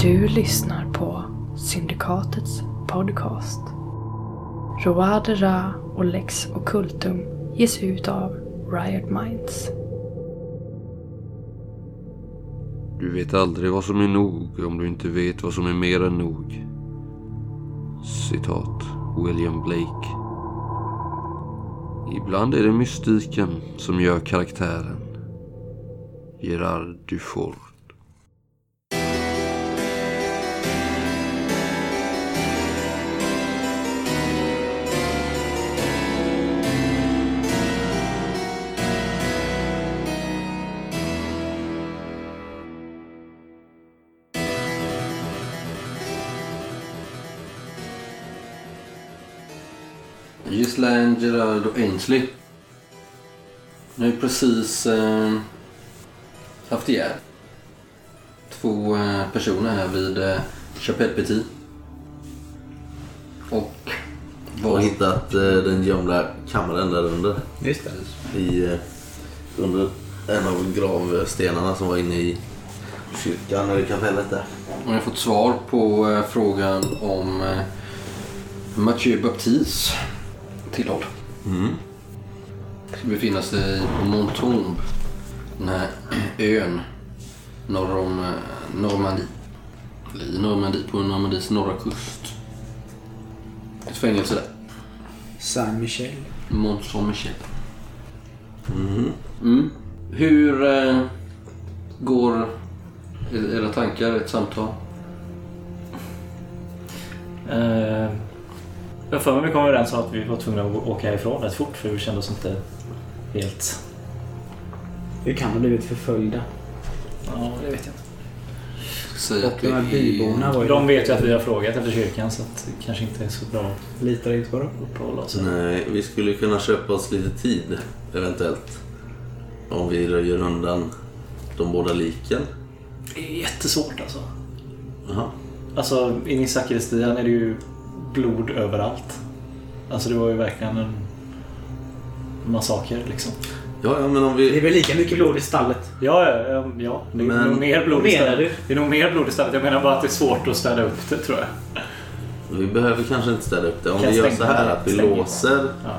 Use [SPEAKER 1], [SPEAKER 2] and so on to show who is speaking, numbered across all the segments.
[SPEAKER 1] Du lyssnar på Syndikatets podcast. Roade Ra och Lex Occultum ges ut av Riot Minds.
[SPEAKER 2] Du vet aldrig vad som är nog om du inte vet vad som är mer än nog. Citat William Blake. Ibland är det mystiken som gör karaktären. Gerard Dufour. Ghislaine, Gerard och Ainsley. Ni har ju precis eh, haft ihjäl två eh, personer här vid eh, Chapelle Petit. Och
[SPEAKER 3] har
[SPEAKER 2] var
[SPEAKER 3] hittat eh, den gömda kammaren där under.
[SPEAKER 4] Just det.
[SPEAKER 3] I, eh, under en av gravstenarna som var inne i kyrkan eller kapellet där.
[SPEAKER 2] Och jag har fått svar på eh, frågan om eh, Mathieu Baptiste tillhåll. Ska befinna sig på Montombe, den här ön norr om eh, Normandie. Eller i Normandie, på Normandies norra kust. Ett fängelse där.
[SPEAKER 4] San Michel.
[SPEAKER 2] Mont Saint-Michel. Mm. Hur eh, går era tankar, ett samtal?
[SPEAKER 5] Eh, Jag för mig vi kom överens om att vi var tvungna att gå- åka härifrån rätt fort för vi kände oss inte helt...
[SPEAKER 4] Vi kan ha blivit förföljda.
[SPEAKER 5] Ja, det vet jag inte.
[SPEAKER 2] Säg
[SPEAKER 4] Och de här byborna var ju...
[SPEAKER 5] De vet ju att vi har frågat efter kyrkan så att det kanske inte är så bra alltså. att
[SPEAKER 4] Litar inte på dem.
[SPEAKER 5] uppehålla oss
[SPEAKER 3] Så
[SPEAKER 5] här.
[SPEAKER 3] nej, vi skulle kunna köpa oss lite tid eventuellt. Om vi röjer undan de båda liken.
[SPEAKER 5] Det är jättesvårt alltså.
[SPEAKER 3] Jaha.
[SPEAKER 5] Alltså, inne i sakristian är det ju blod överallt. Alltså det var ju verkligen en massaker liksom.
[SPEAKER 3] Ja, ja, men om
[SPEAKER 4] Det är
[SPEAKER 3] vi...
[SPEAKER 4] väl lika mycket blod i stallet.
[SPEAKER 5] Ja, ja, ja, ja. det är
[SPEAKER 3] Men-
[SPEAKER 5] nog mer blod
[SPEAKER 4] Vad menar
[SPEAKER 5] istället.
[SPEAKER 4] du?
[SPEAKER 5] Det är nog mer blod istället. Jag menar bara att det är svårt att städa upp det tror jag.
[SPEAKER 3] Vi behöver kanske inte ställa upp det. Om
[SPEAKER 5] Kan
[SPEAKER 3] vi gör
[SPEAKER 5] stänga
[SPEAKER 3] så här
[SPEAKER 5] det.
[SPEAKER 3] att vi
[SPEAKER 5] Stäng det.
[SPEAKER 3] låser
[SPEAKER 5] Ja.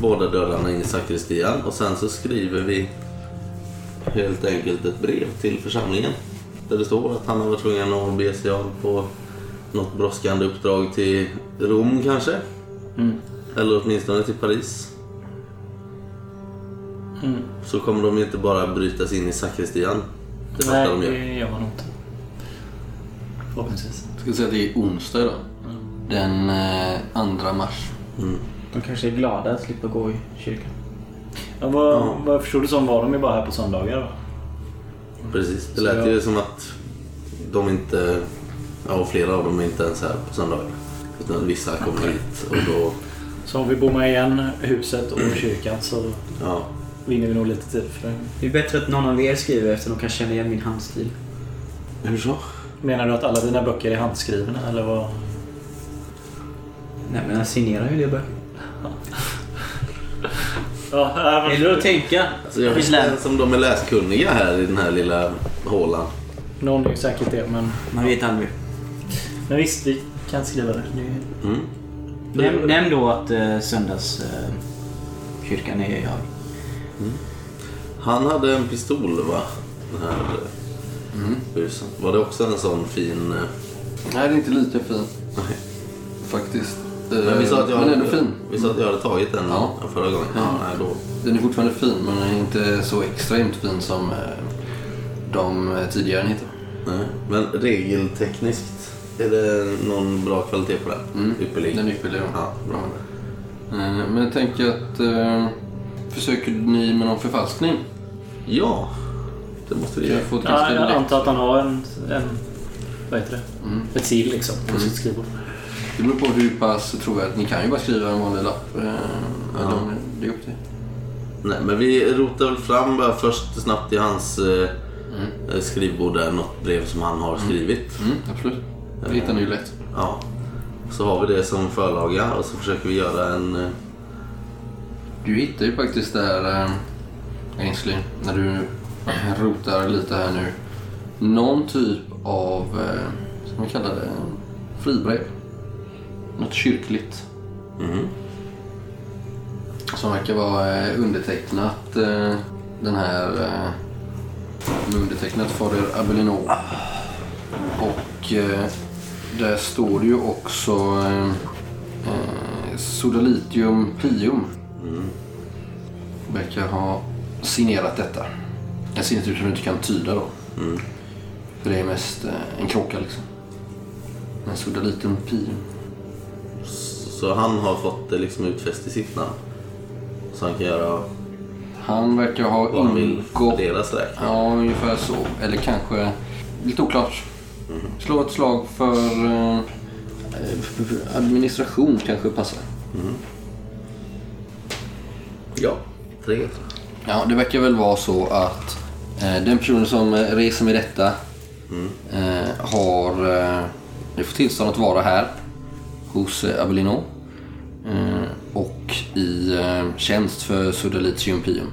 [SPEAKER 3] båda dörrarna in i sakristian och sen så skriver vi helt enkelt ett brev till församlingen. Där det står att han har varit tvungen att bege sig av på något brådskande uppdrag till Rom kanske.
[SPEAKER 5] Mm.
[SPEAKER 3] Eller åtminstone till Paris.
[SPEAKER 5] Mm.
[SPEAKER 3] Så kommer de ju inte bara bryta sig in i sakristian. Det
[SPEAKER 5] Nej,
[SPEAKER 3] fattar de ju.
[SPEAKER 5] det gör man nog inte. Förhoppningsvis.
[SPEAKER 2] Jag ska säga att det är onsdag idag. Den eh, 2 mars.
[SPEAKER 4] De kanske är glada att slippa gå i kyrkan.
[SPEAKER 5] Ja, vad, vad jag förstod det som var de ju bara här på söndagar va?
[SPEAKER 3] Precis. Det
[SPEAKER 5] Så
[SPEAKER 3] lät
[SPEAKER 5] jag-
[SPEAKER 3] ju som att de inte... Ja, och flera av dem är inte ens här på söndagar. Utan vissa kommer hit och då...
[SPEAKER 5] Så om vi bommar igen huset och kyrkan så
[SPEAKER 3] Ja,
[SPEAKER 5] vinner vi nog lite tid för det.
[SPEAKER 4] Det är bättre att någon av er skriver eftersom de kan känna igen min handstil.
[SPEAKER 3] hur så?
[SPEAKER 5] Menar du att alla dina böcker är handskrivna eller vad?
[SPEAKER 4] Nej men jag signerar ju det bara.
[SPEAKER 5] Ja, äh,
[SPEAKER 4] Är du att tänka?
[SPEAKER 3] Alltså jag vet inte ens om de är läskunniga här i den här lilla hålan.
[SPEAKER 5] Någon är ju säkert det men...
[SPEAKER 4] Man vet aldrig.
[SPEAKER 5] Men visst, vi kan skriva det. det är...
[SPEAKER 3] Mm.
[SPEAKER 6] Nämn, nämn då att eh, söndagskyrkan eh, kyrkan är jag.
[SPEAKER 3] Han hade en pistol va? Den här mm. busen. Var det också en sån fin... eh,
[SPEAKER 2] Nej, det är inte lika fin. Faktiskt. Eh,
[SPEAKER 3] Men vi sa att jag,
[SPEAKER 2] men ändå fin.
[SPEAKER 3] Vi sa att jag hade tagit den
[SPEAKER 2] Ja.
[SPEAKER 3] förra gången. Ja.
[SPEAKER 2] Ja.
[SPEAKER 3] nej, då.
[SPEAKER 2] Den är fortfarande fin, men den är inte så extremt fin som eh, de eh, tidigare ni hittade.
[SPEAKER 3] Nej. Men regeltekniskt, är det någon bra kvalitet på den?
[SPEAKER 2] Mm.
[SPEAKER 3] Ypperlig.
[SPEAKER 2] Den är ypperlig. då.
[SPEAKER 3] Ja, bra.
[SPEAKER 2] Eh, men jag tänker att... Eh, försöker ni med någon förfalskning?
[SPEAKER 3] Ja, det måste vi
[SPEAKER 2] Jag
[SPEAKER 3] göra.
[SPEAKER 2] får ett
[SPEAKER 5] Ja,
[SPEAKER 2] ganska
[SPEAKER 5] jag
[SPEAKER 2] lätt.
[SPEAKER 5] antar att han har en... en vad heter det?
[SPEAKER 3] Mm.
[SPEAKER 5] Ett sill liksom på sitt skrivbord.
[SPEAKER 2] Det beror på hur pass tror jag att ni kan ju bara skriva en vanlig lapp. Eh, eller om det- det är upp till.
[SPEAKER 3] Nej, men vi rotar väl fram bara först snabbt i hans eh, eh, skrivbord där, något brev som han har skrivit.
[SPEAKER 2] Mm, absolut.
[SPEAKER 3] Eh.
[SPEAKER 2] Det hittar ni ju lätt.
[SPEAKER 3] Ja. Så har vi det som förlaga och så försöker vi göra en... eh,
[SPEAKER 2] Du hittar ju faktiskt där, eh, Ainsley, när du rotar lite här nu, någon typ av eh, ska man kalla det, fribrev. Något kyrkligt.
[SPEAKER 3] Mhm.
[SPEAKER 2] Som verkar vara eh, undertecknat eh, den här... eh, Undertecknat fader Abelino. Och eh, där står det ju också eh, eh, Sodalitium Pium. Verkar ha signerat detta. Jag ser inte ut som du inte kan tyda då. För det är mest eh, en kråka liksom. Men Sodalitium Pium.
[SPEAKER 3] Så han har fått det liksom utfäst i sitt namn. Så han kan göra
[SPEAKER 2] Han verkar ha
[SPEAKER 3] vad han vill för
[SPEAKER 2] ingått
[SPEAKER 3] deras räkning.
[SPEAKER 2] Ja, ungefär så. Eller kanske lite oklart. Slå ett slag för eh, eh, administration kanske passar.
[SPEAKER 3] Ja, tre.
[SPEAKER 2] Ja, det verkar väl vara så att eh, den personen som eh, reser med detta eh, har eh, det får tillstånd att vara här hos eh, Abelino eh, och i eh, tjänst för Sudalitium Pium.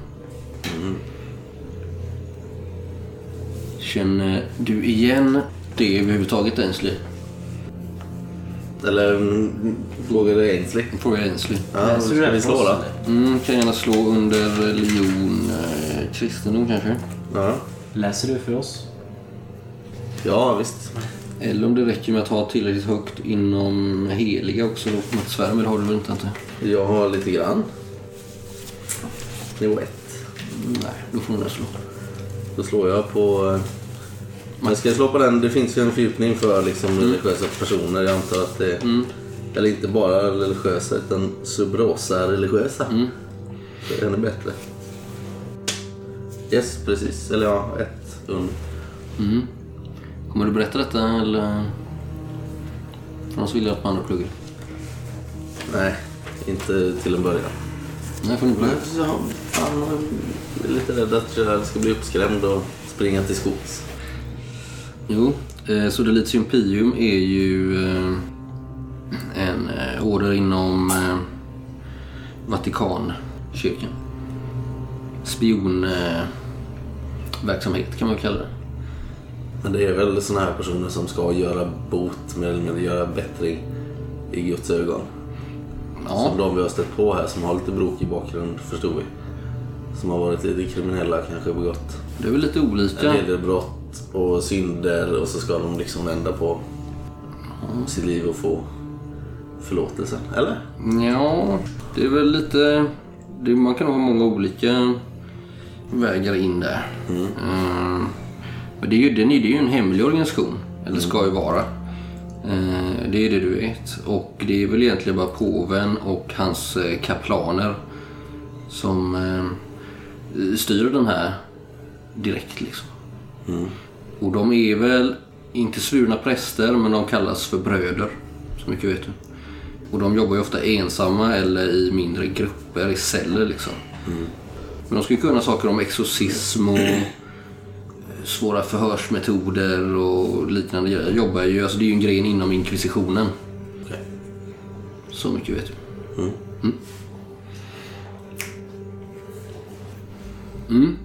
[SPEAKER 2] Känner du igen det överhuvudtaget Ainsley?
[SPEAKER 3] Eller mm, frågar du Ainsley?
[SPEAKER 2] Frågar Ainsley.
[SPEAKER 3] Ja,
[SPEAKER 6] Läser du
[SPEAKER 3] ska
[SPEAKER 6] det
[SPEAKER 3] vi
[SPEAKER 6] för
[SPEAKER 3] slå
[SPEAKER 6] oss,
[SPEAKER 3] då?
[SPEAKER 6] eller?
[SPEAKER 2] Mm, kan gärna slå under religion, eh, kristendom kanske.
[SPEAKER 3] Ja.
[SPEAKER 6] Läser du för oss?
[SPEAKER 3] ja, visst.
[SPEAKER 2] Eller om det räcker med att ha tillräckligt högt inom heliga också. Då får man inte svära, men det har du väl inte? inte?
[SPEAKER 3] Jag har lite grann. Nivå ett.
[SPEAKER 2] Nej, då får du nog slå.
[SPEAKER 3] Då slår jag på... eh, Men ska jag slå på den? Det finns ju en fördjupning för liksom religiösa personer. Jag antar att det... Eller inte bara religiösa utan subrosa religiösa. Det är ännu bättre. Yes, precis. Eller ja, ett under.
[SPEAKER 2] Kommer du berätta detta eller? För annars vill jag att man andra pluggar.
[SPEAKER 3] Nej, inte till en början.
[SPEAKER 2] Nej, får ni plugga.
[SPEAKER 3] Men så, fan, jag är lite rädd att jag ska bli uppskrämd och springa till skogs.
[SPEAKER 2] Jo, eh, Sodalitium Pium är ju eh, en eh, order inom eh, Vatikankyrkan. Spionverksamhet eh, verksamhet kan man kalla det.
[SPEAKER 3] Men det är väl såna här personer som ska göra bot, med, eller göra bättring i Guds ögon.
[SPEAKER 2] Ja,
[SPEAKER 3] Som de vi har stött på här som har lite brokig bakgrund förstod vi. Som har varit lite kriminella, kanske begått
[SPEAKER 2] det är väl lite olika.
[SPEAKER 3] en hel del brott och synder och så ska de liksom vända på sitt liv och få förlåtelsen. Eller?
[SPEAKER 2] Ja, det är väl lite... Det, man kan ha många olika vägar in där. Eh, men det är, ju, den är, det är ju en hemlig organisation, eller ska ju vara. Eh, det är det du vet. Och det är väl egentligen bara påven och hans eh, kaplaner som eh, styr den här direkt. liksom. Och de är väl inte svurna präster, men de kallas för bröder. Så mycket vet du. Och de jobbar ju ofta ensamma eller i mindre grupper, i celler liksom.
[SPEAKER 3] Mm.
[SPEAKER 2] Men de ska ju kunna saker om exorcism och eh, svåra förhörsmetoder och liknande grejer. Jobbar ju, alltså det är ju en gren inom inkvisitionen.
[SPEAKER 3] Okej.
[SPEAKER 2] Så mycket vet du. Mm. Mm.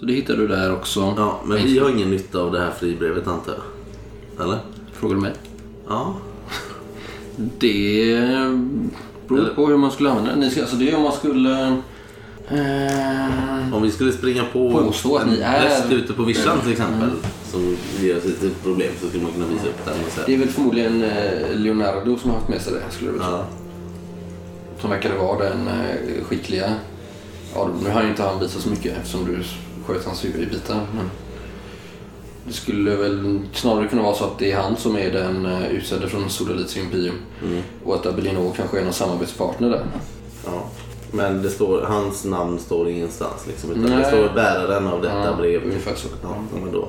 [SPEAKER 2] Så det hittar du där också.
[SPEAKER 3] Ja, men vi har ingen nytta av det här fribrevet antar jag. Eller?
[SPEAKER 2] Frågar du mig?
[SPEAKER 3] Ja.
[SPEAKER 2] Det beror på hur man skulle använda det. Ni ska- Alltså det är om man skulle... Eh,
[SPEAKER 3] Om vi skulle springa på Äh, mm.
[SPEAKER 2] Påstå att
[SPEAKER 3] en
[SPEAKER 2] ni är-
[SPEAKER 3] präst ute på vischan till exempel som ger oss lite problem så skulle man kunna visa upp den och
[SPEAKER 2] Det
[SPEAKER 3] säga
[SPEAKER 2] är väl förmodligen eh, Leonardo som har haft med sig det skulle jag väl tro.
[SPEAKER 3] ja,
[SPEAKER 2] Som verkade vara den eh, skickliga. Ja, nu har ju inte han visat så mycket eftersom du sköt hans huvud i bitar. Men det skulle väl snarare kunna vara så att det är han som är den eh, utsedde från Sodalits Impium. Och att Abelino kanske är någon samarbetspartner där.
[SPEAKER 3] ja. Men det står, hans namn står ingenstans liksom, utan
[SPEAKER 2] Nej.
[SPEAKER 3] det står bäraren av detta
[SPEAKER 2] Ja,
[SPEAKER 3] brev.
[SPEAKER 2] ungefär så.
[SPEAKER 3] Ja, men då,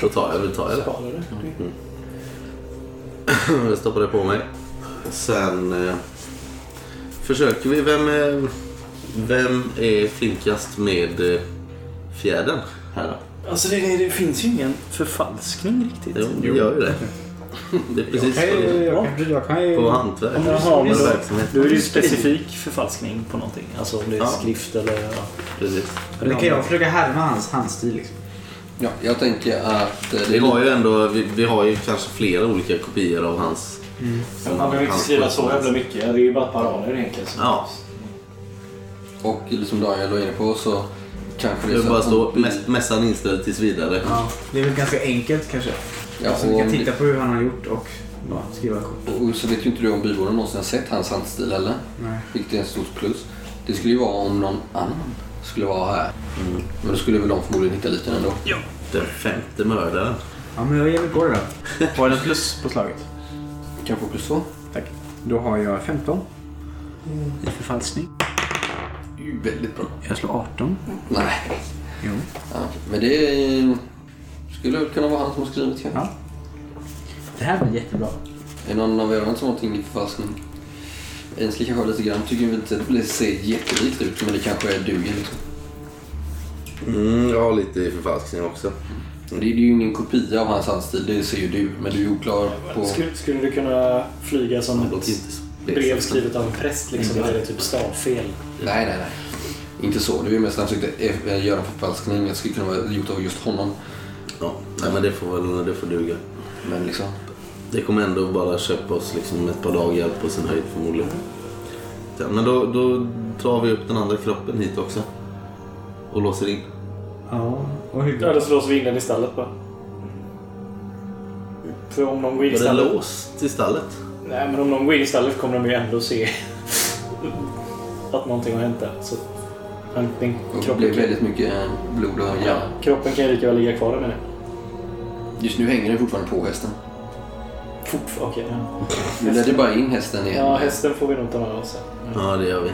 [SPEAKER 3] då tar jag, då tar jag det. Mm.
[SPEAKER 5] Sparare.
[SPEAKER 3] Jag stoppar det på mig. Sen eh, försöker vi. Vem är, vem är flinkast med eh, fjädern här då?
[SPEAKER 5] Alltså det, det finns ju ingen förfalskning riktigt.
[SPEAKER 3] Jo, det gör ju det. Det är precis vad det är.
[SPEAKER 5] Ja.
[SPEAKER 7] Jag, kan- jag kan ju...
[SPEAKER 3] På hantverk.
[SPEAKER 5] Jaha, men
[SPEAKER 3] Med
[SPEAKER 5] då-
[SPEAKER 3] verksamhet.
[SPEAKER 5] Då är det ju specifik förfalskning på någonting. Alltså om det är
[SPEAKER 3] Ja.
[SPEAKER 5] skrift eller... Ja.
[SPEAKER 3] Precis.
[SPEAKER 7] Eller kan jag försöka härma hans handstil liksom?
[SPEAKER 2] Ja, jag tänker att... eh,
[SPEAKER 3] Vi har ju ändå, vi, vi har ju kanske flera olika kopior av hans... som-
[SPEAKER 5] Man Mm. behöver inte
[SPEAKER 3] hans
[SPEAKER 5] skriva så
[SPEAKER 3] korrespondens.
[SPEAKER 5] jävla mycket. Det är ju bara ett par rader egentligen. så-
[SPEAKER 3] Ja.
[SPEAKER 2] Och liksom som Daniel var inne på så kanske det
[SPEAKER 3] Det
[SPEAKER 2] är
[SPEAKER 3] är bara
[SPEAKER 2] så
[SPEAKER 3] stå mäss- mässan inställd tills vidare.
[SPEAKER 6] Ja, det är väl ganska enkelt kanske.
[SPEAKER 2] Ja,
[SPEAKER 6] alltså, vi
[SPEAKER 2] och
[SPEAKER 6] kan
[SPEAKER 2] om
[SPEAKER 6] titta på hur han har gjort och ja, skriva kort.
[SPEAKER 2] Och så vet ju inte du om byborna någonsin har sett hans handstil heller.
[SPEAKER 6] Nej.
[SPEAKER 2] Vilket är en stort plus. Det skulle ju vara om någon annan skulle vara här. Mm. Men då skulle väl de förmodligen hitta lite ändå.
[SPEAKER 3] Den femte mördaren.
[SPEAKER 6] Ja, men jag ger mig på det då. Har jag något plus på slaget?
[SPEAKER 2] Kanske plus två.
[SPEAKER 6] Tack. Då har jag 15. I förfalskning.
[SPEAKER 2] Ju, Väldigt bra.
[SPEAKER 6] Jag slår 18.
[SPEAKER 2] Nej.
[SPEAKER 6] Jo.
[SPEAKER 2] Ja, men det är- skulle väl kunna vara han som har skrivit kanske.
[SPEAKER 6] Ja. Det här var jättebra.
[SPEAKER 2] Är det någon av er annan som har någonting i förfalskning? Ainsley kanske har lite grann. Tycker vi inte att det ser jättelikt ut men det kanske duger liksom.
[SPEAKER 3] Mm, jag har lite i förfalskning också.
[SPEAKER 2] Det är det är ju ingen kopia av hans handstil, det ser ju du. Men du är oklar på...
[SPEAKER 5] Skulle, skulle du kunna flyga som
[SPEAKER 3] Dock
[SPEAKER 5] ett
[SPEAKER 3] inte så-
[SPEAKER 5] brev skrivet av en präst liksom? Eller är det typ stavfel?
[SPEAKER 2] Nej, nej, nej. Inte så. Det var ju mest att han försökte eh, göra en förfalskning. Det skulle kunna vara gjort av just honom.
[SPEAKER 3] Ja, nej, men det får väl det får duga.
[SPEAKER 2] Men liksom...
[SPEAKER 3] Det kommer ändå bara köpa oss liksom ett par dagar på sin höjd förmodligen. Ja, men då, då tar vi upp den andra kroppen hit också. Och låser in.
[SPEAKER 6] Ja, och
[SPEAKER 5] Eller
[SPEAKER 6] huvudet.
[SPEAKER 5] så låser vi in den i stallet bara. För om någon går in i
[SPEAKER 3] Var det
[SPEAKER 5] stallet...
[SPEAKER 3] låst i stallet?
[SPEAKER 5] Nej, men om någon går in i stallet kommer de ju ändå se att någonting har hänt där. Så antingen
[SPEAKER 2] Och det
[SPEAKER 5] kroppen
[SPEAKER 2] blev
[SPEAKER 5] kan,
[SPEAKER 2] väldigt mycket eh, blod och
[SPEAKER 5] ja,
[SPEAKER 2] hjärna.
[SPEAKER 5] kroppen kan ju lika väl ligga kvar där menar jag.
[SPEAKER 2] Just nu hänger den fortfarande på hästen.
[SPEAKER 5] Fortfar- Okej, ja.
[SPEAKER 2] Nu ledde bara in hästen igen.
[SPEAKER 5] ja, hästen får vi nog ta med oss sen.
[SPEAKER 3] Ja, det gör vi.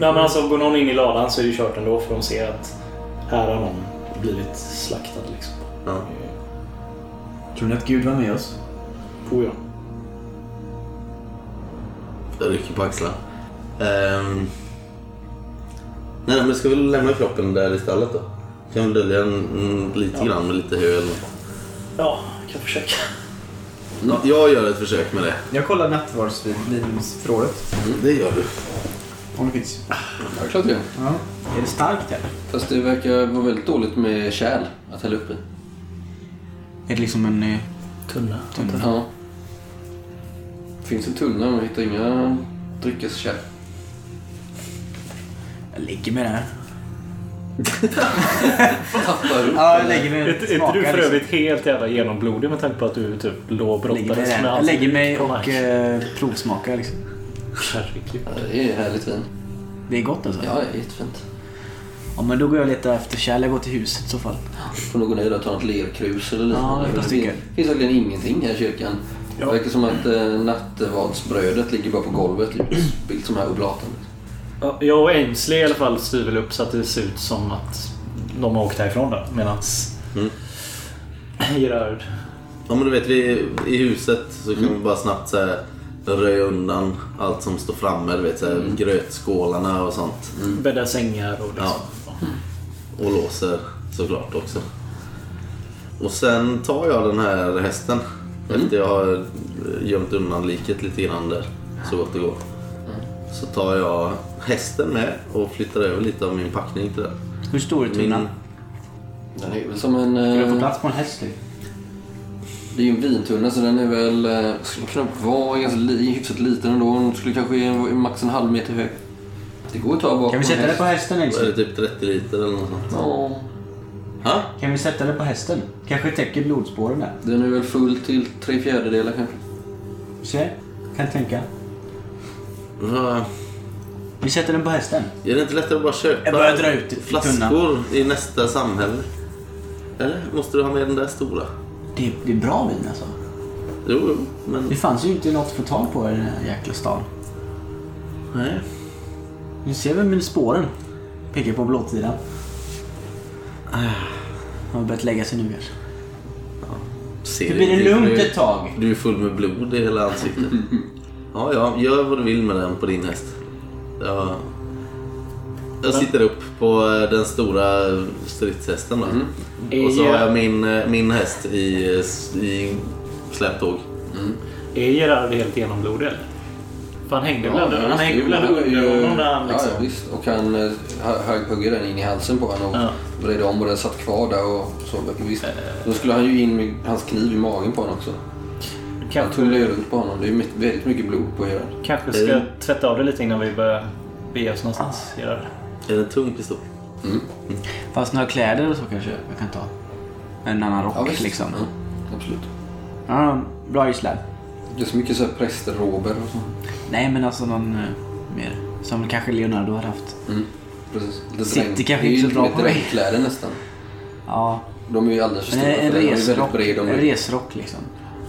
[SPEAKER 5] Nej men alltså går någon in i ladan så är det ju kört ändå för de ser att här har någon blivit slaktad liksom.
[SPEAKER 3] Ja.
[SPEAKER 6] Tror ni att Gud var med oss?
[SPEAKER 5] Oh, ja.
[SPEAKER 3] Jag rycker på axlarna. Ehm. Nej, nej, men ska vi lämna kroppen där i stallet då? Kan vi dölja den mm, lite grann med lite hö eller något?
[SPEAKER 5] ja, kan försöka.
[SPEAKER 3] Ja, Jag gör ett försök med det.
[SPEAKER 6] Jag kollar nattvardsvinförrådet.
[SPEAKER 3] Mm, Det gör du.
[SPEAKER 6] Om det finns.
[SPEAKER 2] Ja, klart det gör.
[SPEAKER 6] Ja. Är det starkt här?
[SPEAKER 2] Fast det verkar vara väldigt dåligt med kärl att hälla upp i.
[SPEAKER 6] Är det liksom en... eh,
[SPEAKER 5] Tunna.
[SPEAKER 6] tunna?
[SPEAKER 2] Ja. Finns en tunna men hittar inga dryckeskärl.
[SPEAKER 6] Jag lägger mig där.
[SPEAKER 2] Tappar upp.
[SPEAKER 6] Ja, jag lägger mig. liksom.
[SPEAKER 5] Är liksom- inte du för övrigt helt jävla genomblodig med tanke på att du typ låg och
[SPEAKER 6] Lägger mig,
[SPEAKER 5] brottades
[SPEAKER 6] där.
[SPEAKER 5] med
[SPEAKER 6] Jag
[SPEAKER 5] allt?
[SPEAKER 6] lägger mig
[SPEAKER 5] Kom
[SPEAKER 6] och
[SPEAKER 5] här.
[SPEAKER 6] eh, provsmakar. Liksom.
[SPEAKER 5] Herregud.
[SPEAKER 2] Ja, Det är härligt vin.
[SPEAKER 6] Det är gott alltså?
[SPEAKER 2] Ja, det är jättefint.
[SPEAKER 6] Ja, men då går jag och letar efter kärl. Jag går till huset i så fall.
[SPEAKER 2] får nog gå ner och ta något lerkrus eller
[SPEAKER 6] Ja,
[SPEAKER 2] liknande.
[SPEAKER 6] jag
[SPEAKER 2] det
[SPEAKER 6] tycker.
[SPEAKER 2] finns- finns verkligen ingenting här i kyrkan. Det verkar som att eh, nattvardsbrödet ligger bara på golvet. Bild som här oblaten.
[SPEAKER 5] Ja, Jag och Ainsley i alla fall styr väl upp så att det ser ut som att de har åkt härifrån där. Medan
[SPEAKER 3] Mm.
[SPEAKER 5] Gerard...
[SPEAKER 3] Ja, men du vet, vi, i huset så kan vi bara snabbt så här, röja undan allt som står framme. Du vet, så här, grötskålarna och sånt.
[SPEAKER 5] Bäddar sängar och liksom.
[SPEAKER 3] Ja. Och låser såklart också. Och sen tar jag den här hästen.
[SPEAKER 6] Mm.
[SPEAKER 3] Efter jag har gömt undan liket lite grann där. Så gott det går.
[SPEAKER 6] Mm.
[SPEAKER 3] Så tar jag hästen med och flyttar över lite av min packning till den.
[SPEAKER 6] Hur stor är tunnan?
[SPEAKER 2] Mm. Den
[SPEAKER 3] Min-
[SPEAKER 2] är väl som en...
[SPEAKER 6] Ska jag få
[SPEAKER 2] Eh,
[SPEAKER 6] plats på en häst typ?
[SPEAKER 2] det är ju en vintunna så den är väl... Eh, skulle kunna vara ganska li, hyfsat liten ändå. Den skulle kanske vara max en halv meter hög. Det går att ta bakom
[SPEAKER 6] Kan vi sätta det på
[SPEAKER 2] Mm.
[SPEAKER 6] hästen
[SPEAKER 3] Vad är det,
[SPEAKER 6] Ainsley?
[SPEAKER 3] typ 30 liter eller något sånt?
[SPEAKER 2] Ja.
[SPEAKER 3] Ha?
[SPEAKER 6] Kan vi sätta det på hästen? Kanske täcker blodspåren där.
[SPEAKER 2] Den är väl full till tre fjärdedelar kanske.
[SPEAKER 6] Se, kan tänka.
[SPEAKER 3] Va?
[SPEAKER 6] Vi sätter den på hästen.
[SPEAKER 3] Är det inte lättare att bara köpa
[SPEAKER 6] Jag börjar dra ut i
[SPEAKER 3] flaskor
[SPEAKER 6] tunnan.
[SPEAKER 3] i nästa samhälle? Eller? Måste du ha med den där stora?
[SPEAKER 6] Det, det är bra vin alltså.
[SPEAKER 3] Jo, jo,
[SPEAKER 6] Det
[SPEAKER 3] men
[SPEAKER 6] fanns ju inte något att få tag på i den här jäkla stan.
[SPEAKER 3] nej.
[SPEAKER 6] Nu ser vi med spåren. Pekar på blåtiden. Han har börjat lägga sig nu kanske.
[SPEAKER 3] Ser
[SPEAKER 6] Det blir
[SPEAKER 3] inte.
[SPEAKER 6] lugnt
[SPEAKER 3] Du-
[SPEAKER 6] ett tag.
[SPEAKER 3] Du är full med blod i hela ansiktet. Ja, ja, gör vad du vill med den på din häst. Jag, jag sitter upp på eh, den stora stridshästen då. Och så har jag min, eh, min häst i, eh, s- i släptåg.
[SPEAKER 5] Är Gerard helt genomblodig eller? För han hängde väl
[SPEAKER 2] Ja,
[SPEAKER 5] ändå- han hängde väl
[SPEAKER 2] jo,
[SPEAKER 5] ändå
[SPEAKER 2] det var ju-
[SPEAKER 5] under honom när han
[SPEAKER 2] Ja,
[SPEAKER 5] liksom...
[SPEAKER 2] ja, visst. Och han eh, hö- högghugger den in i halsen på honom och
[SPEAKER 5] Ja.
[SPEAKER 2] vred om och den satt kvar där och så. Men
[SPEAKER 6] Eh.
[SPEAKER 2] Visst. Då skulle han ju in med hans kniv i magen på honom också. Han
[SPEAKER 5] Kanske,
[SPEAKER 2] tullade ju runt på honom. Det är ju my- väldigt mycket blod på er.
[SPEAKER 5] kanske ska
[SPEAKER 2] Mm.
[SPEAKER 5] tvätta av det lite innan vi börjar bege oss någonstans. Gerard.
[SPEAKER 3] Är det en tung pistol?
[SPEAKER 6] Fast några kläder och så kanske jag kan ta. En annan rock
[SPEAKER 2] Ja, visst.
[SPEAKER 6] liksom.
[SPEAKER 2] Ja, absolut.
[SPEAKER 6] Ja, bra gisslan.
[SPEAKER 2] Det är så mycket så här prästrober och så.
[SPEAKER 6] Nej men alltså någon eh, mer. Som kanske Leonardo har haft.
[SPEAKER 2] Precis. Lite
[SPEAKER 6] Sitter
[SPEAKER 2] dräng-
[SPEAKER 6] kanske inte så bra på
[SPEAKER 2] Det är ju
[SPEAKER 6] mig.
[SPEAKER 2] lite drängkläder nästan.
[SPEAKER 6] Ja.
[SPEAKER 2] De är ju alldeles för
[SPEAKER 6] Men
[SPEAKER 2] stora.
[SPEAKER 6] en, en
[SPEAKER 2] för den. Den är ju
[SPEAKER 6] resrock.
[SPEAKER 2] väldigt bred
[SPEAKER 6] En
[SPEAKER 2] om ryggen.
[SPEAKER 6] resrock liksom.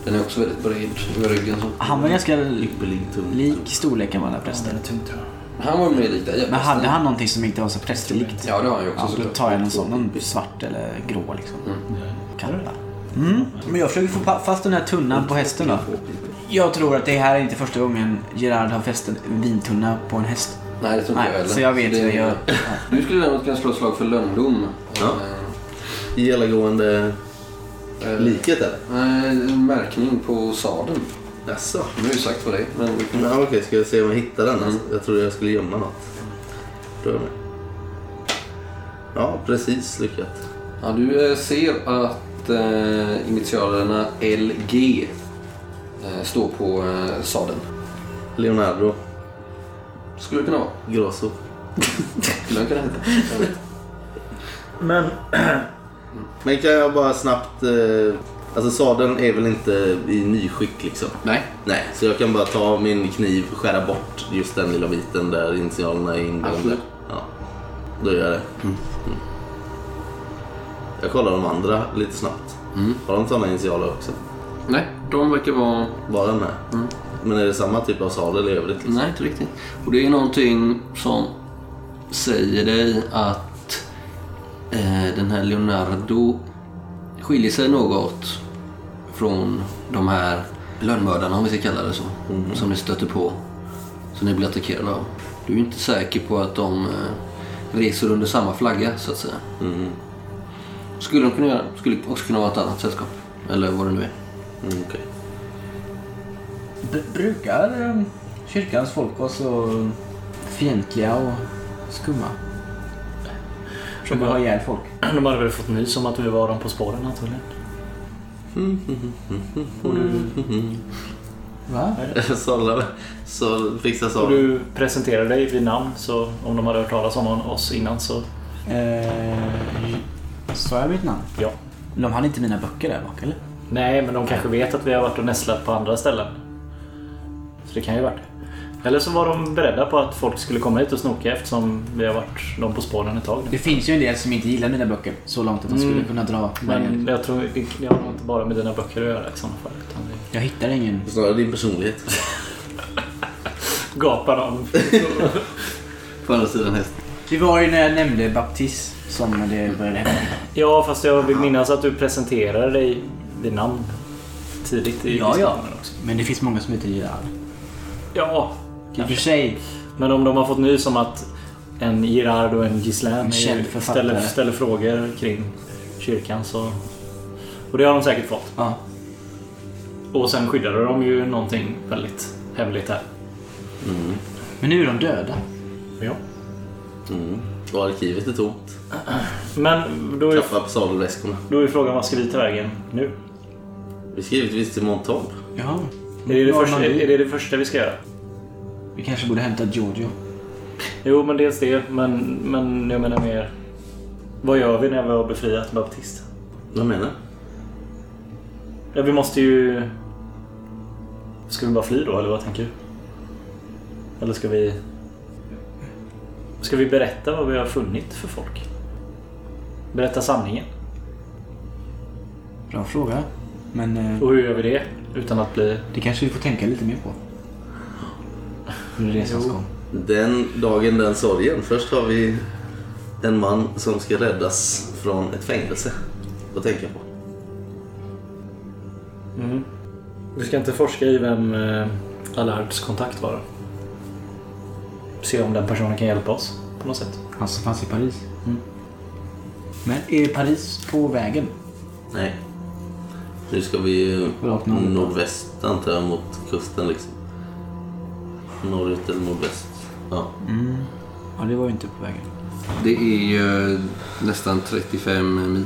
[SPEAKER 2] Den är också väldigt bred över ryggen. Så.
[SPEAKER 6] Han var ganska
[SPEAKER 3] Ypperlig tung.
[SPEAKER 6] lik storleken på den där prästen.
[SPEAKER 2] Han var mer lik dig. jag
[SPEAKER 6] Men
[SPEAKER 2] förresten.
[SPEAKER 6] hade han någonting som inte var så prästlikt?
[SPEAKER 2] Ja, det har han ju också
[SPEAKER 6] Ja, då
[SPEAKER 2] såklart.
[SPEAKER 6] tar jag någon sån. Någon svart eller grå liksom. Kalla. Mm. Men jag försöker få pa- fast den här tunnan på hästen då. Jag tror att det här är inte första gången Gerard har fäst en vintunna på en häst.
[SPEAKER 2] Nej, det tror inte
[SPEAKER 6] Nej,
[SPEAKER 2] jag heller.
[SPEAKER 6] så jag vet
[SPEAKER 2] Det-
[SPEAKER 6] hur jag- Ja.
[SPEAKER 2] Du skulle däremot kunna slå ett slag för Eh, lönndom.
[SPEAKER 3] Ja. Gällagående
[SPEAKER 2] Eh,
[SPEAKER 3] liket eller?
[SPEAKER 2] Nej, eh, en märkning på sadeln.
[SPEAKER 3] Jaså?
[SPEAKER 2] Nu har jag ju sagt vad det är. Men vi kan...
[SPEAKER 3] Ja, Okej, ska jag se om jag hittar den? Alltså, jag trodde jag skulle gömma något. Då är jag med. Ja, precis lyckat.
[SPEAKER 2] ja, du eh, ser att eh, initialerna LG eh, står på eh, sadeln.
[SPEAKER 3] Leonardo
[SPEAKER 2] Skulle det kunna vara.
[SPEAKER 3] Grosso.
[SPEAKER 2] Skulle det kunna heta. Jag vet.
[SPEAKER 3] Men... Men kan jag bara snabbt... Eh, alltså sadeln är väl inte i nyskick liksom?
[SPEAKER 2] Nej.
[SPEAKER 3] Nej, så jag kan bara ta min kniv och skära bort just den lilla biten där initialerna är inblandade.
[SPEAKER 2] Absolut.
[SPEAKER 3] Ja, då gör jag det. Mm. Jag kollar de andra lite snabbt. Har de sådana initialer också?
[SPEAKER 2] Nej, de verkar vara...
[SPEAKER 3] Bara den här? Men är det samma typ av sadel i övrigt? Liksom?
[SPEAKER 2] Nej, inte riktigt. Och det är någonting som säger dig att eh, den här Leonardo skiljer sig något från de här lönnmördarna, om vi ska kalla det så, som ni stöter på, som ni blir attackerade av. Du är inte säker på att de eh, reser under samma flagga, så att säga. Skulle de kunna göra. Skulle också kunna vara ett annat sällskap, eller vad det nu är.
[SPEAKER 3] Mm, okej.
[SPEAKER 6] B- brukar eh, kyrkans folk vara så fientliga och skumma? Försöker ha ihjäl folk.
[SPEAKER 5] De hade väl fått nys om att vi var dem på spåren antagligen.
[SPEAKER 6] Va?
[SPEAKER 3] Sadlar, så fixa
[SPEAKER 5] Och
[SPEAKER 3] sadeln.
[SPEAKER 5] du presenterade dig vid namn så om de hade hört talas om oss innan så
[SPEAKER 6] Eh, sa jag mitt namn?
[SPEAKER 5] ja.
[SPEAKER 6] De hade inte mina böcker där bak eller?
[SPEAKER 5] Nej, men de kanske vet att vi har varit och nästlat på andra ställen. Så det kan ju varit. Eller så var de beredda på att folk skulle komma hit och snoka eftersom vi har varit dem på spåren ett tag nu.
[SPEAKER 6] Det finns ju en del som inte gillar mina böcker så långt att de skulle kunna dra. Mm. Men...
[SPEAKER 5] Men jag tror det har nog inte bara med dina böcker att göra i sådana fall. Utan det
[SPEAKER 6] Jag hittar ingen.
[SPEAKER 3] Snarare din personlighet.
[SPEAKER 5] gapar om.
[SPEAKER 2] På andra sidan hästen.
[SPEAKER 6] Det var ju när jag nämnde baptism som det började hända.
[SPEAKER 5] Ja, fast jag vill minnas att du presenterade dig vid namn tidigt i
[SPEAKER 6] Ja, ja.
[SPEAKER 5] diskussionen också.
[SPEAKER 6] Men det finns många som heter Gerard.
[SPEAKER 5] Ja,
[SPEAKER 6] I och för sig,
[SPEAKER 5] Men om de har fått nys om att en Girard och en Ghislaine
[SPEAKER 6] En känd
[SPEAKER 5] är-
[SPEAKER 6] författare.
[SPEAKER 5] ställer, ställer frågor kring kyrkan så... Och det har de säkert fått.
[SPEAKER 6] ja.
[SPEAKER 5] Och sen skyddade de ju någonting väldigt hemligt här.
[SPEAKER 6] Men nu är de döda.
[SPEAKER 5] Ja.
[SPEAKER 3] Mm. Och arkivet är tomt.
[SPEAKER 5] Men då är,
[SPEAKER 3] Klappar på sadelväskorna.
[SPEAKER 5] då är frågan, vad ska vi ta vägen nu?
[SPEAKER 3] Vi ska givetvis till Montaub.
[SPEAKER 6] Ja.
[SPEAKER 5] Är det det, första, är det det första vi ska göra?
[SPEAKER 6] Vi kanske borde hämta Giorgio.
[SPEAKER 5] Jo, men dels det. Men, men jag menar mer... Vad gör vi när vi har befriat Baptist?
[SPEAKER 3] Vad menar du?
[SPEAKER 5] Ja, vi måste ju... Ska vi bara fly då, eller vad tänker du? Eller ska vi... Ska vi berätta vad vi har funnit för folk? Berätta sanningen.
[SPEAKER 6] Bra fråga. Men eh,
[SPEAKER 5] Och hur gör vi det utan att bli...
[SPEAKER 6] det kanske vi får tänka lite mer på. Under resans gång.
[SPEAKER 3] Den dagen, den sorgen. Först har vi en man som ska räddas från ett fängelse att tänka på.
[SPEAKER 5] Vi ska inte forska i vem eh, Allards kontakt var. Se om den personen kan hjälpa oss på något sätt.
[SPEAKER 6] Han som fanns i Paris. Mm. Men är Paris på vägen?
[SPEAKER 3] Nej. Nu ska vi ju
[SPEAKER 6] Rakt norrut.
[SPEAKER 3] nordväst antar jag mot kusten liksom. norrut eller mot väst. Ja.
[SPEAKER 6] Ja, det var ju inte på vägen.
[SPEAKER 2] Det är eh, nästan 35 mil.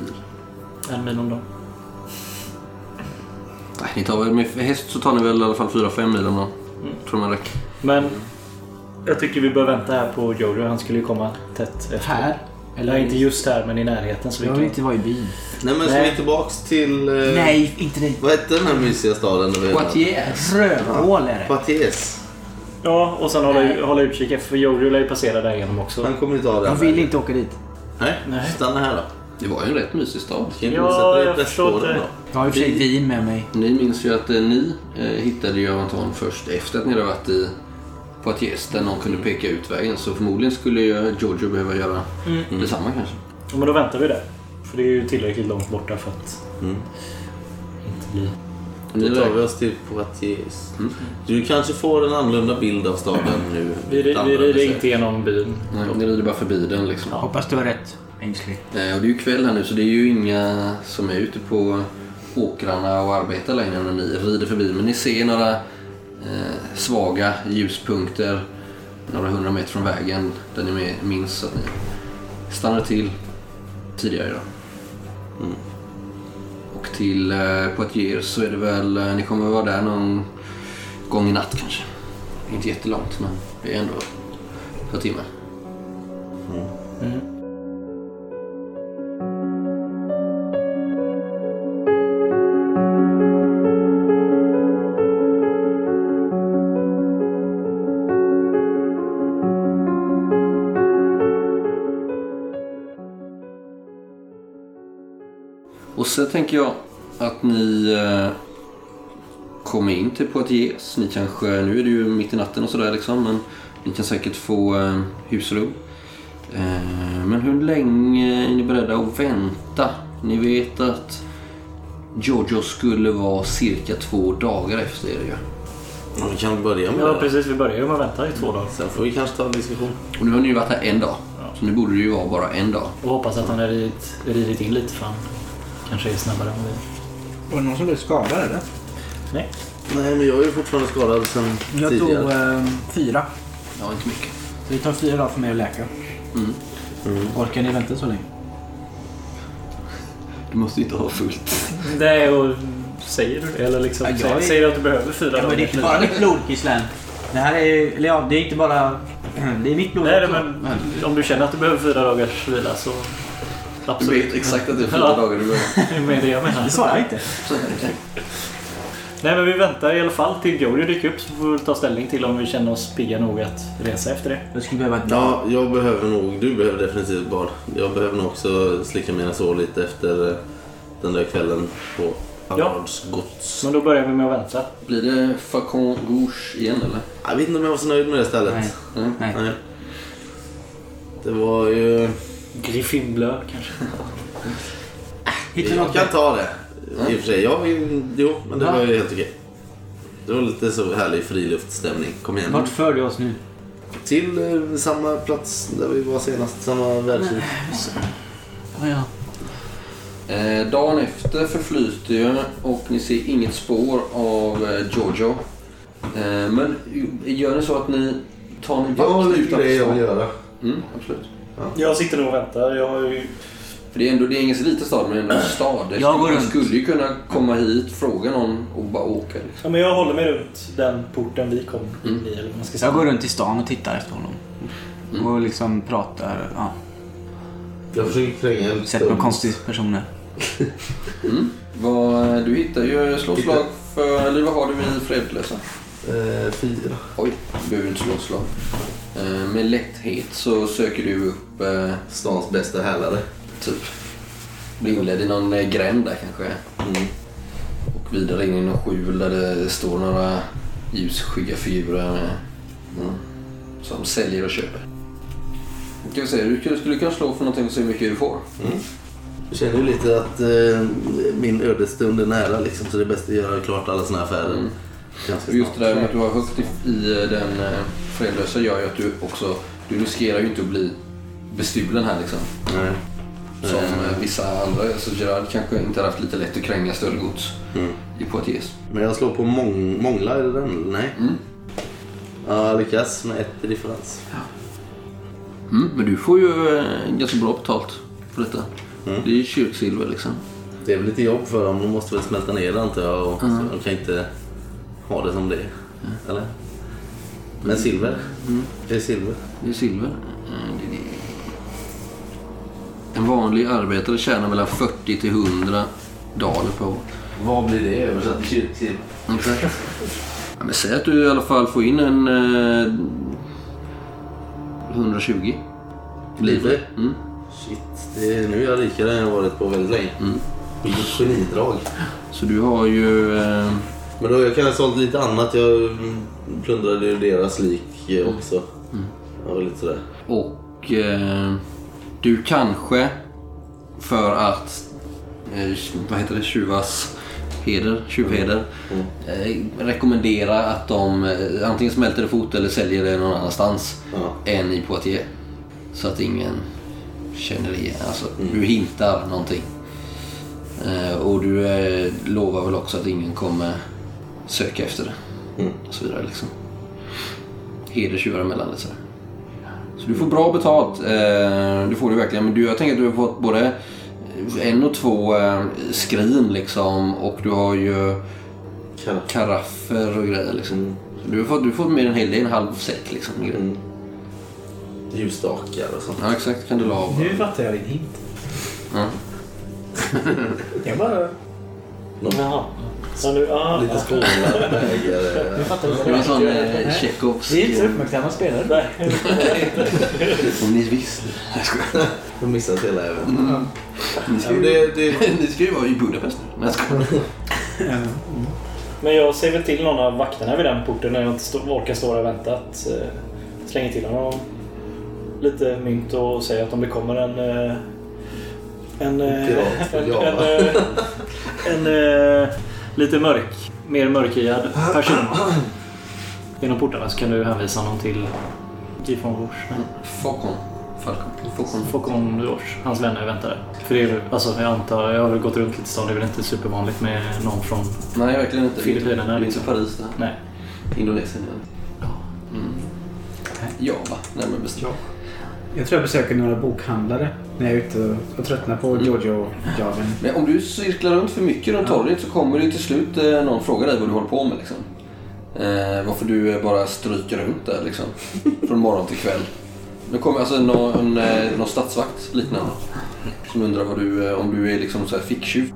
[SPEAKER 5] En mil om dagen.
[SPEAKER 2] Nej, ni tar väl, med häst så tar ni väl i alla fall 4-5 mil om dagen. Tror man räcker.
[SPEAKER 5] Men jag tycker vi bör vänta här på Jojo. Han skulle ju komma tätt efter.
[SPEAKER 6] Här?
[SPEAKER 5] Eller inte just här, men i närheten. Så vi
[SPEAKER 6] Jag vill
[SPEAKER 5] kan...
[SPEAKER 6] inte vara i byn.
[SPEAKER 3] Nej men ska
[SPEAKER 5] Nej.
[SPEAKER 3] vi tillbaks till... eh,
[SPEAKER 6] Eh. Nej, inte dit.
[SPEAKER 3] Vad hette den här mysiga staden? där vi var?
[SPEAKER 6] Poitiers. Rövhål är det.
[SPEAKER 3] Poitiers.
[SPEAKER 5] Ja, och sen hålla, hålla utkik efter, för Jojo lär ju passera där igenom också.
[SPEAKER 3] Han kommer inte av den
[SPEAKER 6] Jag vill inte åka dit.
[SPEAKER 3] Nej,
[SPEAKER 5] Nej.
[SPEAKER 3] stanna här då.
[SPEAKER 2] Det var ju en rätt mysig stad.
[SPEAKER 3] Kan
[SPEAKER 5] Ja,
[SPEAKER 3] ja, sätta dig
[SPEAKER 5] jag
[SPEAKER 3] i
[SPEAKER 5] förstår
[SPEAKER 3] prästgården
[SPEAKER 5] det.
[SPEAKER 3] då?
[SPEAKER 6] Jag har i och för sig vin med mig.
[SPEAKER 2] Ni minns ju att eh, ni eh, hittade ju Anton först efter att ni hade varit i Poitiers där någon kunde peka ut vägen. Så förmodligen skulle ju Giorgio behöva göra detsamma kanske.
[SPEAKER 5] Ja, men då väntar vi där. För det är ju tillräckligt långt borta för att
[SPEAKER 3] Mm.
[SPEAKER 5] inte bli...
[SPEAKER 2] Ni
[SPEAKER 3] Då tar vi
[SPEAKER 2] verkar-
[SPEAKER 3] oss till Poitiers. Mm. Du kanske får en annorlunda bild av staden nu.
[SPEAKER 5] Vi,
[SPEAKER 3] vid ett
[SPEAKER 5] ri- vi
[SPEAKER 3] andra
[SPEAKER 5] rider
[SPEAKER 3] besök.
[SPEAKER 5] inte genom byn.
[SPEAKER 2] Nej, ni rider bara förbi den liksom.
[SPEAKER 6] Hoppas du har rätt, ängslig.
[SPEAKER 2] Eh, Och det är ju kväll här nu så det är ju inga som är ute på åkrarna och arbetar längre när ni rider förbi. Men ni ser några eh, svaga ljuspunkter några hundra meter från vägen där ni med- minns att ni stannade till tidigare idag. Mm. Och till eh, Poitiers så är det väl, eh, ni kommer vara där någon gång i natt kanske. Inte jättelångt men det är ändå ett par timmar. Och sen tänker jag att ni eh, kommer in typ till Poitiers. Ni kanske, nu är det ju mitt i natten och sådär liksom, men ni kan säkert få eh, husrum. Eh, men hur länge är ni beredda att vänta? Ni vet att Giorgio skulle vara cirka två dagar efter er ju.
[SPEAKER 3] Ja, Vi kan börja med
[SPEAKER 5] Ja,
[SPEAKER 3] det.
[SPEAKER 5] precis. Vi börjar ju med att vänta i två dagar.
[SPEAKER 3] Sen får vi kanske ta en diskussion.
[SPEAKER 2] Och nu har ni ju varit här en dag. Så nu borde det ju vara bara en dag.
[SPEAKER 5] Och hoppas att han har ridit, ridit in lite för han kanske är snabbare än vi.
[SPEAKER 6] Var det någon som blev skadad eller?
[SPEAKER 5] Nej.
[SPEAKER 3] Nej, men jag är ju fortfarande skadad sen
[SPEAKER 6] Jag tog
[SPEAKER 3] tidigare.
[SPEAKER 6] eh, fyra.
[SPEAKER 2] Ja, inte mycket.
[SPEAKER 6] Så det tar fyra dagar för mig att läka. Mm. Orkar ni vänta så länge?
[SPEAKER 2] Du måste ju inte ha fullt.
[SPEAKER 5] Nej, och säger du det? Eller liksom,
[SPEAKER 6] Ja, jag
[SPEAKER 5] säger,
[SPEAKER 6] är-
[SPEAKER 5] säger du att du behöver fyra
[SPEAKER 6] Ja, men det är inte bara mitt blod, Gislen. Det här är eller ja, det är inte bara... Det är mitt blod
[SPEAKER 5] Nej,
[SPEAKER 6] också.
[SPEAKER 5] men om du känner att du behöver fyra dagars vila så...
[SPEAKER 2] Du
[SPEAKER 5] Absolut.
[SPEAKER 2] vet exakt att det är fyra
[SPEAKER 5] Ja.
[SPEAKER 2] dagar du behöver.
[SPEAKER 5] Det är med det jag menar.
[SPEAKER 6] Det sa jag inte.
[SPEAKER 5] Nej, men vi väntar i alla fall till Jojo dyker upp så får vi ta ställning till om vi känner oss pigga nog att resa efter det.
[SPEAKER 6] Jag skulle behöva ett bad.
[SPEAKER 3] Ja, jag behöver nog... Du behöver definitivt bad. Jag behöver nog också slicka mina sår lite efter eh, den där kvällen på Hallards gods.
[SPEAKER 5] Men då börjar vi med att vänta.
[SPEAKER 2] Blir det Facon Rouge igen eller?
[SPEAKER 3] Jag vet inte om jag var så nöjd med det stället.
[SPEAKER 6] Nej.
[SPEAKER 2] Mm.
[SPEAKER 6] Nej.
[SPEAKER 3] Nej. Det var ju...
[SPEAKER 5] Griffinblö kanske.
[SPEAKER 6] Hitta
[SPEAKER 3] Jag
[SPEAKER 6] något
[SPEAKER 3] kan
[SPEAKER 6] bättre.
[SPEAKER 3] ta det. I och för sig. Jag vill... Jo, men det
[SPEAKER 6] Va?
[SPEAKER 3] var ju helt okej. Det var lite så härlig friluftsstämning. Kom igen.
[SPEAKER 6] Vart för du oss nu?
[SPEAKER 3] Till eh, samma plats där vi var senast. Samma världshus.
[SPEAKER 6] Oh, ja.
[SPEAKER 2] Eh, dagen efter förflyter ju och ni ser inget spår av eh, Giorgio. Eh, men gör ni så att ni tar en
[SPEAKER 3] Jag har lite grejer jag vill
[SPEAKER 2] stan?
[SPEAKER 3] göra.
[SPEAKER 2] Mm, absolut.
[SPEAKER 5] Jag sitter nog och väntar. Jag har ju...
[SPEAKER 2] För det är ändå, det är ingen så liten stad men ändå en stad. Det
[SPEAKER 6] Jag går
[SPEAKER 2] skulle, man
[SPEAKER 6] runt.
[SPEAKER 2] skulle ju kunna komma hit, fråga någon och bara åka.
[SPEAKER 5] Ja, men jag håller mig runt den porten vi kom
[SPEAKER 2] Mm.
[SPEAKER 5] i. Eller vad man ska säga.
[SPEAKER 6] Jag går runt i stan och tittar efter honom.
[SPEAKER 7] Mm.
[SPEAKER 6] Och liksom pratar. Ja.
[SPEAKER 3] Jag försöker kränga en
[SPEAKER 6] Sett på
[SPEAKER 3] stund.
[SPEAKER 6] konstiga personer.
[SPEAKER 2] Vad, eh, du hittar ju, slå
[SPEAKER 3] Hittar.
[SPEAKER 2] slag för, eller vad har du i fredlösa?
[SPEAKER 3] Eh, fyra.
[SPEAKER 2] Oj, du behöver inte slå slag. Eh, med lätthet så söker du upp eh,
[SPEAKER 3] Stans bästa hälare.
[SPEAKER 2] Typ. Blir inledd i någon eh, gränd där kanske.
[SPEAKER 3] Mm.
[SPEAKER 2] Och vidare in i någon skjul där det står några ljusskygga figurer. eh, Mm. Som säljer och köper. Jag kan säga, du skulle- skulle kunna slå för någonting och se hur mycket du får.
[SPEAKER 3] Jag känner ju lite att eh, min ödesstund är nära liksom, så det är bäst att göra klart alla såna här affärer. Ganska
[SPEAKER 2] Och just det
[SPEAKER 3] snart.
[SPEAKER 2] där med att du har högt i, i eh, den eh, fredlösa gör ju att du också, du riskerar ju inte att bli bestulen här liksom.
[SPEAKER 3] Nej.
[SPEAKER 2] Som eh, vissa andra, så Gerard kanske inte har haft lite lätt att kränga stöldgods
[SPEAKER 3] Mm.
[SPEAKER 2] i Poitiers.
[SPEAKER 3] Men jag slår på mång, mångla, är det den? Nej.
[SPEAKER 2] Mm.
[SPEAKER 3] Ja, Ja, jag lyckas med ett i differens.
[SPEAKER 2] Mm, men du får ju eh, ganska bra betalt för detta. Det är ju kyrksilver liksom.
[SPEAKER 3] Det är väl lite jobb för dem. De måste väl smälta ner det antar jag. Och så De kan inte ha det som det är. Eller? Men silver. Det är silver.
[SPEAKER 2] Det är silver. Mm, det- det- En vanlig arbetare tjänar mellan 40 till 100 daler per år.
[SPEAKER 3] Vad blir det översatt till kyrksilver?
[SPEAKER 2] Exakt. Ja, men säg att du i alla fall får in en eh, 120.
[SPEAKER 3] Blir det?
[SPEAKER 2] Mm.
[SPEAKER 3] Shit, det är, nu är jag rikare än jag varit på väldigt länge. Mm. Vilket genidrag.
[SPEAKER 2] Så du har ju... Eh,
[SPEAKER 3] Men då, jag kan ha sålt lite annat. Jag mm, plundrade ju deras lik eh, också. Jag var lite sådär.
[SPEAKER 2] Och eh, du kanske för att eh, vad heter det, tjuvas heder, tjuvheder eh, rekommendera att de eh, antingen smälter det fot eller säljer det någon annanstans
[SPEAKER 3] Ja.
[SPEAKER 2] än i Poitiers. Så att ingen känner igen. Alltså, Du hintar någonting. Eh, och du eh, lovar väl också att ingen kommer söka efter det. Och så vidare liksom. Hederstjuvar emellan liksom. lite sådär. Så du får bra betalt. Eh, det får du verkligen. Men du, jag tänker att du har fått både en och två eh, skrin liksom. Och du har ju
[SPEAKER 3] Karaff.
[SPEAKER 2] karaffer och grejer liksom.
[SPEAKER 3] Mm.
[SPEAKER 2] Så du har fått, du får med en hel del, en halv säck liksom. grejer.
[SPEAKER 3] Mm. Ljusstakar och sånt.
[SPEAKER 2] Ja exakt, kandelaber.
[SPEAKER 7] Nu fattar jag din hint.
[SPEAKER 2] Ja.
[SPEAKER 7] Jag bara...
[SPEAKER 5] Jaha. Ja, nu, ah,
[SPEAKER 3] Lite skålar.
[SPEAKER 7] Nu fattar jag.
[SPEAKER 2] Det var en sån eh,
[SPEAKER 7] Nej.
[SPEAKER 2] Tjechovsk...
[SPEAKER 7] Vi är inte så uppmärksamma spelare.
[SPEAKER 2] Om ni visste. Jag skojar.
[SPEAKER 3] Jag har missat hela även.
[SPEAKER 2] Ni ska ju,
[SPEAKER 3] Det, det,
[SPEAKER 2] ni ska ju vara i Budapest nu. Nej jag skojar.
[SPEAKER 5] Men jag säger väl till någon av vakterna vid den porten när jag inte stå, orkar stå där och vänta att eh, slänga till honom lite mynt och säga att om det kommer en eh, en, eh,
[SPEAKER 3] Pirat från
[SPEAKER 5] en,
[SPEAKER 3] Java.
[SPEAKER 5] en, eh, en eh, lite mörk, mer mörkhyad person genom portarna så kan du hänvisa honom till Gifon Rouge.
[SPEAKER 2] Fokon. Falcon. Fokon.
[SPEAKER 5] Fokon Rouge, hans vänner väntar där. För det är, väl- alltså, jag antar, jag har väl gått runt lite i stan, det är väl inte supervanligt med någon från,
[SPEAKER 2] Nej verkligen inte.
[SPEAKER 5] Filippinerna, liksom.
[SPEAKER 2] Det är inte Paris det här.
[SPEAKER 5] nej.
[SPEAKER 2] Indonesien. Mm. Ja, va? Närmare bestämt.
[SPEAKER 7] Jag tror jag besöker några bokhandlare när jag är ute och- och tröttnar på Jojo-javen.
[SPEAKER 2] Mm. Men om du cirklar runt för mycket runt torget så kommer det ju till slut eh, någon fråga dig vad du håller på med. Liksom. Eh, varför du eh, bara stryker runt där liksom. Från morgon till kväll. Nu kommer alltså någon, eh, någon stadsvakt liknande. Som undrar vad du, eh, om du är liksom så här ficktjuv.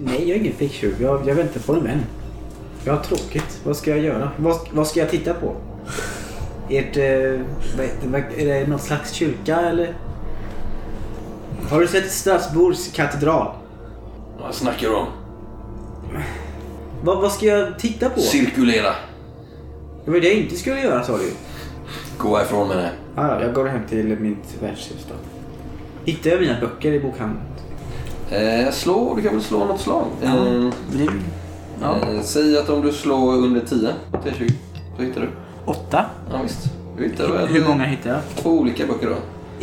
[SPEAKER 7] Nej, jag är ingen ficktjuv. Jag, jag väntar på en vän. Jag har tråkigt. Vad ska jag göra? Vad, vad ska jag titta på? Ert... Eh, vad heter, vad, är det någon slags kyrka eller? Har du sett Strasbourgs katedral?
[SPEAKER 2] Vad snackar du om?
[SPEAKER 7] Vad, vad ska jag titta på?
[SPEAKER 2] Cirkulera!
[SPEAKER 7] Det var det jag inte skulle göra sa du ju.
[SPEAKER 2] Gå härifrån med det.
[SPEAKER 7] Ah, ja, jag går hem till mitt värdshus då. Hittar jag mina böcker i bokhandeln?
[SPEAKER 2] Eh, slå, du kan väl slå något slag? Eh,
[SPEAKER 7] Mm.
[SPEAKER 2] eh, säg att om du slår under 10, 10-20, så hittar du.
[SPEAKER 6] Åtta?
[SPEAKER 2] Ja, visst. Du hittar väl
[SPEAKER 6] Hur många hittar jag?
[SPEAKER 2] två olika böcker då.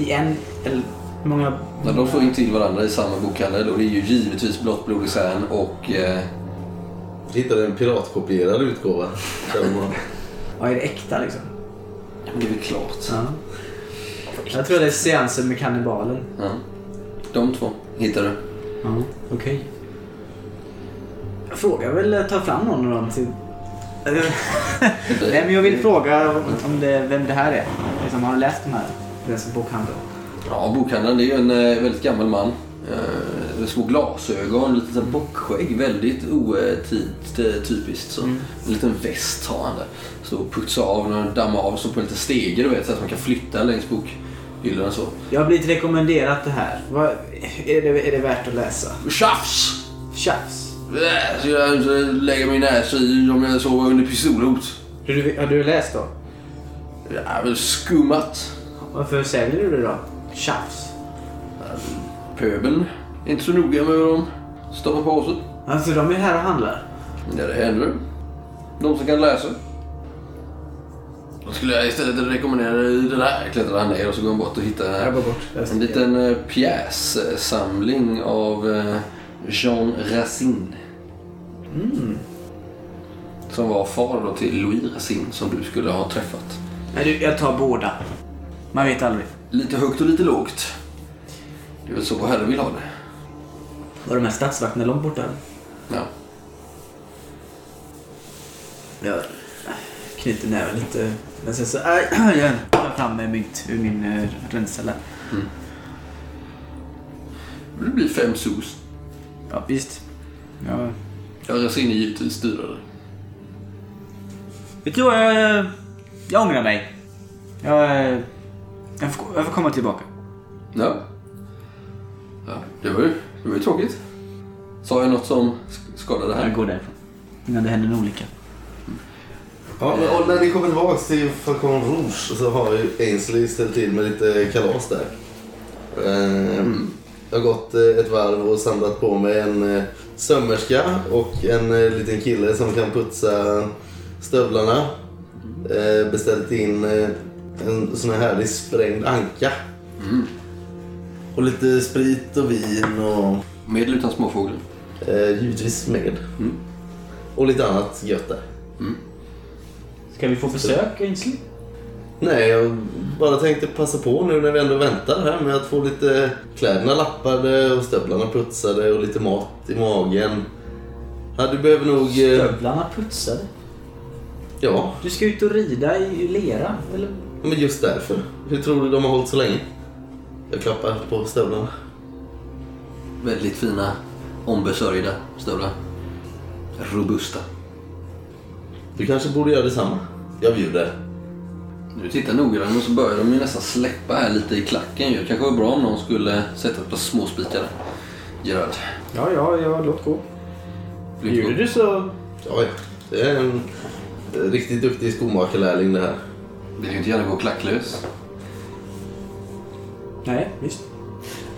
[SPEAKER 7] I en... Eller hur många...
[SPEAKER 2] När de slår in till varandra i samma bokhandel och det är ju givetvis Blått blod i Särn och eh,
[SPEAKER 3] hittade en piratkopierad utgåva. Där de har-
[SPEAKER 7] Ja, är det äkta liksom?
[SPEAKER 2] det är väl klart.
[SPEAKER 7] Ja. Jag tror det är seansen med kannibalen.
[SPEAKER 2] Ja. De två hittar du.
[SPEAKER 7] Ja, okej. Jag frågar väl eh, ta fram någon av dem till...
[SPEAKER 6] Nej, men jag vill fråga om det, vem det här är. Liksom, har du läst de här?
[SPEAKER 7] Den som bokhandlar.
[SPEAKER 2] Ja, bokhandlaren det är ju en eh, väldigt gammal man. Eh, med små glasögon, lite sån bockskägg. Väldigt otypiskt. Så. En liten väst har han där. Står och putsar av och dammar av. Står på lite stegar du vet, så att man kan flytta längs bokhyllorna så.
[SPEAKER 7] Jag har blivit rekommenderat det här. Vad, är, det, är det värt att läsa?
[SPEAKER 2] Tjafs!
[SPEAKER 7] Tjafs!
[SPEAKER 2] Äh, Så jag inte lägger min näsa i om jag sover under pistolhot.
[SPEAKER 7] Har du, har du läst då?
[SPEAKER 2] Det är väl skummat.
[SPEAKER 7] Varför säljer du det då? Tjafs.
[SPEAKER 2] Pöbeln är inte så noga med vad de stoppar på sig.
[SPEAKER 7] Alltså de är här och handlar.
[SPEAKER 2] Ja, det händer. De som kan läsa. Då skulle jag istället rekommendera dig den här. Klättrar han ner och så går han bort och hittar
[SPEAKER 7] går bort.
[SPEAKER 2] en liten eh, pjässamling av eh, Jean Racine. Som var far då till Louis Racine som du skulle ha träffat.
[SPEAKER 6] Men du, jag tar båda. Man vet aldrig.
[SPEAKER 2] Lite högt och lite lågt. Det är väl så herren vill ha det.
[SPEAKER 4] Var de här stadsvakterna långt borta?
[SPEAKER 2] Ja.
[SPEAKER 4] Jag knyter näven lite.
[SPEAKER 6] Men sen så, aj, jag tar fram med mynt ur min uh, rensare.
[SPEAKER 2] Det blir fem sous.
[SPEAKER 6] Ja, visst. Ja.
[SPEAKER 2] Ja, Racine är givetvis dyrare.
[SPEAKER 6] Vet du vad, jag, eh, jag ångrar mig. Jag, eh, jag, får, jag får komma tillbaka.
[SPEAKER 2] Ja. ja det, var ju, det var ju tråkigt. Sa jag något som sk- skadade här?
[SPEAKER 4] Jag går därifrån.
[SPEAKER 6] Innan det händer en olycka.
[SPEAKER 3] Ja, men, och när ni kommer tillbaka till Falcon Rouge så har ju Ainsley ställt till med lite kalas där. Ehm, jag har gått eh, ett varv och samlat på mig en eh, sömmerska och en eh, liten kille som kan putsa stövlarna. Ehm, beställt in eh, en sån här härlig sprängd anka. Och lite sprit och vin och
[SPEAKER 2] Med eller utan småfågel?
[SPEAKER 3] eh, givetvis med.
[SPEAKER 5] Mm.
[SPEAKER 3] Och lite annat gött där.
[SPEAKER 5] Ska vi få besök Ainsley?
[SPEAKER 3] Nej, jag bara tänkte passa på nu när vi ändå väntar här med att få lite kläderna lappade och stövlarna putsade och lite mat i magen. Ja, du behöver nog... eh,
[SPEAKER 4] Stövlarna putsade.
[SPEAKER 3] Ja,
[SPEAKER 4] Du ska ut och rida i lera, eller?
[SPEAKER 3] men just därför. Hur tror du de har hållit så länge? Jag klappar på stövlarna.
[SPEAKER 2] Väldigt fina, ombesörjda stövlar. Robusta.
[SPEAKER 3] Du kanske borde göra detsamma. Jag bjuder.
[SPEAKER 2] Nu tittar noggrannare och så börjar de ju nästan släppa här lite i klacken ju. Det kanske var bra om någon skulle sätta ett par småspikar där. Gerard.
[SPEAKER 7] Ja, ja, ja, låt gå.
[SPEAKER 5] Bjuder du så...
[SPEAKER 3] Ja, ja. Det är en eh, riktigt duktig skomakarlärling det här.
[SPEAKER 2] Vill ju inte gärna gå klacklös.
[SPEAKER 7] Nej, visst.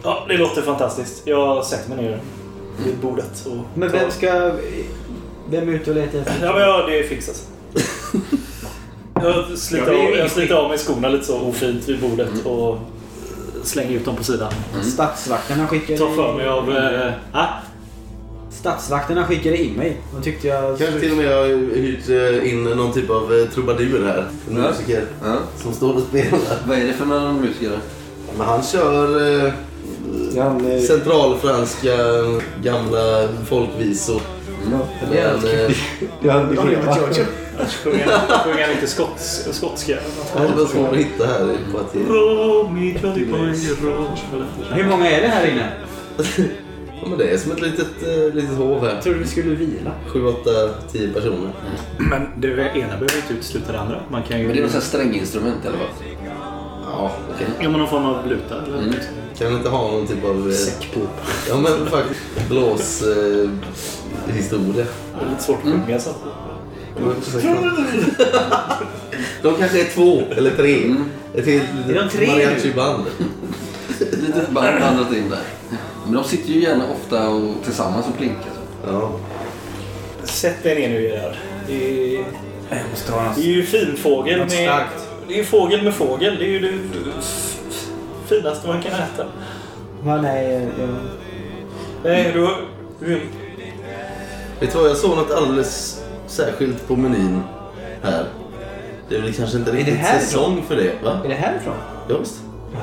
[SPEAKER 5] Ja, det låter fantastiskt. Jag sätter mig ner vid bordet och...
[SPEAKER 7] Men
[SPEAKER 5] tar-
[SPEAKER 7] vem ska... Vem är ute och letar efter?
[SPEAKER 5] Ja, men ja, det fixas. Jag sliter, av, jag sliter av mig skorna lite så ofint vid bordet och slänger ut dem på sidan.
[SPEAKER 7] Stadsvakterna skickade...
[SPEAKER 5] Tar för mig av... Eh, ah,
[SPEAKER 7] Stadsvakterna skickade in mig. De tyckte jag...
[SPEAKER 3] Kanske till och med har hyrt eh, in någon typ av eh, trubadur här. En
[SPEAKER 2] Ja.
[SPEAKER 3] musiker
[SPEAKER 2] Ja.
[SPEAKER 3] som står och spelar.
[SPEAKER 2] Vad är det för några musiker? där?
[SPEAKER 3] Men han kör eh,
[SPEAKER 7] Ja, han, eh,
[SPEAKER 3] centralfranska gamla folkvisor.
[SPEAKER 7] det är
[SPEAKER 3] Men, eh,
[SPEAKER 7] Ja, det
[SPEAKER 5] Ja, det är
[SPEAKER 7] skickade-
[SPEAKER 5] sjunger- Sjunger han inte skots, skotska?
[SPEAKER 3] det var svårt att hitta här i kvarteret.
[SPEAKER 7] Hur många är det här inne?
[SPEAKER 3] Ja, men det är som ett litet, eh, litet hov här.
[SPEAKER 7] Jag trodde vi skulle vila.
[SPEAKER 3] Sju, åtta, tio personer.
[SPEAKER 5] Men det ena behöver inte utesluta det andra. Man kan
[SPEAKER 2] Men det är
[SPEAKER 5] ju...
[SPEAKER 2] något sånt här stränginstrument eller vad?
[SPEAKER 3] Ja, okej.
[SPEAKER 5] Ja, men någon form av luta eller?
[SPEAKER 2] Mm.
[SPEAKER 3] Kan inte ha någon typ av... Eh,
[SPEAKER 5] Säckpipa.
[SPEAKER 3] ja, men faktiskt blås... Eh, historia.
[SPEAKER 5] Det är lite svårt att sjunga så.
[SPEAKER 3] De kanske är två eller tre. Ett helt litet mariachi-band.
[SPEAKER 2] Lite band blandat in där. Men de sitter ju gärna ofta och tillsammans och plinkar. så.
[SPEAKER 3] Ja.
[SPEAKER 5] Sätt dig ner nu Gerard. Det är-
[SPEAKER 6] Jag måste ha något.
[SPEAKER 5] det är ju finfågel med...
[SPEAKER 7] starkt.
[SPEAKER 5] Det är ju fågel med fågel. Det är ju det f- f- finaste man kan äta.
[SPEAKER 7] Ja, nej, jag...
[SPEAKER 5] Nej, du... du
[SPEAKER 3] Vet du vad, jag såg något alldeles särskilt på menyn här. Det är väl kanske inte riktigt
[SPEAKER 7] här
[SPEAKER 3] säsong för det, va?
[SPEAKER 7] Är det härifrån?
[SPEAKER 3] Ja, visst.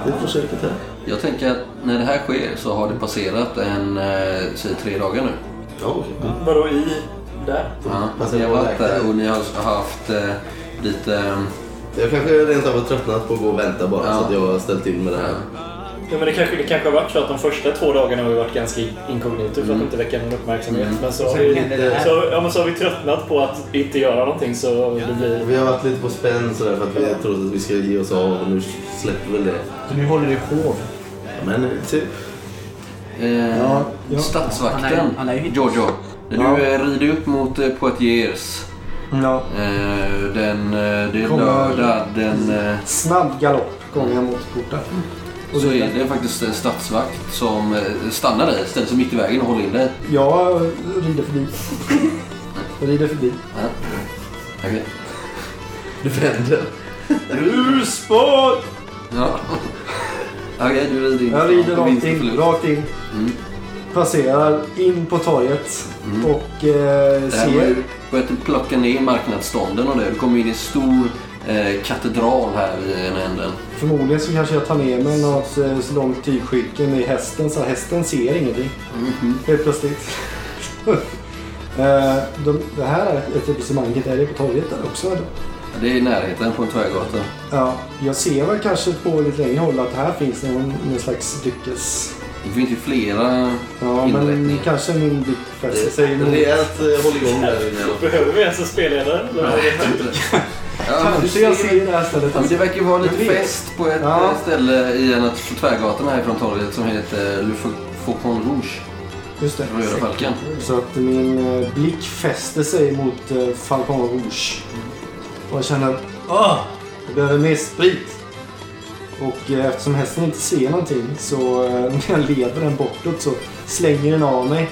[SPEAKER 3] Det är försöket här.
[SPEAKER 2] Jag tänker att när det här sker så har det passerat en, eh, säg tre dagar nu.
[SPEAKER 3] Ja, okej.
[SPEAKER 5] vadå i... Där?
[SPEAKER 2] Ja,
[SPEAKER 3] Alltså,
[SPEAKER 2] ni har varit
[SPEAKER 3] läkare.
[SPEAKER 2] där och ni har haft eh, lite... eh,
[SPEAKER 3] Jag kanske rent av har tröttnat på att gå och vänta bara
[SPEAKER 2] Ja.
[SPEAKER 3] så att jag har ställt till med det här.
[SPEAKER 5] Ja, men det kanske, det kanske har varit så att de första två dagarna har vi varit ganska inkognito för att inte väcka någon uppmärksamhet. Men så har,
[SPEAKER 7] Mm. Sen
[SPEAKER 5] vi,
[SPEAKER 7] händer det här.
[SPEAKER 5] så, ja, men så har vi tröttnat på att inte göra någonting så det blir...
[SPEAKER 3] Vi har varit lite på spänn sådär för att vi trodde att vi skulle ge oss av och nu släpper väl det.
[SPEAKER 7] Så nu håller du hov?
[SPEAKER 3] Ja, Men eh, typ.
[SPEAKER 2] Eh,
[SPEAKER 7] Ja, ja.
[SPEAKER 2] Statsvakten,
[SPEAKER 6] Han är- han är ju-
[SPEAKER 2] Giorgio. När du eh, rider upp mot eh, Poitiers.
[SPEAKER 7] Ja.
[SPEAKER 2] Eh, den, eh, det är
[SPEAKER 7] Kommer-
[SPEAKER 2] lördag. Den, eh,
[SPEAKER 7] Snabb galopp går jag mot porten. Och
[SPEAKER 2] så
[SPEAKER 7] det-
[SPEAKER 2] är det faktiskt en statsvakt som eh, stannar dig, ställer sig mitt i vägen och håller in dig.
[SPEAKER 7] Jag rider förbi. Jag rider förbi.
[SPEAKER 2] Ja. Okej.
[SPEAKER 3] Det vänder.
[SPEAKER 5] Urspår!
[SPEAKER 2] Ja. Okej, du rider in.
[SPEAKER 7] Jag rider
[SPEAKER 2] Vinst
[SPEAKER 7] rakt
[SPEAKER 2] och
[SPEAKER 7] in.
[SPEAKER 2] förlust. Mm.
[SPEAKER 7] Rakt in.
[SPEAKER 8] passerar in på torget och
[SPEAKER 2] Det
[SPEAKER 8] eh,
[SPEAKER 2] här var
[SPEAKER 8] ser...
[SPEAKER 2] ju- börjat plocka ner marknadsstånden och det. Du kommer in i en stor eh, katedral här i ena änden.
[SPEAKER 8] Förmodligen så kanske jag tar med mig något eh, så långt tygskynken i hästen så hästen ser ingenting.
[SPEAKER 2] Mhm.
[SPEAKER 8] Helt plötsligt. Eh, de, det här är ett etablissemanget. Är det på torget där också? Eller?
[SPEAKER 2] Det är i närheten på en tvärgata.
[SPEAKER 8] Ja, jag ser väl kanske på lite längre håll att här finns någon, någon slags dryckes...
[SPEAKER 2] Det finns ju flera
[SPEAKER 8] Ja, men
[SPEAKER 2] inrättningar.
[SPEAKER 8] kanske min dryckfest säger emot.
[SPEAKER 3] Rejält eh, hålligång där inne. i alla fall.
[SPEAKER 9] Behöver vi ens en spelledare?
[SPEAKER 2] Ja, men
[SPEAKER 8] Kanske jag ser det här stället.
[SPEAKER 2] Ja, men det verkar ju vara lite
[SPEAKER 8] Jag vet.
[SPEAKER 2] fest på ett
[SPEAKER 8] Ja.
[SPEAKER 2] eh, ställe i en av tvärgatan här från torget som heter eh, Le Faucon Rouge,
[SPEAKER 8] Just det.
[SPEAKER 2] Röda Falken.
[SPEAKER 8] Så att min eh, blick fäster sig mot eh, Falcon Rouge. Och jag känner åh, jag behöver mer sprit. Och eh, eftersom hästen inte ser någonting så eh, när jag leder den bortåt så slänger den av mig.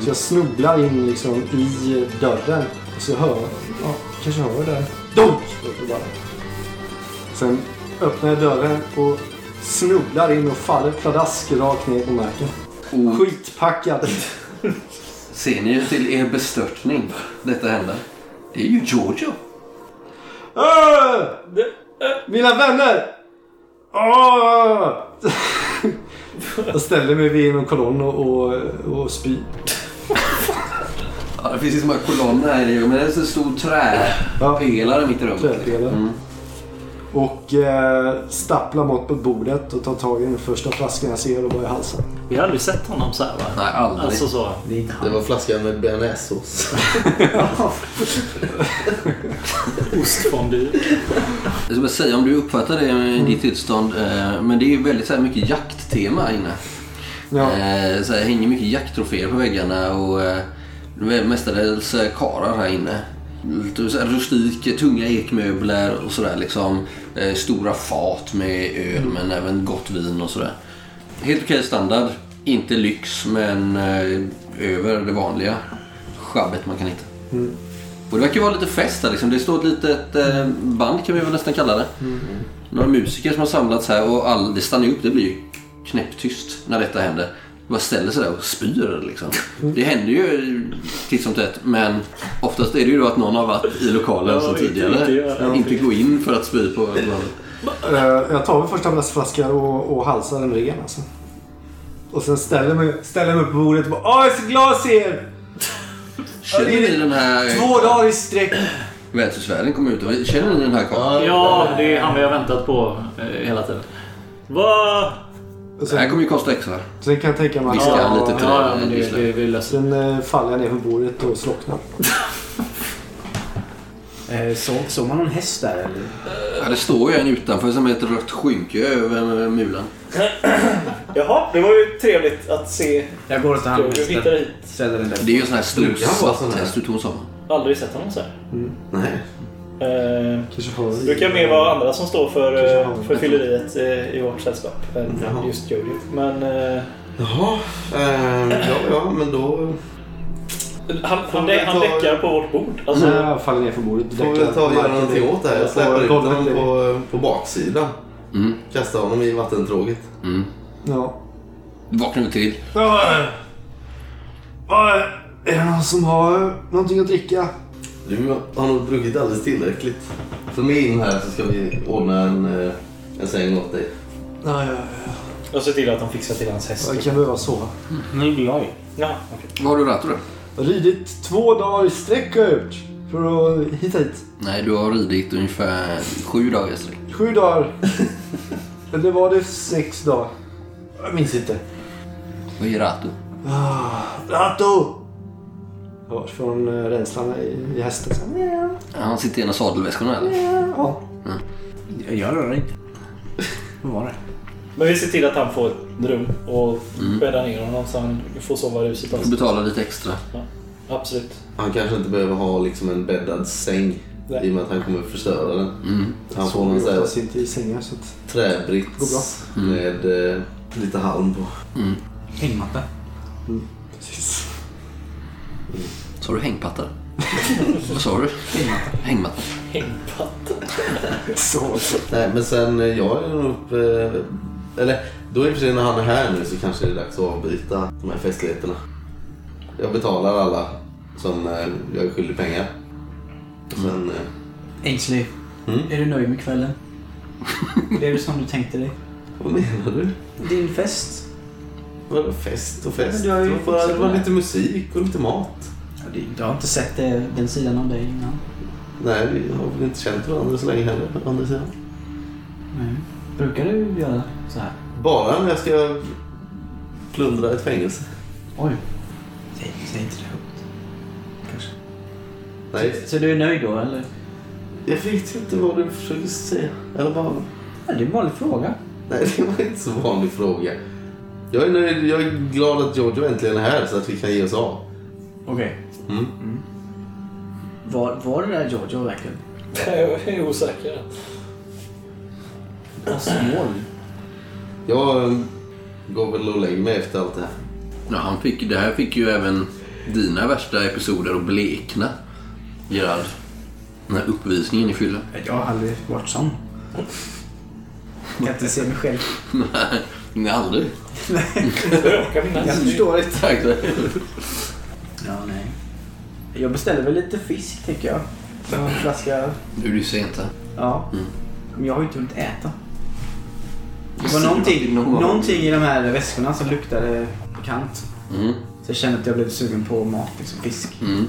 [SPEAKER 8] Så jag snubblar in liksom i eh, dörren. Och så hör ja, kanske hör det. Donk! låter det bara. Sen öppnar jag dörren och snubblar in och faller pladask rakt ner på marken.
[SPEAKER 2] Och
[SPEAKER 8] Skitpackad.
[SPEAKER 2] ser ni ju till er bestörtning detta händer? Det är ju Giorgio.
[SPEAKER 8] Öh! Mina vänner! Åh! Jag ställer mig vid en kolonn och, och, och spyr.
[SPEAKER 2] Ja, det finns ju så många kolonner här i men det är en så stor
[SPEAKER 8] Ja.
[SPEAKER 2] träpelare mitt i rummet.
[SPEAKER 8] Trädpelare. Och eh, stapplar mot på bordet och tar tag i den första flaskan jag ser och bara i halsen.
[SPEAKER 9] Vi har aldrig sett honom så här va?
[SPEAKER 2] Nej, aldrig.
[SPEAKER 9] Alltså så.
[SPEAKER 6] Det är inte han.
[SPEAKER 3] Det var flaskan med bearnaisesås.
[SPEAKER 9] Ostfondue.
[SPEAKER 2] Jag ska bara säga om du uppfattar det i ditt tillstånd, eh, men det är ju väldigt så här, mycket jakttema här inne.
[SPEAKER 8] Ja.
[SPEAKER 2] Eh, Så här, hänger mycket jakttroféer på väggarna och eh, det är mestadels eh, karar här inne. Lite så här rustik, eh, tunga ekmöbler och sådär liksom. Eh, Stora fat med öl men även gott vin och sådär. Helt okej standard. Inte lyx men eh, över det vanliga schabbet man kan hitta. Och det verkar vara lite fest här liksom. Det står ett litet eh, band kan vi väl nästan kalla det. Några musiker som har samlats här och all, det stannar ju upp. Det blir ju knäpptyst när detta händer. De bara ställer sig där och spyr liksom. Det händer ju titt som tätt men oftast är det ju då att någon har varit i lokalen
[SPEAKER 9] Ja,
[SPEAKER 2] sedan
[SPEAKER 9] inte-
[SPEAKER 2] tidigare.
[SPEAKER 9] inte göra
[SPEAKER 2] Inte gå in för att spy på varandra.
[SPEAKER 8] Eh, jag tar väl första flaskan och, och halsar den ren alltså. Och sen ställer mig, ställer mig upp på bordet och bara Åh, jag är så glad att se er!
[SPEAKER 2] Känner ni den här...
[SPEAKER 8] Två dagar i sträck!
[SPEAKER 2] Vätesvärden kommer ut. Känner ni den här karln?
[SPEAKER 9] Ja, det är han vi har väntat på eh, hela tiden. Vad?
[SPEAKER 8] Och
[SPEAKER 2] Det här
[SPEAKER 8] sen,
[SPEAKER 2] kommer ju kosta extra.
[SPEAKER 8] sen kan jag tänka mig att...
[SPEAKER 2] Viska
[SPEAKER 8] Ja,
[SPEAKER 2] lite till
[SPEAKER 9] Ja, ja, men
[SPEAKER 2] dig.
[SPEAKER 9] det, det, det löser
[SPEAKER 8] Sen eh, faller jag ner på bordet och slocknar.
[SPEAKER 6] Eh, så, såg man någon häst där eller?
[SPEAKER 2] Ja, det står ju en utanför som är ett rött skynke över mulen.
[SPEAKER 5] Jaha, det var ju trevligt att se.
[SPEAKER 6] Jag går och tar hand om
[SPEAKER 5] Du hittar
[SPEAKER 6] hästen.
[SPEAKER 5] hit.
[SPEAKER 6] Ställer den där.
[SPEAKER 2] Det är ju en sån här stor
[SPEAKER 3] Brukar han vara sån
[SPEAKER 2] svart
[SPEAKER 3] här?
[SPEAKER 2] häst du tog som.
[SPEAKER 5] Aldrig sett honom så här.
[SPEAKER 3] Nej.
[SPEAKER 5] Eh,
[SPEAKER 8] Kanske har-
[SPEAKER 5] brukar mer vara andra som står för, eh, för fylleriet eh, i vårt sällskap än
[SPEAKER 3] Jaha.
[SPEAKER 5] just Jodie. Men eh,
[SPEAKER 3] Jaha. ehm, ja, ja, men då
[SPEAKER 5] han,
[SPEAKER 3] Får
[SPEAKER 5] han,
[SPEAKER 3] vi
[SPEAKER 5] dä-
[SPEAKER 3] ta-
[SPEAKER 5] han däckar på vårt bord. Alltså,
[SPEAKER 8] Nej, jag faller ner från bordet.
[SPEAKER 3] får vi ta och göra någonting åt det här. Jag släpar ut honom på, på baksidan.
[SPEAKER 2] Mm.
[SPEAKER 3] Kastar honom i vattentråget.
[SPEAKER 2] Mm.
[SPEAKER 8] Ja.
[SPEAKER 2] Vaknar vi till.
[SPEAKER 8] Vad är det någon som har någonting att dricka?
[SPEAKER 3] Du har nog druckit alldeles tillräckligt. Följ med in här så ska vi ordna en, eh, en säng åt dig.
[SPEAKER 8] Ja, ja,
[SPEAKER 5] och se till att de fixar till hans häst.
[SPEAKER 8] Jag kan behöva sova.
[SPEAKER 5] Ja, okej.
[SPEAKER 2] Vad har du rattat då?
[SPEAKER 8] Jag har ridit två dagar i sträck har jag gjort. För att hitta hit.
[SPEAKER 2] Nej, du har ridit ungefär sju dagar i sträck.
[SPEAKER 8] Sju dagar. Eller var det sex dagar? Jag minns inte. Ah,
[SPEAKER 2] Vad är ratto?
[SPEAKER 8] Ratto! Hörs från eh, ränslan i i hästen. Så, "Mjau."
[SPEAKER 2] Ja, Han sitter i en av sadelväskorna eller?
[SPEAKER 8] Ja.
[SPEAKER 10] Jag, jag rör inte. Vad var det?
[SPEAKER 5] Men vi ser till att han får ett rum och bäddar ner honom så han får sova ruset
[SPEAKER 2] Du
[SPEAKER 5] också.
[SPEAKER 2] betalar lite extra.
[SPEAKER 5] Absolut.
[SPEAKER 3] Han kanske inte behöver ha liksom en bäddad säng
[SPEAKER 5] Nej.
[SPEAKER 3] i och med att han kommer förstöra den.
[SPEAKER 2] Mm.
[SPEAKER 3] Han får
[SPEAKER 8] Jag
[SPEAKER 3] någon sån här
[SPEAKER 8] oftast inte i sängar så att... Går bra.
[SPEAKER 3] träbrits med eh, lite halm på.
[SPEAKER 10] Hängmatta.
[SPEAKER 8] Precis.
[SPEAKER 2] Så har du hängpattar. Vad sa du? Hängmatta.
[SPEAKER 5] Hängpatta.
[SPEAKER 8] Så.
[SPEAKER 3] Nej men sen eh, jag är nog eh, Eller då i och för sig när han är här nu så kanske det är dags att avbryta de här festligheterna. Jag betalar alla som eh, jag är skyldig pengar. Och sen... eh,
[SPEAKER 11] Ainsley,
[SPEAKER 3] Mm.
[SPEAKER 11] är du nöjd med kvällen? Blev det som du tänkte dig?
[SPEAKER 3] Vad menar du?
[SPEAKER 11] Din fest?
[SPEAKER 3] Vadå fest och
[SPEAKER 11] Men
[SPEAKER 3] fest?
[SPEAKER 11] du har ju
[SPEAKER 3] Det var bara- det var
[SPEAKER 11] fixat
[SPEAKER 3] lite musik och lite mat.
[SPEAKER 11] Jag har inte sett
[SPEAKER 6] eh,
[SPEAKER 11] det, den sidan av dig innan.
[SPEAKER 3] Nej, vi har väl inte känt varandra så länge heller. På andra sidan.
[SPEAKER 11] Nej. Brukar du göra så här?
[SPEAKER 3] Bara när jag ska plundra ett fängelse.
[SPEAKER 11] Oj. Säg, säg inte det högt. Kanske.
[SPEAKER 3] Nej,
[SPEAKER 11] Så du är nöjd då, eller?
[SPEAKER 3] jag vet inte vad du försöker säga. Eller vad...
[SPEAKER 11] Ja, det är en vanlig fråga.
[SPEAKER 3] Nej, det var inte så vanlig fråga. Jag är, nöjd, jag är glad att Giorgio äntligen är här så att vi kan ge oss av.
[SPEAKER 11] Okej.
[SPEAKER 3] Mm.
[SPEAKER 11] Var, var det där Giorgio verkligen?
[SPEAKER 5] Jag är osäker.
[SPEAKER 11] Osmoln?
[SPEAKER 3] Jag eh, går väl och lägger mig efter allt det här.
[SPEAKER 2] Ja, han fick, det här fick ju även dina värsta episoder att blekna, Gerard. Den här uppvisningen i fyllan.
[SPEAKER 6] Jag har aldrig varit sån. Jag kan inte se mig själv.
[SPEAKER 2] Nej, nej, aldrig.
[SPEAKER 5] Jag kan minnas.
[SPEAKER 6] Jag förstår inte.
[SPEAKER 2] Tack.
[SPEAKER 11] Ja, nej.
[SPEAKER 6] Jag beställer väl lite fisk tänker jag. Jag har en flaska.
[SPEAKER 2] Nu är det ju sent här.
[SPEAKER 6] Ja. Men jag har ju inte hunnit äta. Det
[SPEAKER 2] Ser
[SPEAKER 6] var
[SPEAKER 2] du
[SPEAKER 6] någonting,
[SPEAKER 2] till någon gång?
[SPEAKER 6] någonting i de här väskorna som luktade bekant.
[SPEAKER 2] Mm,
[SPEAKER 6] Så jag kände att jag blev sugen på mat, liksom fisk.
[SPEAKER 2] mm.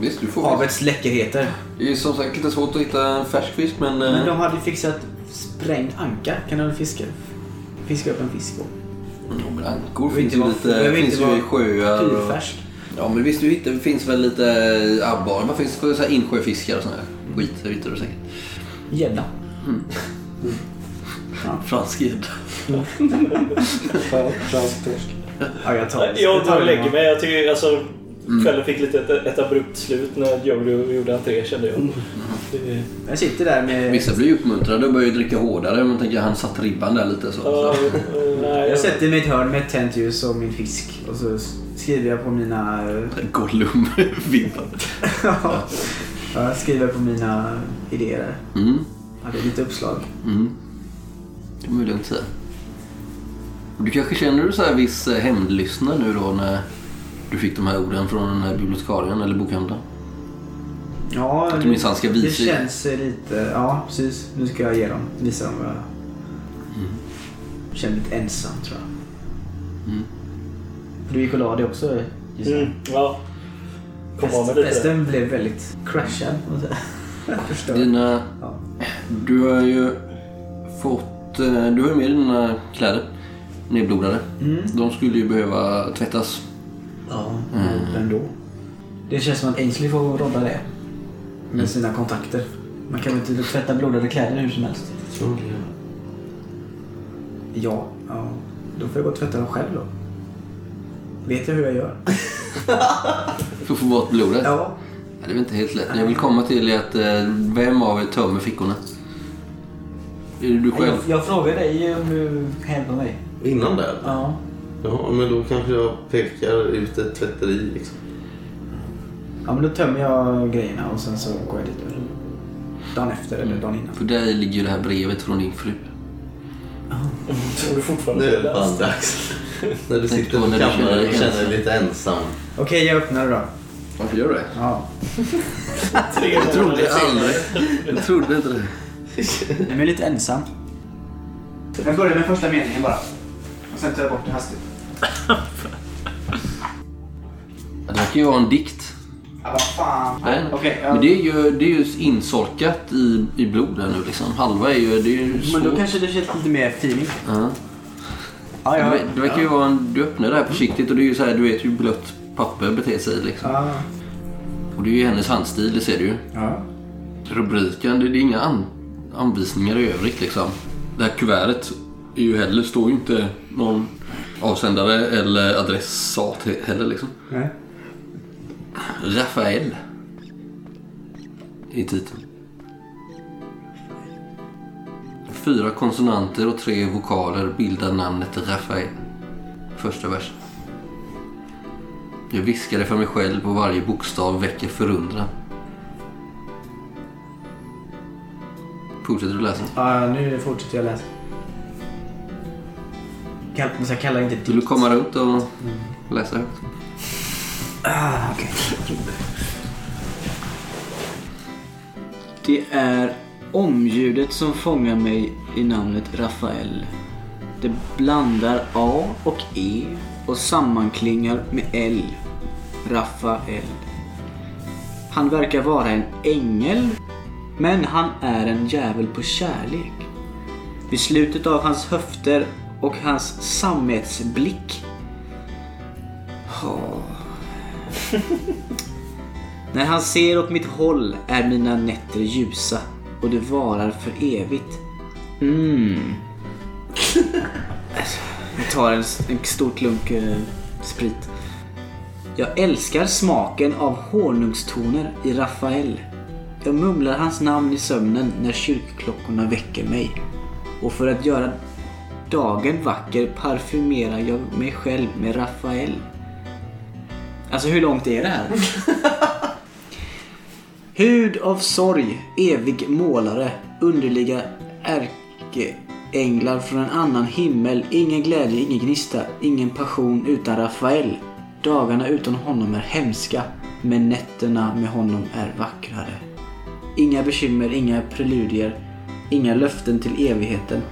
[SPEAKER 2] Visst, du får
[SPEAKER 6] Havets läckerheter.
[SPEAKER 2] Det är som sagt lite svårt att hitta en färsk fisk, men... eh,
[SPEAKER 6] Men de hade fixat sprängd anka. Kan du fiska, fiska upp en fisk på?
[SPEAKER 2] ja, men ankor
[SPEAKER 6] behöver
[SPEAKER 2] finns
[SPEAKER 6] inte
[SPEAKER 2] ju
[SPEAKER 6] vara- det
[SPEAKER 2] lite...
[SPEAKER 6] behöver
[SPEAKER 2] Finns
[SPEAKER 6] inte
[SPEAKER 2] ju i
[SPEAKER 6] vara
[SPEAKER 2] sjöar och...
[SPEAKER 6] Kulfärsk.
[SPEAKER 2] Ja, men visst, du hittar, det finns väl lite eh, abborre. Vad finns det för så här insjöfiskar och sån här skit? Det hittar du säkert.
[SPEAKER 6] Gädda.
[SPEAKER 2] Fransk gädda.
[SPEAKER 8] Fransk torsk.
[SPEAKER 6] Ja, jag tar
[SPEAKER 5] Jag tar och lägger
[SPEAKER 6] den.
[SPEAKER 5] mig. Jag tycker alltså... Kvällen fick lite ett, ett abrupt slut när Jojo gjorde entré kände jag. Det,
[SPEAKER 6] Jag sitter där med...
[SPEAKER 2] Vissa blir ju uppmuntrade och börjar ju dricka hårdare. Man tänker han satt ribban där lite så.
[SPEAKER 5] ja,
[SPEAKER 2] så.
[SPEAKER 5] eh, nej,
[SPEAKER 6] Jag sätter mig i ett hörn med ett tänt ljus och min fisk. Och så skriver jag på mina...
[SPEAKER 2] Gollum vibbar.
[SPEAKER 6] ja, jag skriver på mina idéer. där.
[SPEAKER 2] Mm,
[SPEAKER 6] Jag hade lite uppslag.
[SPEAKER 2] mm. Det kan man ju lugnt säga. Du kanske känner du så här viss eh, hämndlystnad nu då när du fick de här orden från den här bibliotekarien eller bokhandeln?
[SPEAKER 6] Ja,
[SPEAKER 2] Att du minsann ska
[SPEAKER 6] det
[SPEAKER 2] visa
[SPEAKER 6] känns lite... Ja, precis. Nu ska jag ge dem. Visa dem vad jag...
[SPEAKER 2] Mm.
[SPEAKER 6] Känner mig lite ensam, tror jag.
[SPEAKER 2] Mm.
[SPEAKER 6] Du gick och la dig också, gissar jag.
[SPEAKER 5] Mm, ja. Kom av med lite.
[SPEAKER 6] Festen blev väldigt crashad. om man säger. Jag förstår.
[SPEAKER 2] Dina...
[SPEAKER 6] Ja.
[SPEAKER 2] Du har ju fått... eh, Du har ju med dina kläder nedblodade.
[SPEAKER 6] Mm.
[SPEAKER 2] De skulle ju behöva tvättas.
[SPEAKER 6] Ja, men ändå. Det känns som att Ainsley får rodda det. Med sina kontakter.
[SPEAKER 11] Man kan väl
[SPEAKER 6] typ
[SPEAKER 11] inte tvätta blodade kläder hur som helst?
[SPEAKER 6] Ja, ja. Då får jag gå och tvätta dem själv då. Vet jag hur jag gör?
[SPEAKER 2] För att få bort blodet.
[SPEAKER 6] Ja.
[SPEAKER 2] Ja, Det är väl inte helt lätt. Men jag vill komma till är att eh, vem av er tömmer fickorna? Är det du själv?
[SPEAKER 11] Jag, jag frågade dig ju om du hämtar mig.
[SPEAKER 3] Innan det?
[SPEAKER 11] Ja.
[SPEAKER 3] Ja, men då kanske jag pekar ut ett tvätteri liksom.
[SPEAKER 6] Ja, men då tömmer jag grejerna och sen så går jag dit. Dagen efter eller dagen innan.
[SPEAKER 2] För där ligger ju det här brevet från din fru.
[SPEAKER 5] Tror du fortfarande
[SPEAKER 3] Nu är
[SPEAKER 5] det
[SPEAKER 3] det fan
[SPEAKER 5] läst?
[SPEAKER 3] dags. När du sitter
[SPEAKER 2] på
[SPEAKER 3] på
[SPEAKER 2] när du känner
[SPEAKER 3] kammaren
[SPEAKER 2] dig
[SPEAKER 3] och känner dig
[SPEAKER 2] ensam.
[SPEAKER 3] lite ensam.
[SPEAKER 6] Okej, jag öppnar det då.
[SPEAKER 2] Varför gör du det?
[SPEAKER 6] Ja.
[SPEAKER 5] Tre
[SPEAKER 2] Jag trodde jag aldrig. Jag trodde inte det.
[SPEAKER 11] Men är lite ensam.
[SPEAKER 6] Jag börjar med första meningen bara. Och sen tar jag bort det hastigt.
[SPEAKER 2] Ja, Det verkar ju vara en dikt.
[SPEAKER 6] Ja, vad fan.
[SPEAKER 2] Nej.
[SPEAKER 6] Okej, ja.
[SPEAKER 2] Men det är ju, det är ju insorkat i, i blod här nu liksom. Halva är ju... Det är ju
[SPEAKER 11] Men då
[SPEAKER 2] svårt.
[SPEAKER 11] kanske det känns lite mer feeling.
[SPEAKER 2] Ja.
[SPEAKER 11] Ja,
[SPEAKER 2] Det, ver- det verkar ju vara en... Du öppnar det här försiktigt och det är ju så här, du vet hur blött papper beter sig liksom.
[SPEAKER 6] Ja.
[SPEAKER 2] Och det är ju hennes handstil, det ser du ju.
[SPEAKER 6] Ja.
[SPEAKER 2] rubriken, det är inga an- anvisningar i övrigt liksom. Det här kuvertet är ju heller, står ju inte någon avsändare eller adressat he- heller liksom.
[SPEAKER 6] Nej.
[SPEAKER 2] Rafael. I titeln. Fyra konsonanter och tre vokaler bildar namnet Rafael. Första versen. Jag viskade för mig själv och varje bokstav väcker förundran. Fortsätter du läsa?
[SPEAKER 6] Ja, nu fortsätter jag läsa.
[SPEAKER 4] kall- man ska kalla det inte
[SPEAKER 2] Vill du komma runt och läsa högt?
[SPEAKER 4] Ah, okej.
[SPEAKER 6] Det är omljudet som fångar mig i namnet Rafael. Det blandar A och E och sammanklingar med L. Rafael. Han verkar vara en ängel, men han är en djävul på kärlek. Vid slutet av hans höfter och hans sammetsblick. Åh. När han ser åt mitt håll är mina nätter ljusa och det varar för evigt. Mm. Alltså, Jag tar en, en stor klunk eh, sprit. Jag älskar smaken av honungstoner i Rafael. Jag mumlar hans namn i sömnen när kyrkklockorna väcker mig. Och för att göra dagen vacker parfymerar jag mig själv med Rafael. Alltså hur långt är det här? Hud av sorg, evig målare, underliga ärkeänglar från en annan himmel, ingen glädje, ingen gnista, ingen passion utan Rafael. Dagarna utan honom är hemska, men nätterna med honom är vackrare. Inga bekymmer, inga preludier, inga löften till evigheten.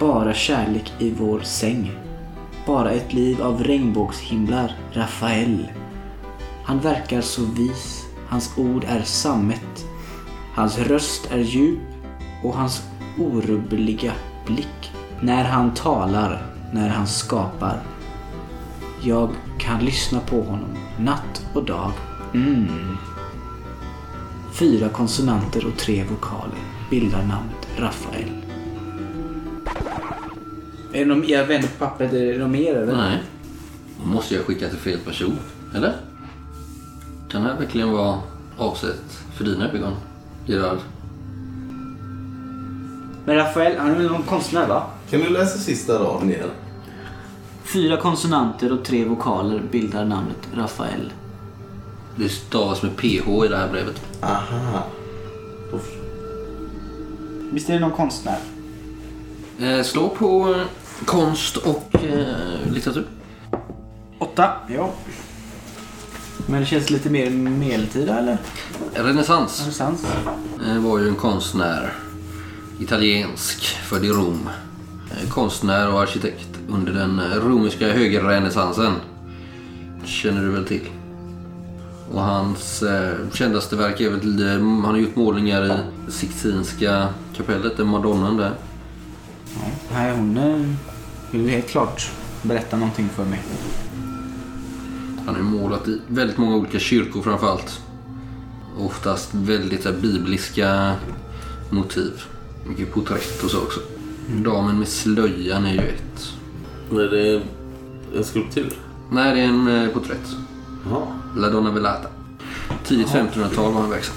[SPEAKER 6] Bara kärlek i vår säng. Bara ett liv av regnbågshimlar, Rafael. Han verkar så vis, hans ord är sammet. Hans röst är djup och hans orubbliga blick. När han talar, när han skapar. Jag kan lyssna på honom natt och dag. Mm. Fyra konsonanter och tre vokaler bildar namnet Rafael.
[SPEAKER 4] Är det någon, jag vänder på pappret, är det något mer eller?
[SPEAKER 2] Nej. Då måste jag skicka till fel person. Eller? Kan det här verkligen vara avsett för dina ögon, Gerard?
[SPEAKER 6] Men Rafael, han är väl någon konstnär va?
[SPEAKER 3] Kan du läsa sista raden igen?
[SPEAKER 6] Fyra konsonanter och tre vokaler bildar namnet Rafael.
[SPEAKER 2] Det stavas med PH i det här brevet.
[SPEAKER 3] Aha. Då f-
[SPEAKER 6] Visst är det någon konstnär?
[SPEAKER 2] Eh, slå på eh, konst och eh, litteratur.
[SPEAKER 6] Åtta. Ja. Men det känns lite mer medeltida eller?
[SPEAKER 2] Renässans.
[SPEAKER 6] Renässans?
[SPEAKER 2] Eh, var ju en konstnär. Italiensk, född i Rom. Eh, Konstnär och arkitekt under den eh, romerska högerrenässansen. Känner du väl till? Och hans eh, kändaste verk är väl, eh, han har gjort målningar i Sixtinska kapellet, den madonnan där.
[SPEAKER 6] Nej, hon eh, vill helt klart berätta någonting för mig.
[SPEAKER 2] Han har ju målat i väldigt många olika kyrkor framförallt. Oftast väldigt så här, bibliska motiv. Mycket porträtt och så också. Damen med slöjan är ju ett.
[SPEAKER 3] är det en skulptur.
[SPEAKER 2] Nej, det är en eh, porträtt.
[SPEAKER 3] Jaha.
[SPEAKER 2] La Donna Velata. Tidigt 1500-tal var han verksam.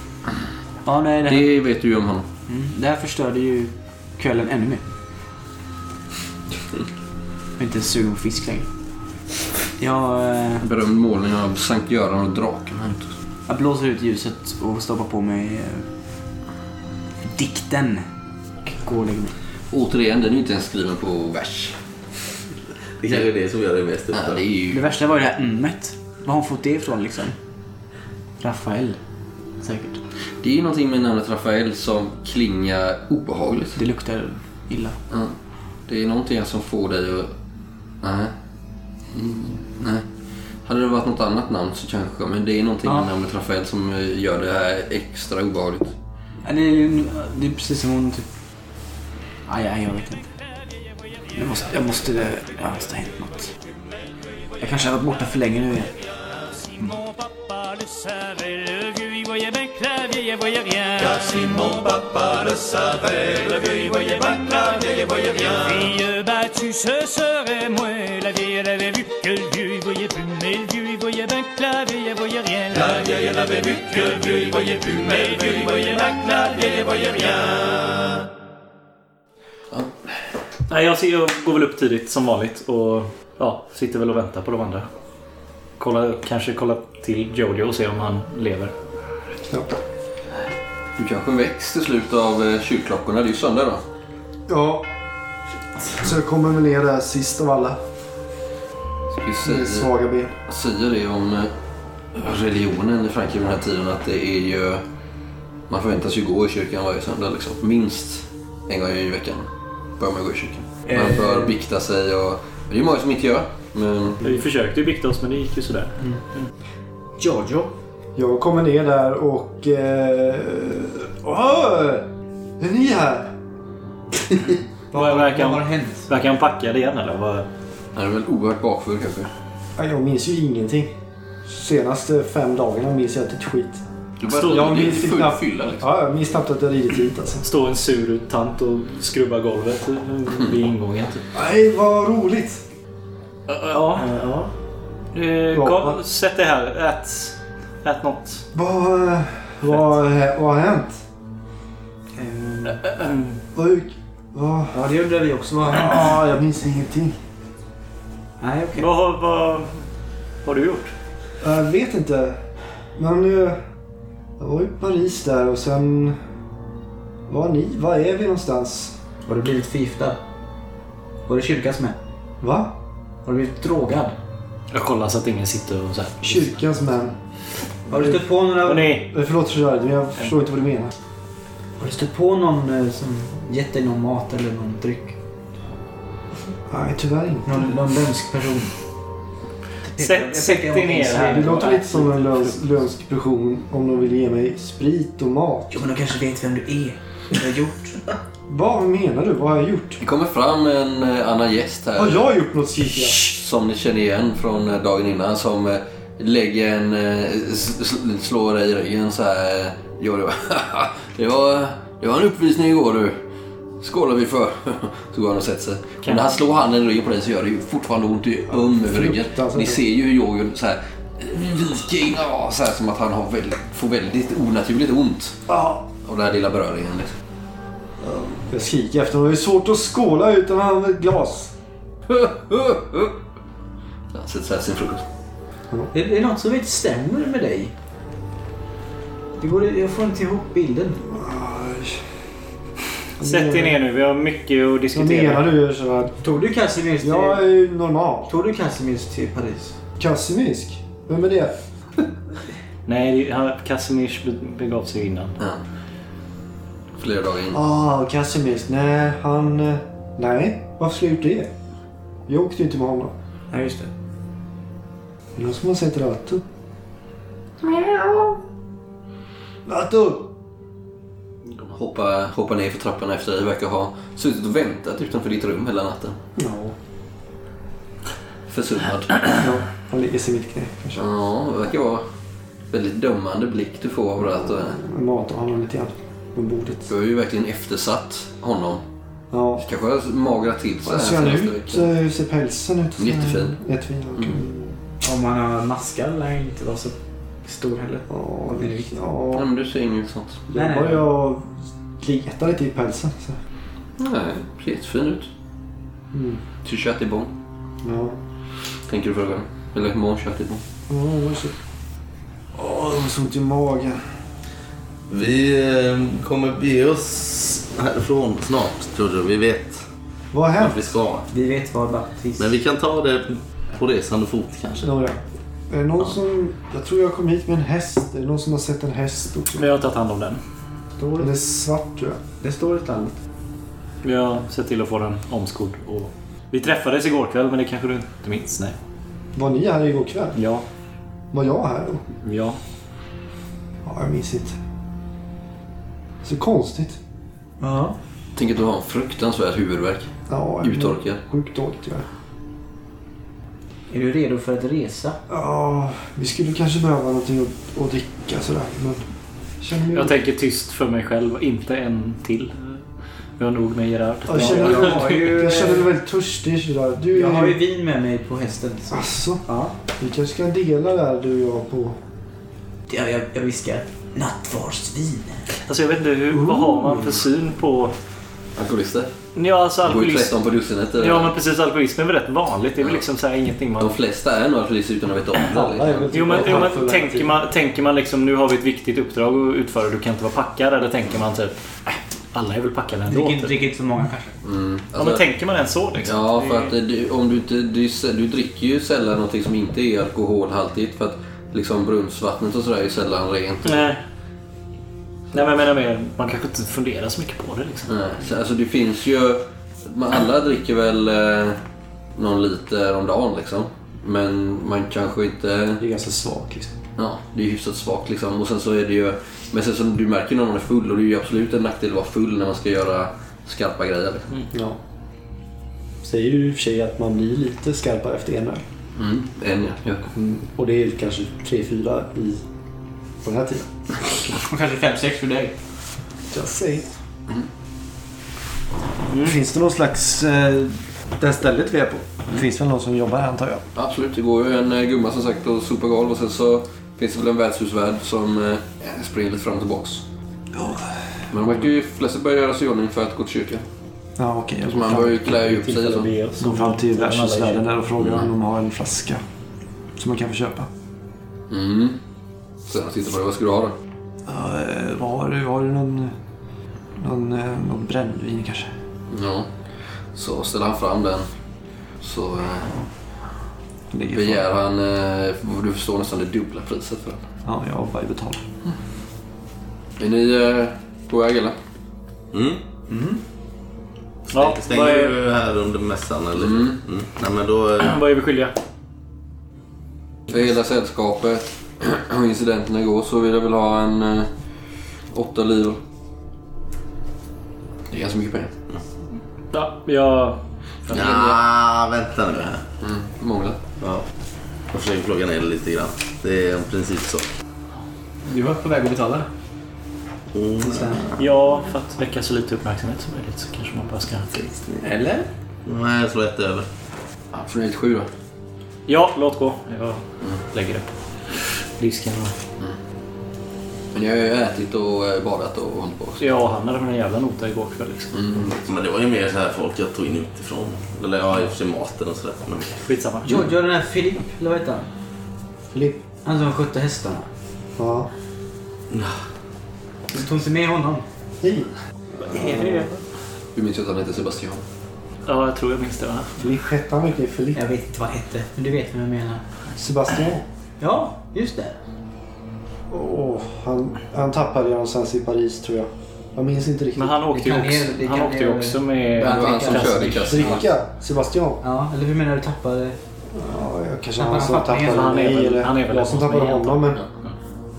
[SPEAKER 6] Ja, nej, det, här,
[SPEAKER 2] Det vet du ju om honom.
[SPEAKER 6] mm, det här förstörde ju kvällen ännu mer. Jag är inte sugen på fisk längre. Jag, eh,
[SPEAKER 2] En berömd målning av Sankt Göran och draken. här ute.
[SPEAKER 6] jag blåser ut ljuset och stoppar på mig eh, dikten. Och Går och lägger mig.
[SPEAKER 2] Återigen, den är ju inte ens skriven på vers.
[SPEAKER 3] Det kanske är det som gör det mest
[SPEAKER 2] Nej, det
[SPEAKER 3] upprörande.
[SPEAKER 2] är
[SPEAKER 6] Det
[SPEAKER 2] ju...
[SPEAKER 6] värsta var ju det här mmet. Var har hon fått det ifrån liksom? Rafael. Säkert.
[SPEAKER 2] Det är ju någonting med namnet Rafael som klingar obehagligt.
[SPEAKER 6] Det luktar illa.
[SPEAKER 2] Ja. Det är någonting som får dig att... Nej. Mm, Nej. Hade det varit något annat namn så kanske, men det är någonting med
[SPEAKER 6] Ja.
[SPEAKER 2] namnet Rafael som eh, gör det här extra obehagligt.
[SPEAKER 6] Ja, Det är, det är precis som hon typ... Aj, aj, jag vet inte. Jag måste... Jag måste... Ja, det har alltså hänt något. Jag kanske har varit borta för länge nu igen.
[SPEAKER 12] Mon papa le savait, le vieux il voyait bien que la vieille elle voyait rien. Car si mon papa le savait, le vieux il voyait bien que la vieille elle voyait rien. Fille battue ce serait moins, la vieille elle avait vu que le vieux il voyait plus, mais le vieux il voyait bien que la vieille elle voyait rien. La vieille elle avait vu que le vieux il voyait plus, mais le vieux il voyait bien que la vieille elle voyait rien.
[SPEAKER 5] Nej, jag, ser- jag går väl upp tidigt som vanligt och ja, sitter väl och väntar på de andra. Kolla, kanske kolla till Jojo och se om han lever.
[SPEAKER 2] Du kanske väcks till slut av eh, kyrkklockorna. Det är ju söndag då.
[SPEAKER 8] Ja. Så jag kommer väl ner där sist av alla.
[SPEAKER 2] Ska vi
[SPEAKER 6] Mm.
[SPEAKER 8] Med
[SPEAKER 2] säga,
[SPEAKER 8] svaga ben.
[SPEAKER 2] säga det om eh, religionen i Frankrike vid den här tiden att det är ju... Man förväntas ju gå i kyrkan varje söndag liksom. Minst en gång i veckan bör man gå i kyrkan. Man bör bikta sig och... Det är ju många som inte gör. Men
[SPEAKER 5] Vi försökte ju bikta oss men det gick ju sådär.
[SPEAKER 4] Jojo.
[SPEAKER 8] Jag kommer ner där och... Eh, åh! Är ni här?
[SPEAKER 5] Vad verkar,
[SPEAKER 6] Vad har
[SPEAKER 5] han,
[SPEAKER 6] hänt?
[SPEAKER 5] verkar han packad igen eller? Vad,
[SPEAKER 2] han är väl oerhört bakfull kanske.
[SPEAKER 8] Ja, Jag minns ju ingenting. Senaste fem dagarna minns jag inte ett skit.
[SPEAKER 2] Du
[SPEAKER 5] Stor-
[SPEAKER 2] det är
[SPEAKER 8] minns
[SPEAKER 2] full
[SPEAKER 8] knappt-
[SPEAKER 2] fylla liksom.
[SPEAKER 8] Ja, jag minns knappt att jag ridit hit alltså.
[SPEAKER 5] står en sur tant och skrubbar golvet vid ingången. Typ.
[SPEAKER 8] Nej, vad roligt!
[SPEAKER 5] Ja.
[SPEAKER 8] Ja.
[SPEAKER 5] Eh,
[SPEAKER 8] Bra.
[SPEAKER 5] kom, sätt dig här. Ät, ät något.
[SPEAKER 8] Vad, eh, vad, eh, vad har hänt? Vad, gick- vad,
[SPEAKER 4] Eh, Ja, det undrar vi också. Vad...
[SPEAKER 8] ah, jag minns ingenting.
[SPEAKER 4] Nej, okej.
[SPEAKER 5] Vad, har- vad, vad har du gjort?
[SPEAKER 8] Jag vet inte. Men eh, jag var i Paris där och sen... Var ni? Var är vi någonstans?
[SPEAKER 4] Har du blivit förgiftad? Har du kyrkans med?
[SPEAKER 8] Va?
[SPEAKER 4] Har du blivit drogad?
[SPEAKER 5] Jag kollar så att ingen sitter och så här.
[SPEAKER 8] Kyrkans män.
[SPEAKER 4] Har du stött på några...
[SPEAKER 5] Hörrni,
[SPEAKER 8] Eh, Förlåt för det men jag förstår inte vad du menar.
[SPEAKER 4] Har du stött på någon eh, som gett dig någon mat eller någon dryck?
[SPEAKER 8] Nej, tyvärr inte.
[SPEAKER 4] Någon, någon lömsk person?
[SPEAKER 5] Sätt, sätt dig ner
[SPEAKER 8] Det
[SPEAKER 5] här.
[SPEAKER 8] låter lite som en löns- lömsk person om de vill ge mig sprit och mat.
[SPEAKER 4] Jo, men de kanske vet vem du är. Vad du har gjort.
[SPEAKER 8] Vad menar du? Vad har jag gjort?
[SPEAKER 2] Det kommer fram en eh, annan gäst här.
[SPEAKER 8] Har jag gjort något skit?
[SPEAKER 2] Som ni känner igen från eh, dagen innan som eh, lägger en... eh, s- s- slår dig i ryggen så här. eh, Gör det. det, var, det var en uppvisning igår du. Skålar vi för. Så går han och sätter sig. Och när han slår handen i ryggen på dig så gör det ju fortfarande ont i öm över ryggen.
[SPEAKER 8] fruktansvärt.
[SPEAKER 2] Ni ser ju hur Jorgen så här viker in ja, så här som att han har väl, får väldigt onaturligt ont
[SPEAKER 8] Ja,
[SPEAKER 2] av den här lilla beröringen. Liksom.
[SPEAKER 8] Jag skriker efter honom. Det är svårt att skåla utan att använda ett glas.
[SPEAKER 2] Han sätter sig här sin frukost.
[SPEAKER 4] Det, det är något som inte stämmer med dig. Det går, jag får inte ihop bilden.
[SPEAKER 5] Sätt dig ner nu. Vi har mycket att
[SPEAKER 8] Vad menar
[SPEAKER 5] diskutera.
[SPEAKER 8] du Gerhard?
[SPEAKER 4] Tog du Casimirs till...
[SPEAKER 8] Jag är ju normal.
[SPEAKER 4] Tog du Casimirs till Paris?
[SPEAKER 8] Kassimisk? Vem är det?
[SPEAKER 5] Nej, han- Casimirs be- begav sig innan.
[SPEAKER 2] Ja. Flera dagar in.
[SPEAKER 8] Ah, Kassimisk. Nej, han... eh, Nej, varför skulle jag gjort det? Jag åkte ju inte med honom.
[SPEAKER 4] Ja, just det.
[SPEAKER 8] Är det någon som har sett Ratu? Ratu!
[SPEAKER 2] Hoppa, hoppa ner för trappan efter dig. Verkar ha suttit och väntat utanför ditt rum hela natten.
[SPEAKER 8] Ja,
[SPEAKER 2] Försummad.
[SPEAKER 8] ja, han ligger sig i mitt knä kanske.
[SPEAKER 2] Ja, det verkar vara väldigt dömande blick du får av att eh,
[SPEAKER 8] Jag matar honom lite grann. På bordet.
[SPEAKER 2] Du har ju verkligen eftersatt honom.
[SPEAKER 8] Ja,
[SPEAKER 2] Kanske har magrat till sig
[SPEAKER 8] Hur ser han
[SPEAKER 2] senaste
[SPEAKER 8] ut? Eh,
[SPEAKER 2] veckan.
[SPEAKER 8] Hur ser pälsen ut?
[SPEAKER 2] Jättefin.
[SPEAKER 8] Jättefin. okej.
[SPEAKER 4] Om han har maskar lär han inte vara så stor heller.
[SPEAKER 8] Ja,
[SPEAKER 4] Det är viktigt.
[SPEAKER 8] ja.
[SPEAKER 2] Nej, men du ser inget sånt.
[SPEAKER 8] Nej,
[SPEAKER 4] Nej, nej.
[SPEAKER 8] Jag letar lite i pälsen. Så.
[SPEAKER 2] Nej, ser jättefin ut.
[SPEAKER 8] Mm.
[SPEAKER 2] Tu chat är bon,
[SPEAKER 8] Ja.
[SPEAKER 2] tänker du fråga. Eller mon chat est bon.
[SPEAKER 8] Ja, det var så. Åh, det var så ont i magen.
[SPEAKER 3] Vi eh, kommer bege oss härifrån snart, tror du. Vi vet
[SPEAKER 8] Vad har hänt?
[SPEAKER 3] vart vi ska.
[SPEAKER 4] Vi vet var Baptist...
[SPEAKER 3] Men vi kan ta det på resande fot kanske.
[SPEAKER 8] Några. Är det någon som... Jag tror jag kom hit med en häst. Är det någon som har sett en häst också?
[SPEAKER 5] Vi har tagit hand om den.
[SPEAKER 8] Den är svart tror jag.
[SPEAKER 4] Det står ett land.
[SPEAKER 5] Vi har sett till att få den omskodd. Och... Vi träffades igår kväll men det kanske du inte minns? Nej.
[SPEAKER 8] Var ni här igår kväll?
[SPEAKER 5] Ja.
[SPEAKER 8] Var jag här då?
[SPEAKER 5] Ja.
[SPEAKER 8] Ja, jag minns inte. Så konstigt.
[SPEAKER 4] Ja.
[SPEAKER 2] Tänk att du har en fruktansvärd huvudvärk.
[SPEAKER 8] Ja, jag mår
[SPEAKER 2] Uttorkad.
[SPEAKER 8] Sjukt dåligt tyvärr.
[SPEAKER 4] Är du redo för att resa?
[SPEAKER 8] Ja, vi skulle kanske behöva någonting att, att dricka sådär. Men... Känner mig...
[SPEAKER 5] Jag tänker tyst för mig själv. Inte en till. Vi har nog med Gerard.
[SPEAKER 8] Ja, jag, känner,
[SPEAKER 4] Jag har ju-
[SPEAKER 8] jag känner mig väldigt törstig. Sådär. Du
[SPEAKER 4] Jag
[SPEAKER 8] är
[SPEAKER 4] har
[SPEAKER 8] ju...
[SPEAKER 4] ju vin med mig på hästen. Så.
[SPEAKER 8] Alltså,
[SPEAKER 4] Ja.
[SPEAKER 8] vi kanske kan dela där du och jag på...
[SPEAKER 4] Jag, jag, jag viskar. Nattvardsvin.
[SPEAKER 5] Alltså jag vet inte hur, vad har man för syn på...
[SPEAKER 2] Alkoholister.
[SPEAKER 5] Ja, alltså
[SPEAKER 2] Går ju
[SPEAKER 5] alkoholism.
[SPEAKER 2] 13 på dussinet. eh. eller?
[SPEAKER 5] Ja men precis, alkoholism är väl rätt vanligt. Det är väl liksom så här ingenting man...
[SPEAKER 2] De flesta är nog alkoholister utan att veta om det.
[SPEAKER 8] Ja,
[SPEAKER 2] Liksom.
[SPEAKER 8] jag vet
[SPEAKER 5] Jo men,
[SPEAKER 8] inte.
[SPEAKER 5] jo, men
[SPEAKER 2] typ.
[SPEAKER 5] tänker, man, tänker man liksom nu har vi ett viktigt uppdrag att utföra du kan inte vara packad eller tänker man typ "Äh, Alla är väl packade ändå?
[SPEAKER 6] Drick
[SPEAKER 5] typ.
[SPEAKER 6] inte, drick inte för många kanske.
[SPEAKER 2] Mm.
[SPEAKER 5] Ja, men tänker man ens så liksom?
[SPEAKER 2] Ja,
[SPEAKER 5] Det-
[SPEAKER 2] för att eh, du, om du inte... Du, du dricker ju sällan någonting som inte är alkoholhaltigt. För att liksom brunnsvattnet och sådär är sällan rent.
[SPEAKER 5] Nej. Nej, men jag menar mer, man kanske inte funderar så mycket på det liksom.
[SPEAKER 2] Nej, så- Alltså det finns ju... man- Alla dricker väl eh, någon liter om dagen liksom. Men man kanske inte...
[SPEAKER 6] Det är ganska svagt liksom.
[SPEAKER 2] Ja, det är ju hyfsat svagt liksom. Och sen så är det ju... Men sen som du märker när man är full och det är ju absolut en nackdel att vara full när man ska göra skarpa grejer. Liksom.
[SPEAKER 8] Ja. Säger ju i och för sig att man blir lite skarpare efter en öl.
[SPEAKER 2] Mm. En ja. ja.
[SPEAKER 8] Och det är kanske tre fyra i, på den här tiden.
[SPEAKER 6] Och kanske fem, sex för dig.
[SPEAKER 8] Just saying.
[SPEAKER 2] Mm.
[SPEAKER 8] Finns det någon slags... Eh, det här stället vi är på? Det finns väl någon som jobbar här antar jag?
[SPEAKER 2] Absolut, det går ju en eh, gumma som sagt och sopar golv och sen så finns det väl en värdshusvärd som eh, springer lite fram och tillbaks. Men de verkar ju flesta börja göra sig i ordning för att gå till kyrkan.
[SPEAKER 8] Ja okej. jag
[SPEAKER 2] Så
[SPEAKER 8] går
[SPEAKER 2] Alltså, man
[SPEAKER 8] fram-
[SPEAKER 2] börjar ju klä upp sig och så.
[SPEAKER 13] Tobias.
[SPEAKER 8] Går fram till värdshusvärden där och frågar
[SPEAKER 2] Mm.
[SPEAKER 8] om de har en flaska. Som man kan få köpa.
[SPEAKER 2] Mm. Sen tittar på det, vad ska du ha då?
[SPEAKER 8] Ja, eh, vad har du? Har du någon... Någon, eh, någon brännvin kanske?
[SPEAKER 2] Ja. Så ställer han fram den. Så eh,
[SPEAKER 8] Ligger för-
[SPEAKER 2] begär han, eh, du förstår nästan det dubbla priset för den. Mm.
[SPEAKER 8] Ja, jag har ju betalat.
[SPEAKER 2] Är ni eh, på väg eller?
[SPEAKER 3] Mm.
[SPEAKER 5] Ja,
[SPEAKER 3] Stänger
[SPEAKER 5] vad, är,
[SPEAKER 3] du här under mässan eller?
[SPEAKER 2] Mm.
[SPEAKER 3] Mm. Nej men då... eh,
[SPEAKER 5] vad är vi skyldiga?
[SPEAKER 2] För hela sällskapet och incidenterna igår så vill jag väl ha en eh, åtta livor. Det är ganska mycket pengar.
[SPEAKER 5] Ja, jag...
[SPEAKER 3] Ja, vänta nu här.
[SPEAKER 2] Mm, många.
[SPEAKER 3] Ja. Jag försöker plocka ner det lite grann. Det är en princip så.
[SPEAKER 4] Du var på väg att betala.
[SPEAKER 3] Mm.
[SPEAKER 5] Ja, för att väcka så lite uppmärksamhet som möjligt så kanske man bara ska...
[SPEAKER 4] Eller?
[SPEAKER 3] Nej, jag slår ett över.
[SPEAKER 2] Ja, Från helt sju då.
[SPEAKER 5] Ja, låt gå. Jag lägger det på disken. och-
[SPEAKER 2] Men jag har ju ätit och eh, badat och hållit på. Så.
[SPEAKER 5] Jag och han hade en jävla nota igår kväll liksom.
[SPEAKER 2] Mm.
[SPEAKER 3] Men det var ju mer så här folk jag tog in utifrån. Eller ja, i och för sig maten och sådär. Men...
[SPEAKER 5] Skitsamma.
[SPEAKER 6] Jo, gör den här Filip, eller vad heter han?
[SPEAKER 8] Filipp?
[SPEAKER 6] Han som skötte hästarna.
[SPEAKER 8] Ja.
[SPEAKER 6] Du tog inte med honom.
[SPEAKER 8] Hej.
[SPEAKER 2] Du minns ju att han heter Sebastian.
[SPEAKER 5] Ja, jag tror jag minns det. Va?
[SPEAKER 8] Filipp hette han verkligen Filipp?
[SPEAKER 6] Jag vet inte vad han hette, men du vet vad jag menar.
[SPEAKER 8] Sebastian?
[SPEAKER 6] Ja, just det.
[SPEAKER 8] Åh, han, han tappade jag någonstans i Paris tror jag. Jag minns inte riktigt.
[SPEAKER 5] Men han åkte ju
[SPEAKER 6] kan
[SPEAKER 5] också,
[SPEAKER 6] det- det
[SPEAKER 5] han
[SPEAKER 6] kan
[SPEAKER 5] åkte ju
[SPEAKER 6] det-
[SPEAKER 5] också med...
[SPEAKER 2] Det var han som
[SPEAKER 5] Kasper.
[SPEAKER 2] körde kassan.
[SPEAKER 8] Dricka? Sebastian?
[SPEAKER 6] Ja, eller hur menar du tappade...
[SPEAKER 8] Ja, jag kanske
[SPEAKER 6] Tappade
[SPEAKER 8] han som
[SPEAKER 6] han pappa igen?
[SPEAKER 8] tappade
[SPEAKER 5] Han är
[SPEAKER 8] mig
[SPEAKER 5] väl-
[SPEAKER 8] eller
[SPEAKER 5] han är väl
[SPEAKER 8] jag som
[SPEAKER 5] hos mig
[SPEAKER 8] tappade
[SPEAKER 5] helt
[SPEAKER 8] honom. Men,
[SPEAKER 5] enkelt.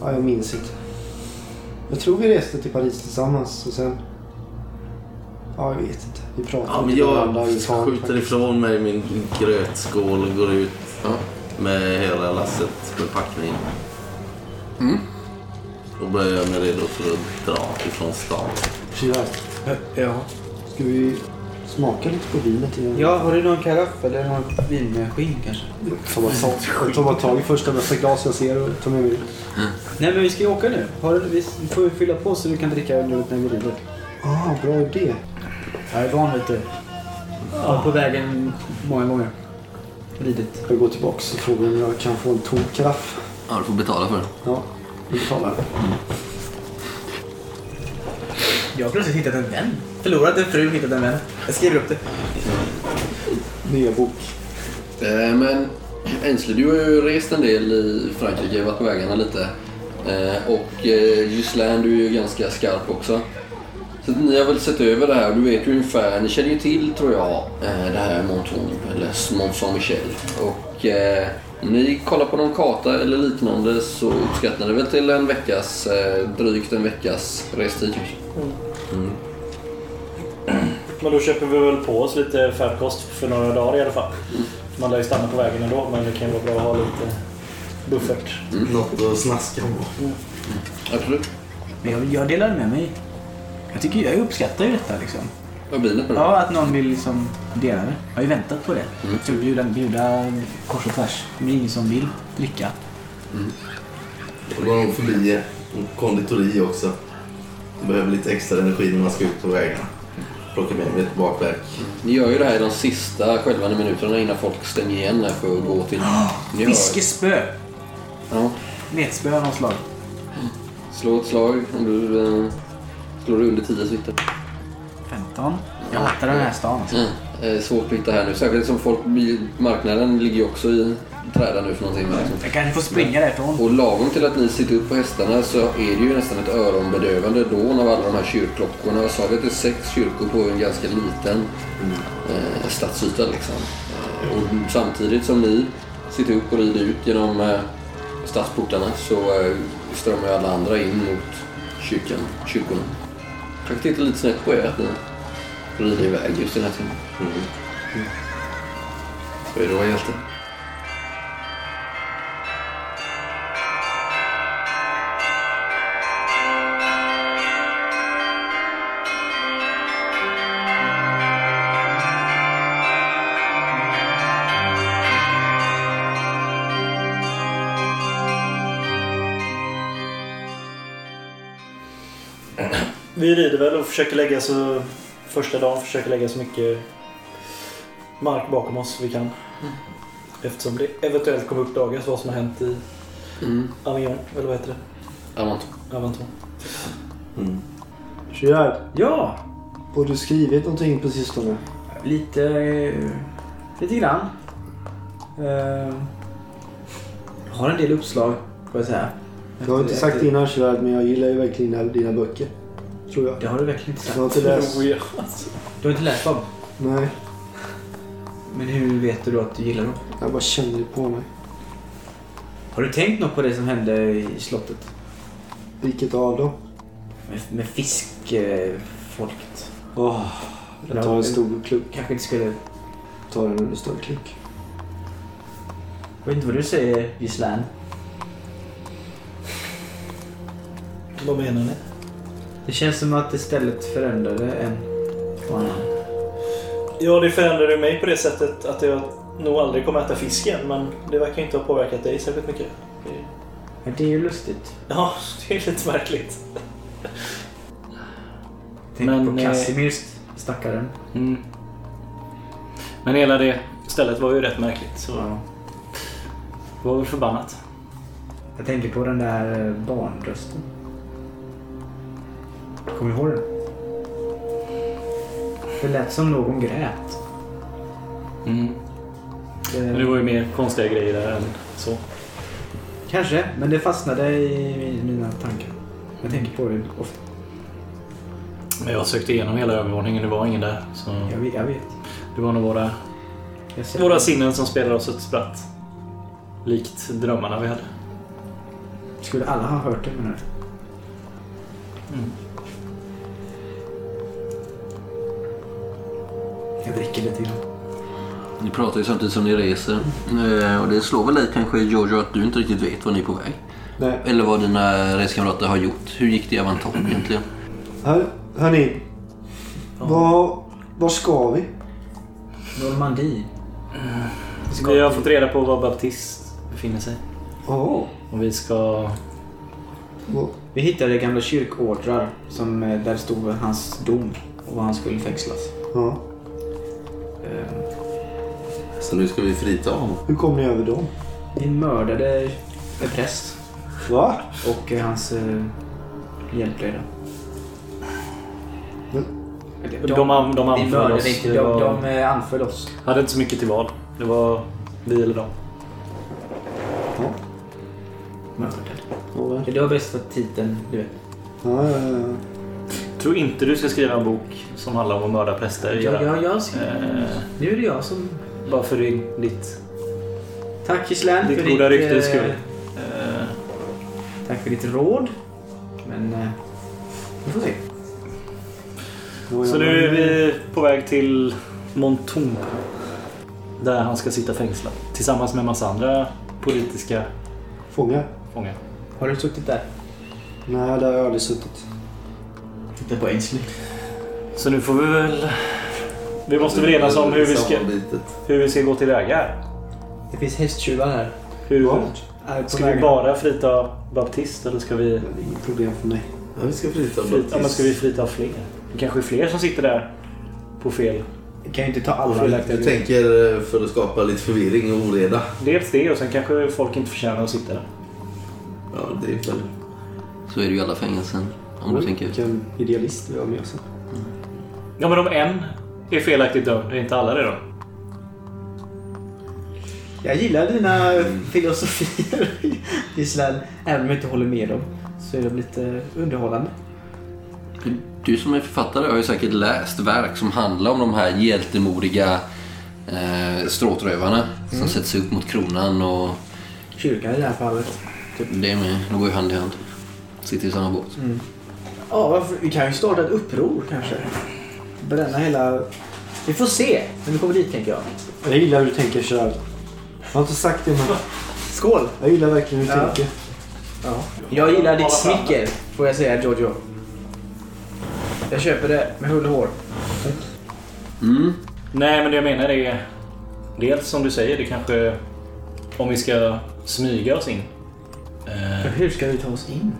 [SPEAKER 8] ja, jag minns inte. Jag tror vi reste till Paris tillsammans och sen... Ja, jag vet inte. Vi pratade
[SPEAKER 3] Ja, men
[SPEAKER 8] inte med varandra
[SPEAKER 3] jag
[SPEAKER 8] i tal
[SPEAKER 3] skjuter
[SPEAKER 8] faktiskt.
[SPEAKER 3] ifrån mig min grötskål och går ut
[SPEAKER 2] Ja.
[SPEAKER 3] med hela lasset med packningen.
[SPEAKER 2] Mm.
[SPEAKER 3] Och börjar göra mig redo för att dra ifrån stan.
[SPEAKER 8] Tyvärr.
[SPEAKER 4] Ja.
[SPEAKER 8] Ska vi smaka lite på vinet innan
[SPEAKER 6] Ja, har du någon karaff eller någon vin med skinn kanske?
[SPEAKER 8] Jag tar bara tag- Jag tar bara tag i första bästa glas jag ser och tar med mig det.
[SPEAKER 6] Nej, men vi ska ju åka nu. Har du, vi får fylla på så du kan dricka ölet när vi rider.
[SPEAKER 8] Ah, bra idé.
[SPEAKER 6] Jag är van vet du. Jag har på vägen många gånger. Ridit.
[SPEAKER 8] Jag går tillbaks och frågar om jag kan få en tom karaff.
[SPEAKER 2] Ja, du får betala för det.
[SPEAKER 8] Ja, vi betalar.
[SPEAKER 6] Jag har plötsligt hittat en vän. Förlorat en fru, hittat en vän. Jag skriver upp det.
[SPEAKER 8] Nya bok.
[SPEAKER 2] Eh, Men Ainsley, du har ju rest en del i Frankrike, varit på vägarna lite. Eh, Och eh, Ghislaine, du är ju ganska skarp också. Så att ni har väl sett över det här och du vet ju ungefär, ni känner ju till tror jag eh, det här Monton, eller Mont Saint-Michel. Och eh, om ni kollar på någon karta eller liknande så uppskattar ni väl till en veckas, eh, drygt en veckas restid kanske.
[SPEAKER 13] Men då köper vi väl på oss lite färdkost för några dagar i alla fall.
[SPEAKER 2] Mm.
[SPEAKER 13] Man lär ju stanna på vägen ändå, men det kan ju vara bra att ha lite buffert.
[SPEAKER 3] Mm. Något att snaska på.
[SPEAKER 2] Absolut.
[SPEAKER 6] Men jag, jag delar med mig. Jag tycker jag uppskattar ju detta liksom.
[SPEAKER 2] Vad blir det på
[SPEAKER 6] Ja, att någon vill liksom dela det. Jag har ju väntat på det. Typ bjuda, bjuda kors och tvärs. Men det är ingen som vill dricka.
[SPEAKER 3] Det går nog förbi en konditori också. Det behöver lite extra energi när man ska ut på vägarna. Plocka med mig ett bakverk.
[SPEAKER 2] Ni gör ju det här i de sista skälvande minuterna innan folk stänger igen här för att gå till... Ni hör-
[SPEAKER 6] Fiskespö!
[SPEAKER 2] Ja,
[SPEAKER 6] Metspö av något slag.
[SPEAKER 2] slå ett slag om du... Eh, slår du under 10 så hittar du.
[SPEAKER 14] 15. Jag hatar den här stan alltså.
[SPEAKER 2] Mm. Eh, Svårflytta här nu. Särskilt som folk, marknaden ligger ju också i träda nu för någonting. Liksom.
[SPEAKER 14] Jag kanske får springa därifrån.
[SPEAKER 2] Och lagom till att ni sitter upp på hästarna så är det ju nästan ett öronbedövande dån av alla de här kyrkklockorna. Jag sa vi att det är sex kyrkor på en ganska liten eh, stadsyta liksom. Eh, och samtidigt som ni sitter upp och rider ut genom eh, stadsportarna så eh, strömmar ju alla andra in mot kyrkan, kyrkorna. Jag tittar lite snett på er att ni rider iväg just i den här timmen. Så Mm. är det då hjälte.
[SPEAKER 15] Vi rider väl och försöker lägga så... Första dagen försöker lägga så mycket mark bakom oss vi kan.
[SPEAKER 2] Mm.
[SPEAKER 15] Eftersom det eventuellt kommer uppdagas vad som har hänt i
[SPEAKER 2] Mm.
[SPEAKER 15] Avignon, eller vad heter
[SPEAKER 2] Avanton.
[SPEAKER 15] det? Avanton.
[SPEAKER 3] Mm.
[SPEAKER 8] Gerard,
[SPEAKER 6] Ja,
[SPEAKER 8] har du skrivit någonting på sistone?
[SPEAKER 6] Lite... eh, Lite grann. Eh, jag har en del uppslag, får jag säga.
[SPEAKER 8] Jag har inte
[SPEAKER 6] Efter-
[SPEAKER 8] sagt det
[SPEAKER 6] efter-
[SPEAKER 8] innan Gerard, men jag gillar ju verkligen dina, dina böcker. Tror jag.
[SPEAKER 6] Det har du verkligen inte
[SPEAKER 8] Jag har
[SPEAKER 6] sagt.
[SPEAKER 8] inte läst.
[SPEAKER 15] Jo, ja.
[SPEAKER 6] Du har inte läst dem.
[SPEAKER 8] Nej,
[SPEAKER 6] Men hur vet du då att du gillar dem?
[SPEAKER 8] jag bara känner det på mig.
[SPEAKER 6] Har du tänkt något på det som hände i slottet?
[SPEAKER 8] Vilket av dem?
[SPEAKER 6] Med, med eh, fiskfolket?
[SPEAKER 8] Jag tar en stor klunk.
[SPEAKER 6] kanske inte skulle... Jag
[SPEAKER 8] Tar en under större klunk.
[SPEAKER 6] vet inte vad du säger, Gislaine.
[SPEAKER 15] Vad menar ni?
[SPEAKER 6] Det känns som att istället förändrade en och annan.
[SPEAKER 15] Ja, det förändrade ju mig på det sättet att jag nog aldrig kommer äta fisk igen, men det verkar inte ha påverkat dig särskilt mycket. Det-
[SPEAKER 6] Men det är ju lustigt.
[SPEAKER 15] Ja, det är lite märkligt.
[SPEAKER 6] Tänk
[SPEAKER 5] Men,
[SPEAKER 6] på
[SPEAKER 5] eh,
[SPEAKER 6] Casimirs, stackaren.
[SPEAKER 5] Mm. Men hela det stället var ju rätt märkligt. Så
[SPEAKER 6] Ja.
[SPEAKER 5] det var väl förbannat.
[SPEAKER 6] Jag tänker på den där eh, barnrösten. Kommer du ihåg den? Det lät som någon grät.
[SPEAKER 5] Mm. Eh. Men det var ju mer konstiga grejer där än så.
[SPEAKER 6] Kanske, men det fastnade i mina tankar. Jag tänker på det ofta.
[SPEAKER 5] Men jag sökte igenom hela övervåningen. Det var ingen där. Så
[SPEAKER 6] Jag vet. Jag vet.
[SPEAKER 5] det var nog våra,
[SPEAKER 6] Jag ser-
[SPEAKER 5] våra sinnen som spelade oss ett spratt. Likt drömmarna vi hade.
[SPEAKER 6] Skulle alla ha hört det menar du? Mm. Jag dricker lite grann.
[SPEAKER 2] Ni pratar ju samtidigt som ni reser. Eh, Och det slår väl dig kanske Giorgio att du inte riktigt vet var ni är på väg.
[SPEAKER 8] Nej.
[SPEAKER 2] Eller vad dina reskamrater har gjort. Hur gick det i Avanton egentligen?
[SPEAKER 8] Hör, hörni. Var, var ska vi?
[SPEAKER 6] Normandie.
[SPEAKER 5] Vi har fått reda på var Baptist befinner sig.
[SPEAKER 8] Ja.
[SPEAKER 5] Och vi ska...
[SPEAKER 8] var-
[SPEAKER 6] Vi hittade gamla kyrkordrar som, eh, där stod hans dom och var han skulle fängslas.
[SPEAKER 8] Ja.
[SPEAKER 6] Eh,
[SPEAKER 3] Så nu ska vi frita honom.
[SPEAKER 8] Hur kom ni över dem?
[SPEAKER 6] Vi mördade en präst
[SPEAKER 8] Va?
[SPEAKER 6] och eh, hans eh, hjälpreda.
[SPEAKER 8] Men-
[SPEAKER 5] De, de, de
[SPEAKER 6] vi
[SPEAKER 5] anföll
[SPEAKER 6] mördade
[SPEAKER 5] oss.
[SPEAKER 6] inte,
[SPEAKER 5] Det
[SPEAKER 6] de,
[SPEAKER 5] var-
[SPEAKER 6] de eh, anföll oss.
[SPEAKER 5] hade inte så mycket till val. Det var vi eller dem. Mm.
[SPEAKER 6] Mördade.
[SPEAKER 8] Ja,
[SPEAKER 6] Det var bäst för titeln, du vet.
[SPEAKER 8] ja, ja, ja.
[SPEAKER 5] Tror inte du ska skriva en bok som handlar om att mörda präster.
[SPEAKER 6] Ja,
[SPEAKER 5] Göran.
[SPEAKER 6] ja, jag ser.
[SPEAKER 5] Eh,
[SPEAKER 6] Nu är det jag som...
[SPEAKER 5] bara för din- ditt,
[SPEAKER 6] Tack Gislaine
[SPEAKER 5] ditt
[SPEAKER 6] för
[SPEAKER 5] goda
[SPEAKER 6] ditt, eh,
[SPEAKER 5] ryktes skull. Eh,
[SPEAKER 6] Tack för ditt råd. Men... eh, Vi får se.
[SPEAKER 8] Ja,
[SPEAKER 5] Så
[SPEAKER 8] ja,
[SPEAKER 5] nu är
[SPEAKER 8] men-
[SPEAKER 5] vi på väg till Montum. Där han ska sitta fängslad. Tillsammans med en massa andra politiska
[SPEAKER 8] Fånga?
[SPEAKER 5] fångar.
[SPEAKER 6] Har du suttit där?
[SPEAKER 8] Nej, där har jag aldrig suttit.
[SPEAKER 6] Inte på Ainsley.
[SPEAKER 5] Så nu får vi väl... Vi måste väl enas om hur vi ska,
[SPEAKER 3] Samarbetet.
[SPEAKER 5] hur vi ska gå tillväga här.
[SPEAKER 6] Det finns hästtjuvar här.
[SPEAKER 5] Hur,
[SPEAKER 6] Här på
[SPEAKER 5] ska vi
[SPEAKER 6] vägen.
[SPEAKER 5] bara frita Baptist eller ska vi,
[SPEAKER 8] Det är inget problem för mig.
[SPEAKER 3] Ja, vi ska frita
[SPEAKER 5] frita, ja, men
[SPEAKER 3] Baptist.
[SPEAKER 5] ska vi frita fler? Det kanske är fler som sitter där på fel.
[SPEAKER 6] Vi kan ju inte ta alla.
[SPEAKER 5] Felaktiga
[SPEAKER 3] Jag tänker eh, för att skapa lite förvirring och oreda.
[SPEAKER 5] Dels det och sen kanske folk inte förtjänar att sitta där.
[SPEAKER 3] Ja, det är väl...
[SPEAKER 7] Mm.
[SPEAKER 2] Så är det ju i alla fängelsen. Om du tänker
[SPEAKER 8] Vilken idealist vi har med oss.
[SPEAKER 5] Ja, men om en är felaktigt dömd, är inte alla det då?
[SPEAKER 7] Jag gillar dina filosofier Gislan. Även om jag inte håller med dem så är de lite underhållande.
[SPEAKER 2] Du som är författare har ju säkert läst verk som handlar om de här hjältemodiga eh, stråtrövarna som sätter sig upp mot kronan och
[SPEAKER 7] Kyrkan Mm. i det här fallet.
[SPEAKER 2] det med. De går ju hand i hand. Sitter i samma båt.
[SPEAKER 7] Mm. Ja, varför- vi kan ju starta ett uppror kanske. Bränna hela... Vi får se när vi kommer dit tänker jag.
[SPEAKER 8] Jag gillar hur du tänker Gerard. Jag har inte sagt det men
[SPEAKER 7] Skål!
[SPEAKER 8] jag gillar verkligen hur du
[SPEAKER 7] Ja.
[SPEAKER 8] tänker.
[SPEAKER 7] Jag gillar ditt smicker, får jag säga Jojo. Jag köper det med hull och hår.
[SPEAKER 5] Nej, men det jag menar är... Dels som du säger, det kanske... Om vi ska smyga oss in. Eh,
[SPEAKER 7] Hur ska vi ta oss in?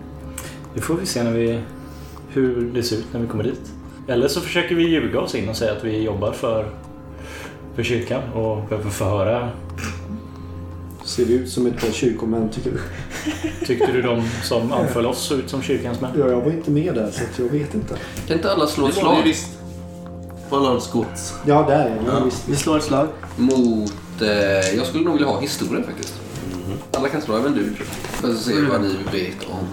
[SPEAKER 5] det får vi se när vi... Hur det ser ut när vi kommer dit. Eller så försöker vi ljuga oss in och säga att vi jobbar för, för kyrkan och behöver förhöra.
[SPEAKER 8] Ser vi ut som ett par kyrkomän tycker du?
[SPEAKER 5] Tyckte du de som anföll oss såg ut som kyrkans män?
[SPEAKER 8] Ja, jag var inte med där så att jag vet inte.
[SPEAKER 2] Kan inte alla slå
[SPEAKER 3] Det
[SPEAKER 2] ett
[SPEAKER 3] var det
[SPEAKER 2] slag
[SPEAKER 3] visst. På Lordsgods.
[SPEAKER 8] Ja, där är den. Ja. Visst.
[SPEAKER 6] Vi slår ett slag.
[SPEAKER 2] mot... Eh, jag skulle nog vilja ha historia faktiskt. Alla kan slå, även du tror jag. För att se vad ni vet om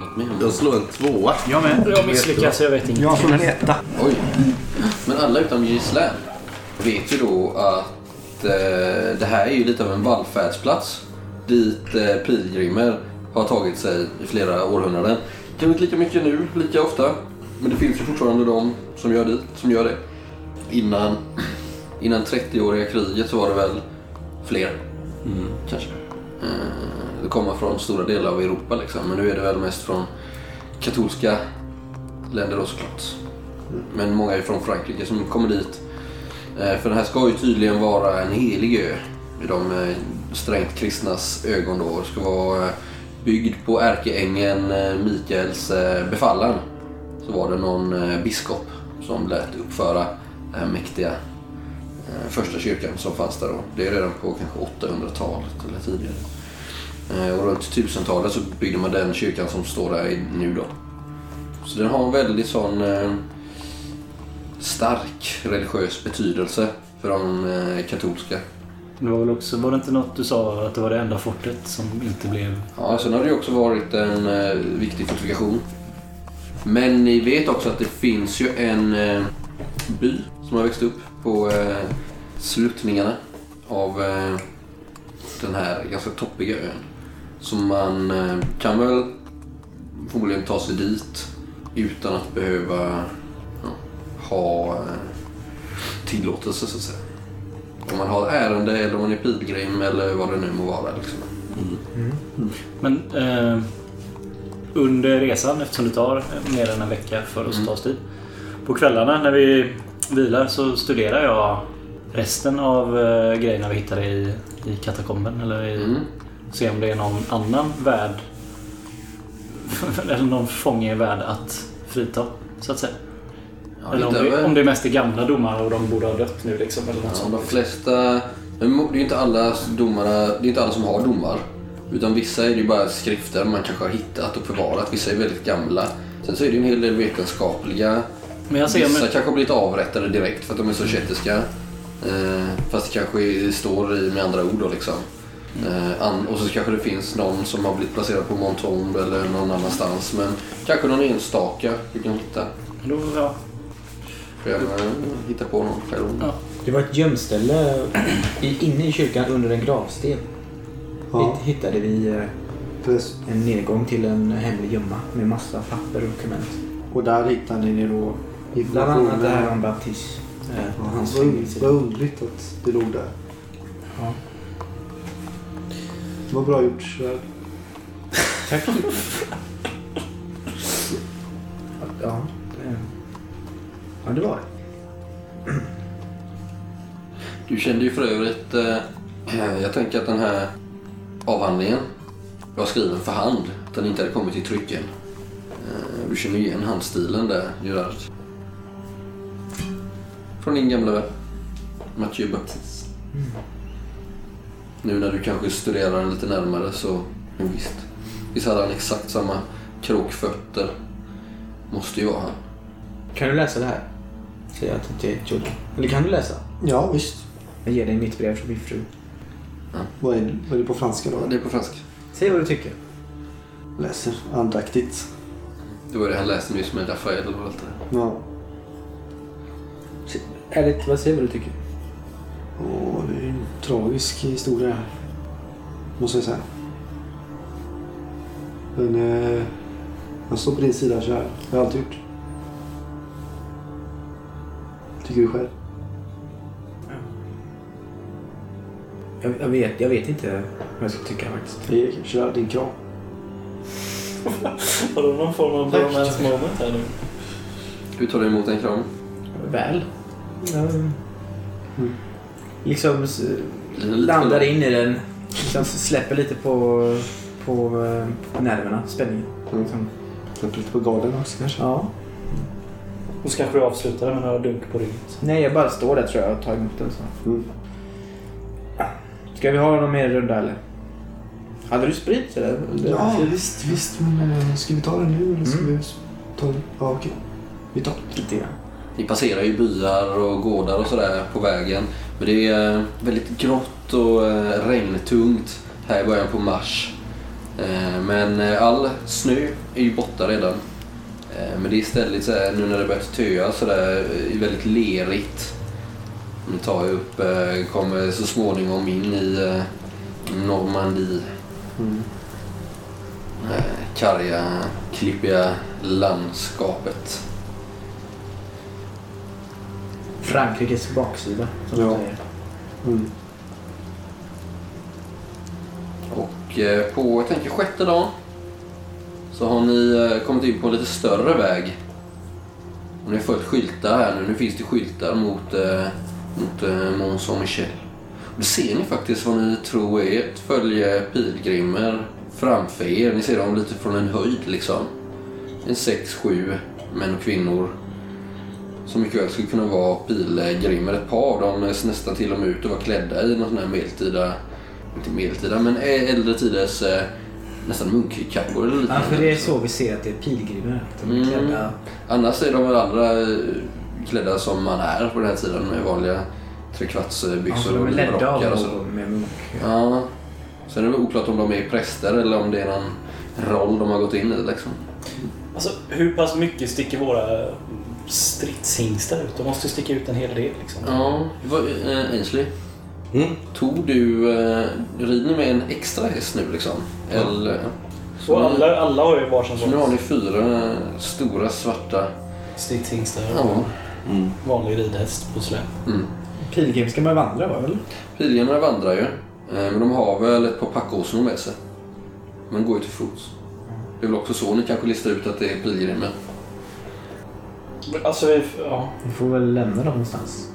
[SPEAKER 2] något mer.
[SPEAKER 3] Jag slår en tvåa.
[SPEAKER 6] Jag med.
[SPEAKER 5] Jag misslyckas, jag vet ingenting.
[SPEAKER 8] Jag får veta.
[SPEAKER 2] Oj. Men alla utom Gislaine vet ju då att eh, det här är ju lite av en vallfärdsplats dit eh, pilgrimer har tagit sig i flera århundraden. Kanske inte lika mycket nu, lika ofta. Men det finns ju fortfarande de som gör, dit, som gör det. Innan, innan 30-åriga kriget så var det väl fler. Kanske. Eh, det kommer från stora delar av Europa liksom. Men nu är det väl mest från katolska länder då såklart. Men många är från Frankrike som kommer dit. Eh, För den här ska ju tydligen vara en helig ö i de eh, strängt kristnas ögon då. Det ska vara eh, byggd på ärkeängeln eh, Mikaels eh, befallan. Så var det någon eh, biskop som lät uppföra den här mäktiga eh, första kyrkan som fanns där då. Det är redan på kanske 800-talet eller tidigare. Eh, Och runt 1000-talet så byggde man den kyrkan som står där i- nu då. Så den har en väldigt sån eh, stark religiös betydelse för de eh, katolska.
[SPEAKER 5] Det var väl också... Var det inte något du sa att det var det enda fortet som inte blev...
[SPEAKER 2] Ja, sen har det ju också varit en eh, viktig fortifikation. Men ni vet också att det finns ju en eh, by som har växt upp på eh, sluttningarna av eh, den här ganska toppiga ön. Så man eh, kan väl förmodligen ta sig dit utan att behöva ja, ha eh, tillåtelse så att säga. Om man har ärende eller om man är pilgrim eller vad det nu må vara. Liksom.
[SPEAKER 5] Men eh, under resan, eftersom det tar mer än en vecka för oss att ta oss dit. På kvällarna när vi vilar så studerar jag resten av eh, grejerna vi hittade i, i katakomben. Eller i,
[SPEAKER 2] Mm.
[SPEAKER 5] se om det är någon annan värld. eller någon fånge värd att frita. Så att säga.
[SPEAKER 2] Ja,
[SPEAKER 5] eller om
[SPEAKER 2] lite
[SPEAKER 5] det,
[SPEAKER 2] över.
[SPEAKER 5] om det mest är gamla domar och de borde ha dött nu liksom. Eller något
[SPEAKER 2] Ja,
[SPEAKER 5] sånt.
[SPEAKER 2] de flesta... men Det är ju inte alla domare, det är inte alla som har domar. Utan vissa är det ju bara skrifter man kanske har hittat och förvarat. Vissa är väldigt gamla. Sen så är det ju en hel del vetenskapliga.
[SPEAKER 5] Men jag ser,
[SPEAKER 2] Vissa
[SPEAKER 5] men,
[SPEAKER 2] kanske har blivit avrättade direkt för att de är så kättiska. Eh, fast det kanske står i med andra ord då liksom. Eh, an, och så kanske det finns någon som har blivit placerad på Montombe eller någon annanstans. Men kanske någon enstaka vi kan hitta.
[SPEAKER 5] då, ja,
[SPEAKER 2] Får gärna hitta på någon själv.
[SPEAKER 5] Ja.
[SPEAKER 7] Det var ett gömställe i- inne i kyrkan under en gravsten.
[SPEAKER 8] Ja.
[SPEAKER 7] Hitt- Hittade vi eh,
[SPEAKER 8] Precis.
[SPEAKER 7] en nedgång till en hemlig gömma med massa papper och dokument.
[SPEAKER 8] Och där hittar ni då
[SPEAKER 7] Bland annat det här
[SPEAKER 8] informationen.
[SPEAKER 7] om Baptiste. eh, och
[SPEAKER 8] Ja, hans
[SPEAKER 7] Hans
[SPEAKER 8] var,
[SPEAKER 7] fängelse.
[SPEAKER 8] var underligt att det låg där.
[SPEAKER 7] Ja.
[SPEAKER 8] Det var bra gjort Gerard.
[SPEAKER 7] Ja, det- ja, det var det.
[SPEAKER 2] Du kände ju för övrigt, eh, jag tänker att den här avhandlingen var skriven för hand, att den inte hade kommit i trycken. Eh, du känner ju igen handstilen där, Gerard. Från din gamla vän, Mathieu Baptiste. Nu när du kanske studerar den lite närmare så, men visst. Visst hade han exakt samma krokfötter. Måste ju vara han.
[SPEAKER 7] Kan du läsa det här?
[SPEAKER 6] Säger jag till Jodin. Eller kan du läsa?
[SPEAKER 16] Ja, visst.
[SPEAKER 6] Jag ger dig mitt brev från min fru.
[SPEAKER 16] Vad är det, vad är det på franska då?
[SPEAKER 2] Ja, det är på franska.
[SPEAKER 6] Säg vad du tycker.
[SPEAKER 16] Läser andaktigt.
[SPEAKER 2] Det var det han läste nyss med Rafael och allt det där.
[SPEAKER 16] Ja.
[SPEAKER 6] Ärligt, vad säger vad du tycker?
[SPEAKER 16] Åh, det är ju en tragisk historia här. Måste jag säga. Men eh, jag står på din sida kär. Det har jag alltid gjort. Tycker du själv?
[SPEAKER 6] Jag, jag, vet, jag vet inte vad jag ska tycka faktiskt.
[SPEAKER 16] Erik, kör din kram.
[SPEAKER 5] Har du någon form av bromance moment här nu?
[SPEAKER 2] Hur tar du emot en kram?
[SPEAKER 6] Väl. Mm. Liksom s-
[SPEAKER 2] Det är lite
[SPEAKER 6] landar
[SPEAKER 2] för-
[SPEAKER 6] in i den. Liksom släpper lite på, på eh, nerverna, spänningen.
[SPEAKER 16] Mm.
[SPEAKER 6] Liksom.
[SPEAKER 16] Släpper lite på garden också kanske.
[SPEAKER 6] Ja.
[SPEAKER 5] Och så kanske du avslutar med några dunk på ryggen.
[SPEAKER 6] Nej, jag bara står där tror jag och tar emot den så.
[SPEAKER 16] Mm.
[SPEAKER 6] Ska vi ha någon mer runda eller? Hade du sprit eller?
[SPEAKER 16] Ja, visst, visst. Men eh, ska vi ta den nu eller ska
[SPEAKER 6] Mm.
[SPEAKER 16] vi ta den? Ja, okej. Vi tar den.
[SPEAKER 6] Lite grann.
[SPEAKER 2] Ni passerar ju byar och gårdar och sådär på vägen. Men det är eh, väldigt grått och eh, regntungt här i början på mars. Eh, Men eh, all snö är ju borta redan. Eh, Men det är istället så här, nu när det börjar töa sådär, eh, väldigt lerigt. Nu tar jag upp, eh, kommer så småningom in i eh, Normandie. Eh, Karga, klippiga landskapet.
[SPEAKER 6] Frankrikes baksida. Som
[SPEAKER 16] Ja.
[SPEAKER 6] ja. säger.
[SPEAKER 16] Mm.
[SPEAKER 2] Och eh, på, jag tänker sjätte dagen så har ni eh, kommit in på en lite större väg. Och ni har följt skyltar här nu. Nu finns det skyltar mot, eh, mot eh, Mont Saint-Michel. Och det ser ni faktiskt vad ni tror är ett följe pilgrimer framför er. Ni ser dem lite från en höjd liksom. En sex, sju män och kvinnor som mycket väl skulle kunna vara pilgrimer. Ett par av dem ser nästan till och med ut att vara klädda i någon sån här medeltida, inte medeltida, men ä- äldre tiders eh, nästan munkkappor eller
[SPEAKER 6] Ja,
[SPEAKER 2] liknande.
[SPEAKER 6] för det är så vi ser att det är pilgrimer. att De är
[SPEAKER 2] Mm.
[SPEAKER 6] klädda.
[SPEAKER 2] Annars är de väl andra eh, klädda som man är på den här tiden med vanliga
[SPEAKER 6] Ja,
[SPEAKER 2] trekvartsbyxor
[SPEAKER 6] för de är ledda av
[SPEAKER 2] rockar och så.
[SPEAKER 6] någon med munk.
[SPEAKER 2] Ja. Sen är det väl oklart om de är präster eller om det är någon roll de har gått in i liksom.
[SPEAKER 5] Alltså, hur pass mycket sticker våra stridshingstar ut? De måste ju sticka ut en hel del liksom.
[SPEAKER 2] Ja, det var, eh, Ainsley.
[SPEAKER 3] Mm.
[SPEAKER 2] Tog du, eh, rider ni med en extra häst nu liksom? Eller?
[SPEAKER 5] Så alla, alla har ju varsin
[SPEAKER 2] Så nu har
[SPEAKER 5] sorts
[SPEAKER 2] ni fyra eh, stora svarta...
[SPEAKER 5] stridshingstar och
[SPEAKER 2] Ja.
[SPEAKER 5] vanlig ridhäst på släp.
[SPEAKER 2] Mm.
[SPEAKER 6] Pilgrim ska man vandra va? Eller?
[SPEAKER 2] Pilgrimerna vandrar ju. eh, Men de har väl ett par packåsnor med sig. Men går ju till fots. Det är väl också så ni kanske listar ut att det är pilgrimer.
[SPEAKER 5] Alltså, vi, ja.
[SPEAKER 6] Vi får väl lämna dem någonstans.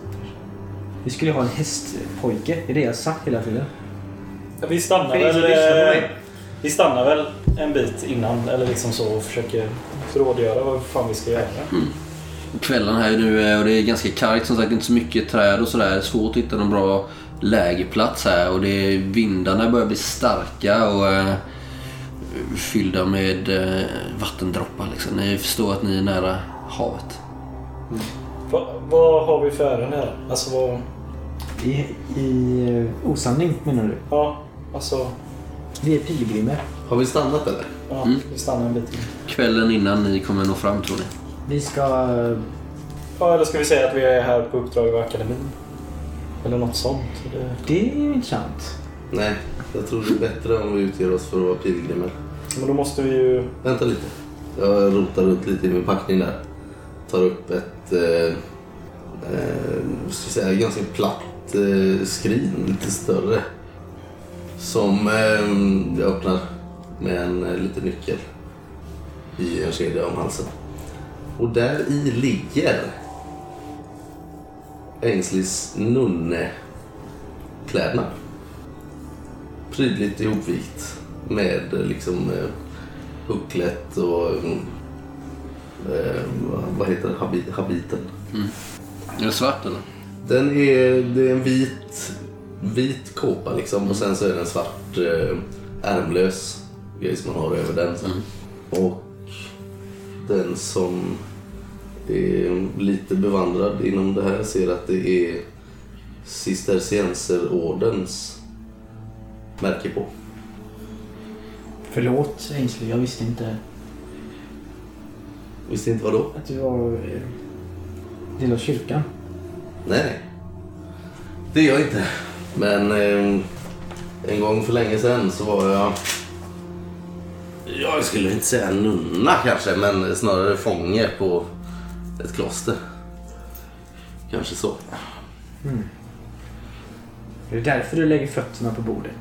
[SPEAKER 6] Vi skulle ha en hästpojke. Det är det jag har sagt hela tiden.
[SPEAKER 5] Vi stannar
[SPEAKER 6] Finns det
[SPEAKER 5] väl...
[SPEAKER 6] lyssna på
[SPEAKER 5] eh,
[SPEAKER 6] mig?
[SPEAKER 5] Vi stannar väl en bit innan eller liksom så och försöker rådgöra vad fan vi ska göra.
[SPEAKER 2] Mm. Kvällen här är nu eh, och det är ganska kargt som sagt. Inte så mycket träd och sådär. Svårt att hitta någon bra lägerplats här och det är, vindarna börjar bli starka och eh, fyllda med eh, vattendroppar liksom. Ni förstår att ni är nära havet.
[SPEAKER 5] Va, vad har vi för ärende här? Alltså vad...
[SPEAKER 6] I, i eh, osanning menar du?
[SPEAKER 5] Ja, alltså...
[SPEAKER 6] Vi är pilgrimer.
[SPEAKER 3] Har vi stannat eller?
[SPEAKER 5] Ja,
[SPEAKER 2] Mm.
[SPEAKER 5] vi stannar en bit in.
[SPEAKER 2] Kvällen innan ni kommer nå fram tror ni.
[SPEAKER 6] Vi ska... eh,
[SPEAKER 5] Ja, eller ska vi säga att vi är här på uppdrag av akademin? Eller något sånt. Det...
[SPEAKER 6] Det är ju intressant.
[SPEAKER 3] Nej, jag tror det är bättre om vi utger oss för att vara pilgrimer.
[SPEAKER 5] Men då måste vi ju...
[SPEAKER 3] Vänta lite. Jag rotar runt lite i min packning där. Tar upp ett, eh, eh, vad ska jag säga, ganska platt eh, skrin, lite större. Som eh, jag öppnar med en eh, liten nyckel i en kedja om halsen. Och där i ligger Ängslis nunneklädnad. Prydligt ihopvikt med eh, liksom eh, hucklet och mm, eh, vad heter det? Habi, habiten.
[SPEAKER 2] Är det svart eller?
[SPEAKER 3] Den är, det är en vit, vit kåpa liksom och sen så är den svart eh, ärmlös
[SPEAKER 6] Mm.
[SPEAKER 3] grej som man har över den. Sen. Och den som är lite bevandrad inom det här. Ser att det är cistercienserordens märke på.
[SPEAKER 6] Förlåt Ainsley, jag visste inte
[SPEAKER 3] Visste inte vad då?
[SPEAKER 6] att du var eh, del av kyrkan.
[SPEAKER 3] Nej, nej. Det är jag inte. Men eh, en gång för länge sedan så var jag... Jag skulle inte säga nunna kanske, men snarare fånge på ett kloster. Kanske så.
[SPEAKER 6] Det är därför du lägger fötterna på bordet.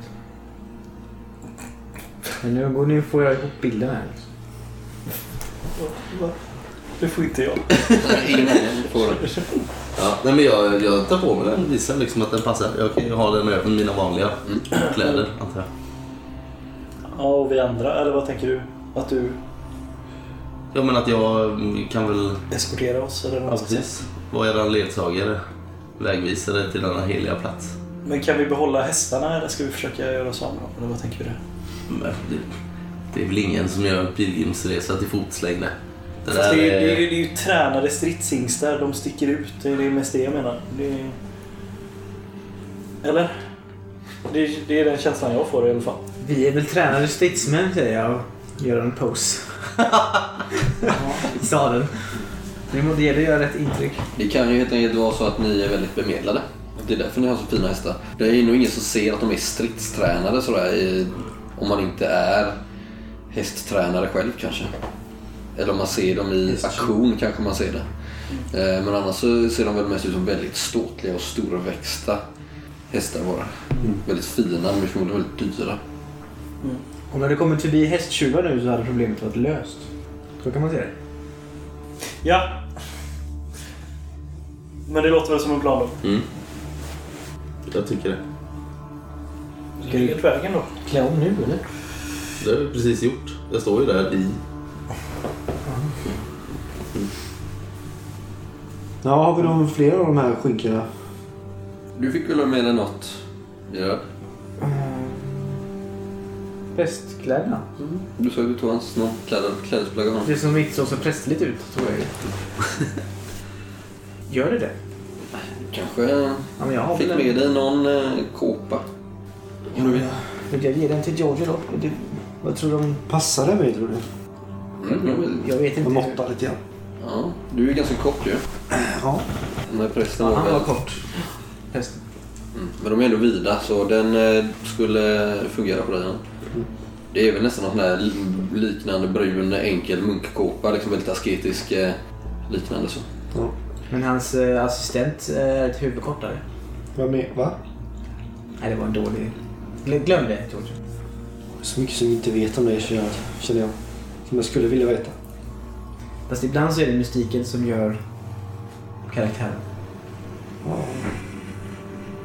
[SPEAKER 6] Men nu, går, nu får jag ihop bilden här.
[SPEAKER 5] Det får inte jag.
[SPEAKER 2] Ingen får den.
[SPEAKER 3] Ja, nej, men jag, jag tar på mig den. Visar liksom att den passar. Jag kan ju ha den över mina vanliga kläder, antar jag.
[SPEAKER 5] Ja, och vi andra, eller vad tänker du? Att du
[SPEAKER 3] Ja, men att jag mm, kan väl...
[SPEAKER 5] eskorterar oss eller
[SPEAKER 3] Ja,
[SPEAKER 5] något sånt?
[SPEAKER 3] Alltså, precis. Vara eran ledsagare. Vägvisare till denna heliga plats.
[SPEAKER 5] Men kan vi behålla hästarna eller ska vi försöka göra oss av med dem? Eller vad tänker du?
[SPEAKER 3] Men det, det är väl ingen som gör en pilgrimsresa till fots längre. Det
[SPEAKER 5] Fast
[SPEAKER 3] där
[SPEAKER 5] det, är, ju-
[SPEAKER 3] är,
[SPEAKER 5] det, är, ju- det är ju tränade stridshingstar, de sticker ut. Det är det mest det jag menar. Det är... Eller? Det är, det är den känslan jag får i alla fall.
[SPEAKER 6] Vi är väl tränade stridsmän säger jag och gör en pose. I sadeln. Det må- det gäller att göra rätt intryck.
[SPEAKER 2] Det kan ju helt enkelt vara så att ni är väldigt bemedlade. Det är därför ni har så fina hästar. Det är ju nog ingen som ser att de är stridstränade sådär i, om man inte är hästtränare själv kanske. Eller om man ser dem i aktion kanske man ser det. Eh, Men annars så ser de väl mest ut som väldigt ståtliga och stora växta hästar bara. Väldigt fina men förmodligen väldigt dyra.
[SPEAKER 6] Om det hade kommit förbi hästtjuvar nu så hade problemet varit löst. Så kan man se det.
[SPEAKER 5] Ja! Men det låter väl som en plan då.
[SPEAKER 3] jag tycker det.
[SPEAKER 5] Ska vi vägen då?
[SPEAKER 6] Klä om nu eller?
[SPEAKER 3] Det har vi precis gjort. Jag står ju där i...
[SPEAKER 16] Ja, har vi de fler av de här skinkorna?
[SPEAKER 2] Du fick väl ha med dig något? Ja.
[SPEAKER 6] Eh, Prästkläderna.
[SPEAKER 2] Mm. Du sa ju att du tog hans någon kläd- klädesplagg av honom.
[SPEAKER 6] Det som inte såg så prästligt ut tror jag ju. Gör det det?
[SPEAKER 2] Kanske
[SPEAKER 6] Ja, men jag har
[SPEAKER 2] fick
[SPEAKER 6] väl en...
[SPEAKER 2] med dig någon eh, kåpa. Om du vill.
[SPEAKER 6] Vill jag ge den till Georgie då? Det... Vad tror de?
[SPEAKER 16] Passar det mig tror du?
[SPEAKER 2] Mm, jag vill.
[SPEAKER 6] Jag vet
[SPEAKER 16] Jag
[SPEAKER 6] inte.
[SPEAKER 16] måttar lite grann.
[SPEAKER 2] Ja, du är ganska kort ju.
[SPEAKER 16] Ja.
[SPEAKER 2] Den här prästen
[SPEAKER 6] Ja,
[SPEAKER 2] var
[SPEAKER 6] han
[SPEAKER 2] väl...
[SPEAKER 6] var kort. Prästen.
[SPEAKER 2] Mm, Men de är ändå vida så den eh, skulle fungera på dig. ja.
[SPEAKER 6] Mm.
[SPEAKER 2] Det är väl nästan någon sån här li- liknande brun enkel munkkåpa. Liksom väldigt asketisk eh, liknande så.
[SPEAKER 16] ja.
[SPEAKER 6] Men hans eh, assistent eh, är ett huvud kortare.
[SPEAKER 16] Vem är... Va?
[SPEAKER 6] Nej, det var en dålig... Glöm glöm det Georgie.
[SPEAKER 16] Så mycket som vi inte vet om dig känner jag. Känner jag. Som jag skulle vilja veta.
[SPEAKER 6] Fast ibland så är det mystiken som gör karaktären.
[SPEAKER 16] Ja.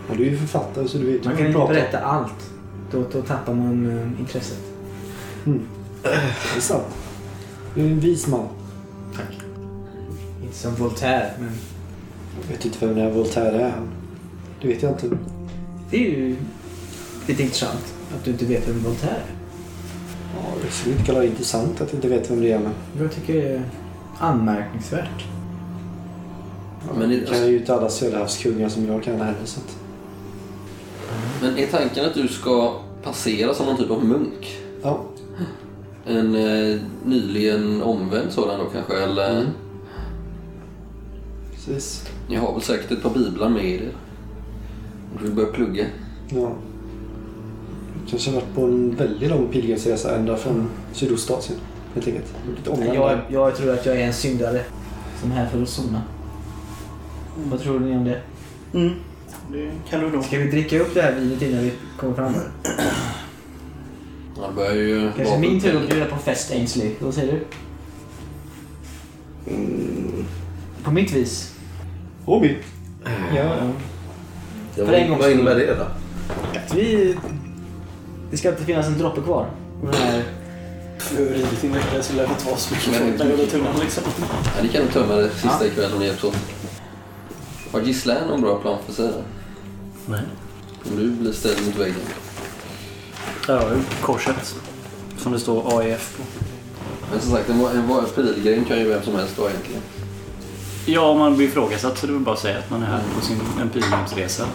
[SPEAKER 16] Ja, du är ju författare så du vet. ju
[SPEAKER 6] Man
[SPEAKER 16] vad
[SPEAKER 6] kan
[SPEAKER 16] du
[SPEAKER 6] inte
[SPEAKER 16] pratar om.
[SPEAKER 6] berätta allt. Då, då tappar man eh, intresset.
[SPEAKER 16] Det är sant. Du är en vis man.
[SPEAKER 6] Inte som Voltaire, men...
[SPEAKER 16] Jag vet inte vem den här Voltaire är. Det vet jag inte.
[SPEAKER 6] Det är ju lite intressant att du inte vet vem Voltaire är.
[SPEAKER 16] Ja, det skulle inte kalla det intressant att jag inte vet vem det är men.
[SPEAKER 6] Jag tycker det är anmärkningsvärt.
[SPEAKER 2] Men,
[SPEAKER 16] Jag
[SPEAKER 2] det,
[SPEAKER 16] kan ju inte alla Söderhavskungar som jag kan heller så att...
[SPEAKER 2] men är tanken att du ska passera som någon typ av munk?
[SPEAKER 16] Ja.
[SPEAKER 2] En eh, nyligen omvänd sådan då kanske? Eller?
[SPEAKER 16] Mm. Precis.
[SPEAKER 2] Ni har väl säkert ett par biblar med er? Om du vill börja plugga.
[SPEAKER 16] Ja. Du kanske har varit på en väldigt lång pilgrimsresa ända från Sydostasien. Helt enkelt. Lite omvänd.
[SPEAKER 6] Jag, jag tror att jag är en syndare som är här för att sona. Vad tror ni om det?
[SPEAKER 5] Mm. Det kan du nog.
[SPEAKER 6] Ska vi dricka upp det här vinet innan vi kommer fram?
[SPEAKER 2] Ja, det börjar ju
[SPEAKER 6] Kanske
[SPEAKER 2] vara-
[SPEAKER 6] min tur att bjuda på fest Ainsley. Vad säger du? På mitt vis.
[SPEAKER 16] Hobby!
[SPEAKER 6] Ja,
[SPEAKER 3] Jag
[SPEAKER 6] För en gångs
[SPEAKER 3] vad
[SPEAKER 6] skull.
[SPEAKER 3] innebär det då?
[SPEAKER 6] Vi... Det ska inte finnas en droppe kvar. Den här
[SPEAKER 5] Du har ridit in vecka så lär det inte vara så mycket
[SPEAKER 2] Nej.
[SPEAKER 5] när jag går tunnan liksom.
[SPEAKER 2] Ja, ni kan nog tömma det sista ikväll om ni hjälps åt. Har Gisela någon bra plan för sig? då?
[SPEAKER 17] Nej.
[SPEAKER 2] Om du blir ställd mot väggen.
[SPEAKER 17] Där har vi korset. Som det
[SPEAKER 5] E
[SPEAKER 17] står AEF på.
[SPEAKER 2] Men som sagt, en, va- en va- pilgrim kan ju vem som helst vara egentligen.
[SPEAKER 5] Ja, om man blir ifrågasatt så det är väl bara att säga att man är här på sin, en pilgrimsresa.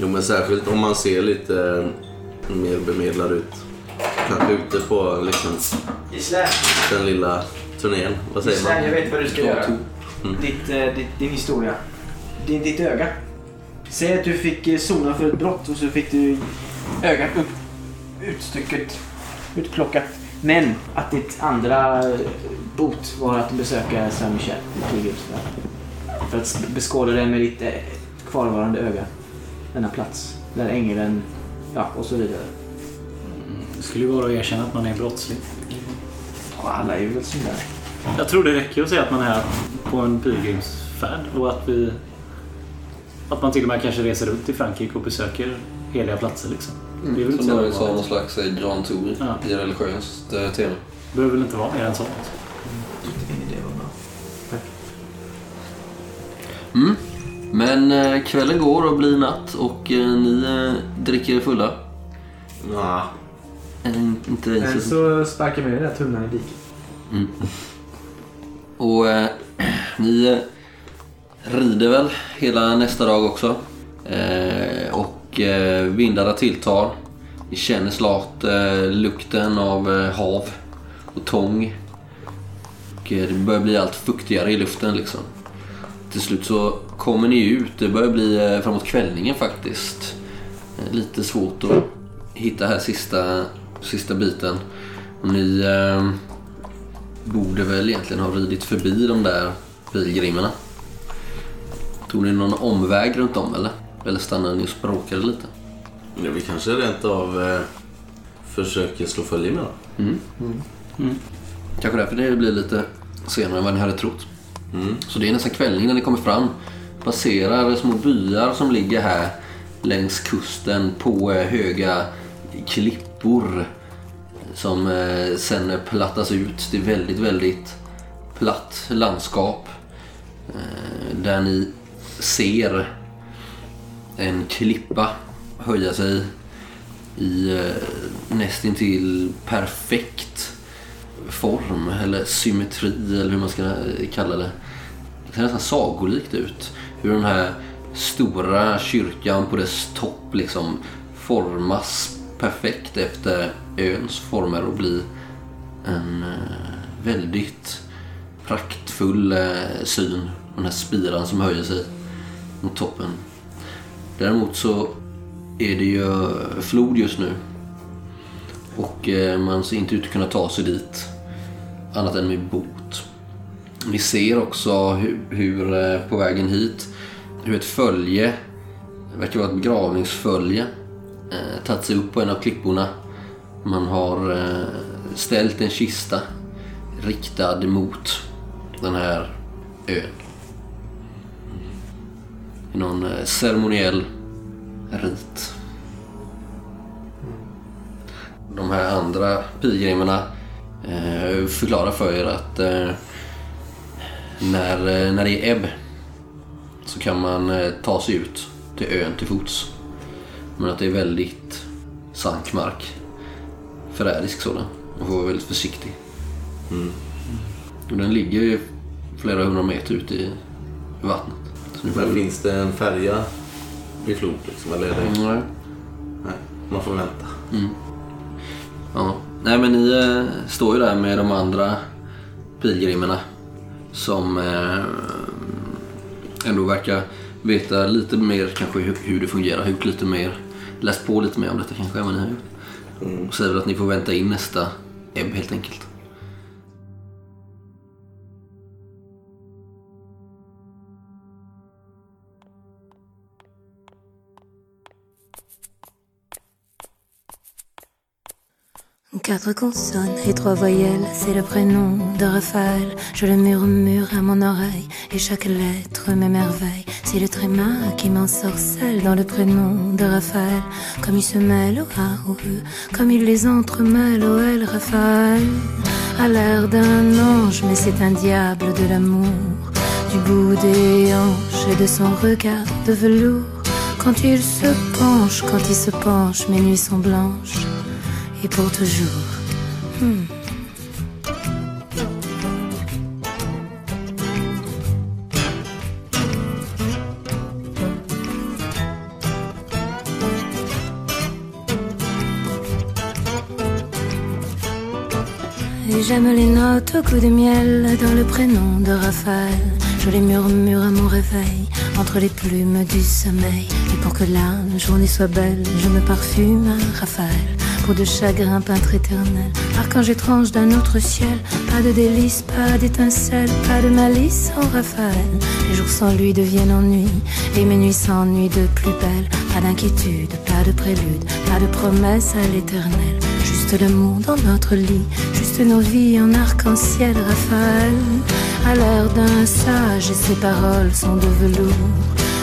[SPEAKER 3] Jo, men särskilt om man ser lite mer bemedlad ut. Kanske ute på liksom,
[SPEAKER 6] Gisla,
[SPEAKER 3] den lilla turnén. Vad säger
[SPEAKER 6] Gisla, jag
[SPEAKER 3] man?
[SPEAKER 6] vet vad du ska göra.
[SPEAKER 3] Mm.
[SPEAKER 6] Ditt, eh, ditt, din historia. Din, ditt öga. Säg att du fick eh, sona för ett brott och så fick du ögat upp, utstycket, utplockat. Men att ditt andra eh, bot var att besöka Saint Michel i pilgrimsfärd. För att beskåda dig med ditt eh, kvarvarande öga. Denna plats. Där ängeln, ja och så vidare.
[SPEAKER 5] Det skulle ju vara att erkänna att man är brottslig.
[SPEAKER 6] Och alla är ju väl sådär.
[SPEAKER 5] Jag tror det räcker att säga att man är här på en pilgrimsfärd och att vi... Att man till och med kanske reser runt i Frankrike och besöker heliga platser liksom. Det är väl inte
[SPEAKER 2] Som
[SPEAKER 5] så
[SPEAKER 2] någon sa någon
[SPEAKER 5] ovanligt.
[SPEAKER 2] slags eh, grand tour
[SPEAKER 5] Ja.
[SPEAKER 2] i religiöst eh, tema.
[SPEAKER 5] Det behöver väl inte vara mer än sånt.
[SPEAKER 2] Mm. Men eh, kvällen går och blir natt och eh, ni eh, dricker er fulla.
[SPEAKER 3] Nja,
[SPEAKER 2] Eller in- inte dig.
[SPEAKER 6] Eh,
[SPEAKER 4] Men
[SPEAKER 2] Susan.
[SPEAKER 4] så sparkar vi den där tunnan i diket.
[SPEAKER 2] Och eh, ni eh, rider väl hela nästa dag också. Eh, och eh, vindarna tilltar. Ni känner snart eh, lukten av eh, hav och tång. Och, eh, det börjar bli allt fuktigare i luften liksom. Till slut så kommer ni ut. Det börjar bli eh, framåt kvällningen faktiskt. Eh, lite svårt att hitta här sista, sista biten. Och ni... ehm, borde väl egentligen ha ridit förbi de där pilgrimerna. Tog ni någon omväg runt om eller? Eller stannade ni och språkade lite?
[SPEAKER 3] men vi kanske rent av eh, försöker slå följe med dem.
[SPEAKER 2] Kanske därför det blir lite senare än vad ni hade trott.
[SPEAKER 3] Mm.
[SPEAKER 2] Så det är nästan kvällning när ni kommer fram. Passerar små byar som ligger här längs kusten på eh, höga klippor som eh, sen plattas ut till väldigt, väldigt platt landskap. Eh, Där ni ser en klippa höja sig i eh, nästintill perfekt form eller symmetri eller hur man ska eh, kalla det. Det ser nästan sagolikt ut. Hur den här stora kyrkan på dess topp liksom formas perfekt efter öns former och blir en eh, väldigt praktfull eh, syn. Den här spiran som höjer sig mot toppen. Däremot så är det ju flod just nu och eh, man ser inte ut att kunna ta sig dit annat än med bot. Ni ser också hur, hur eh, på vägen hit, hur ett följe, det verkar vara ett begravningsfölje, eh, tagit sig upp på en av klipporna. Man har eh, ställt en kista riktad mot den här ön. I någon eh, ceremoniell rit. de här andra pilgrimerna eh, förklarar för er att eh, när, eh, när det är ebb så kan man eh, ta sig ut till ön till fots. Men att det är väldigt sank mark. Förrädisk sådan. Man får vara väldigt försiktig. Och den ligger ju flera hundra meter ut i vattnet. Så ni får
[SPEAKER 3] Men finns det en färja vid flod liksom? Eller är det...
[SPEAKER 2] Nej.
[SPEAKER 3] Nej, man får vänta.
[SPEAKER 2] Ja. Nej men ni eh, står ju där med de andra pilgrimerna som eh, ändå verkar veta lite mer kanske hur, hur det fungerar, har gjort lite mer, läst på lite mer om detta kanske än vad ni har gjort. Och säger väl att ni får vänta in nästa ebb helt enkelt.
[SPEAKER 16] Quatre consonnes et trois voyelles, c'est le prénom de Raphaël. Je le murmure à mon oreille et chaque lettre m'émerveille. C'est le tréma qui m'ensorcelle dans le prénom de Raphaël. Comme il se mêle au A, au E, comme il les entremêle au L. Raphaël a l'air d'un ange, mais c'est un diable de l'amour. Du bout des hanches et de son regard de velours. Quand il se penche, quand il se penche, mes nuits sont blanches et pour toujours. Hmm. et j'aime les notes au coup de miel dans le prénom de Raphaël. Je les murmure à mon réveil entre les plumes du sommeil. Et pour que la journée soit belle, je me parfume à Raphaël. Pour de chagrin peintre éternel, archange étrange d'un autre ciel. Pas de délices, pas d'étincelles, pas de malice en Raphaël. Les jours sans lui deviennent ennui et mes nuits s'ennuient de plus belle. Pas d'inquiétude, pas de prélude, pas de promesse à l'éternel. Juste l'amour dans notre lit, juste nos vies en arc-en-ciel, Raphaël. À l'air d'un sage et ses paroles sont de velours,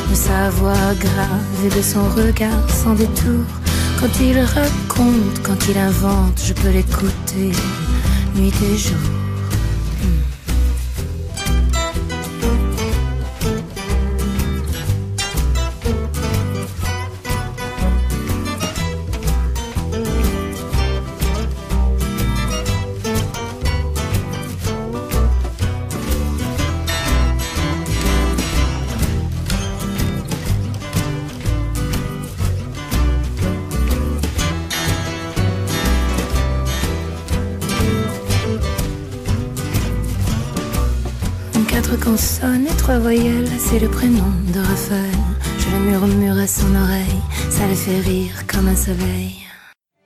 [SPEAKER 16] de sa voix grave et de son regard sans détour. Quand il raconte, quand il invente, je peux l'écouter nuit et jour. Quatre consonnes et trois voyelles, c'est le prénom de Raphaël. Je le murmure à son oreille, ça le fait rire comme un soleil.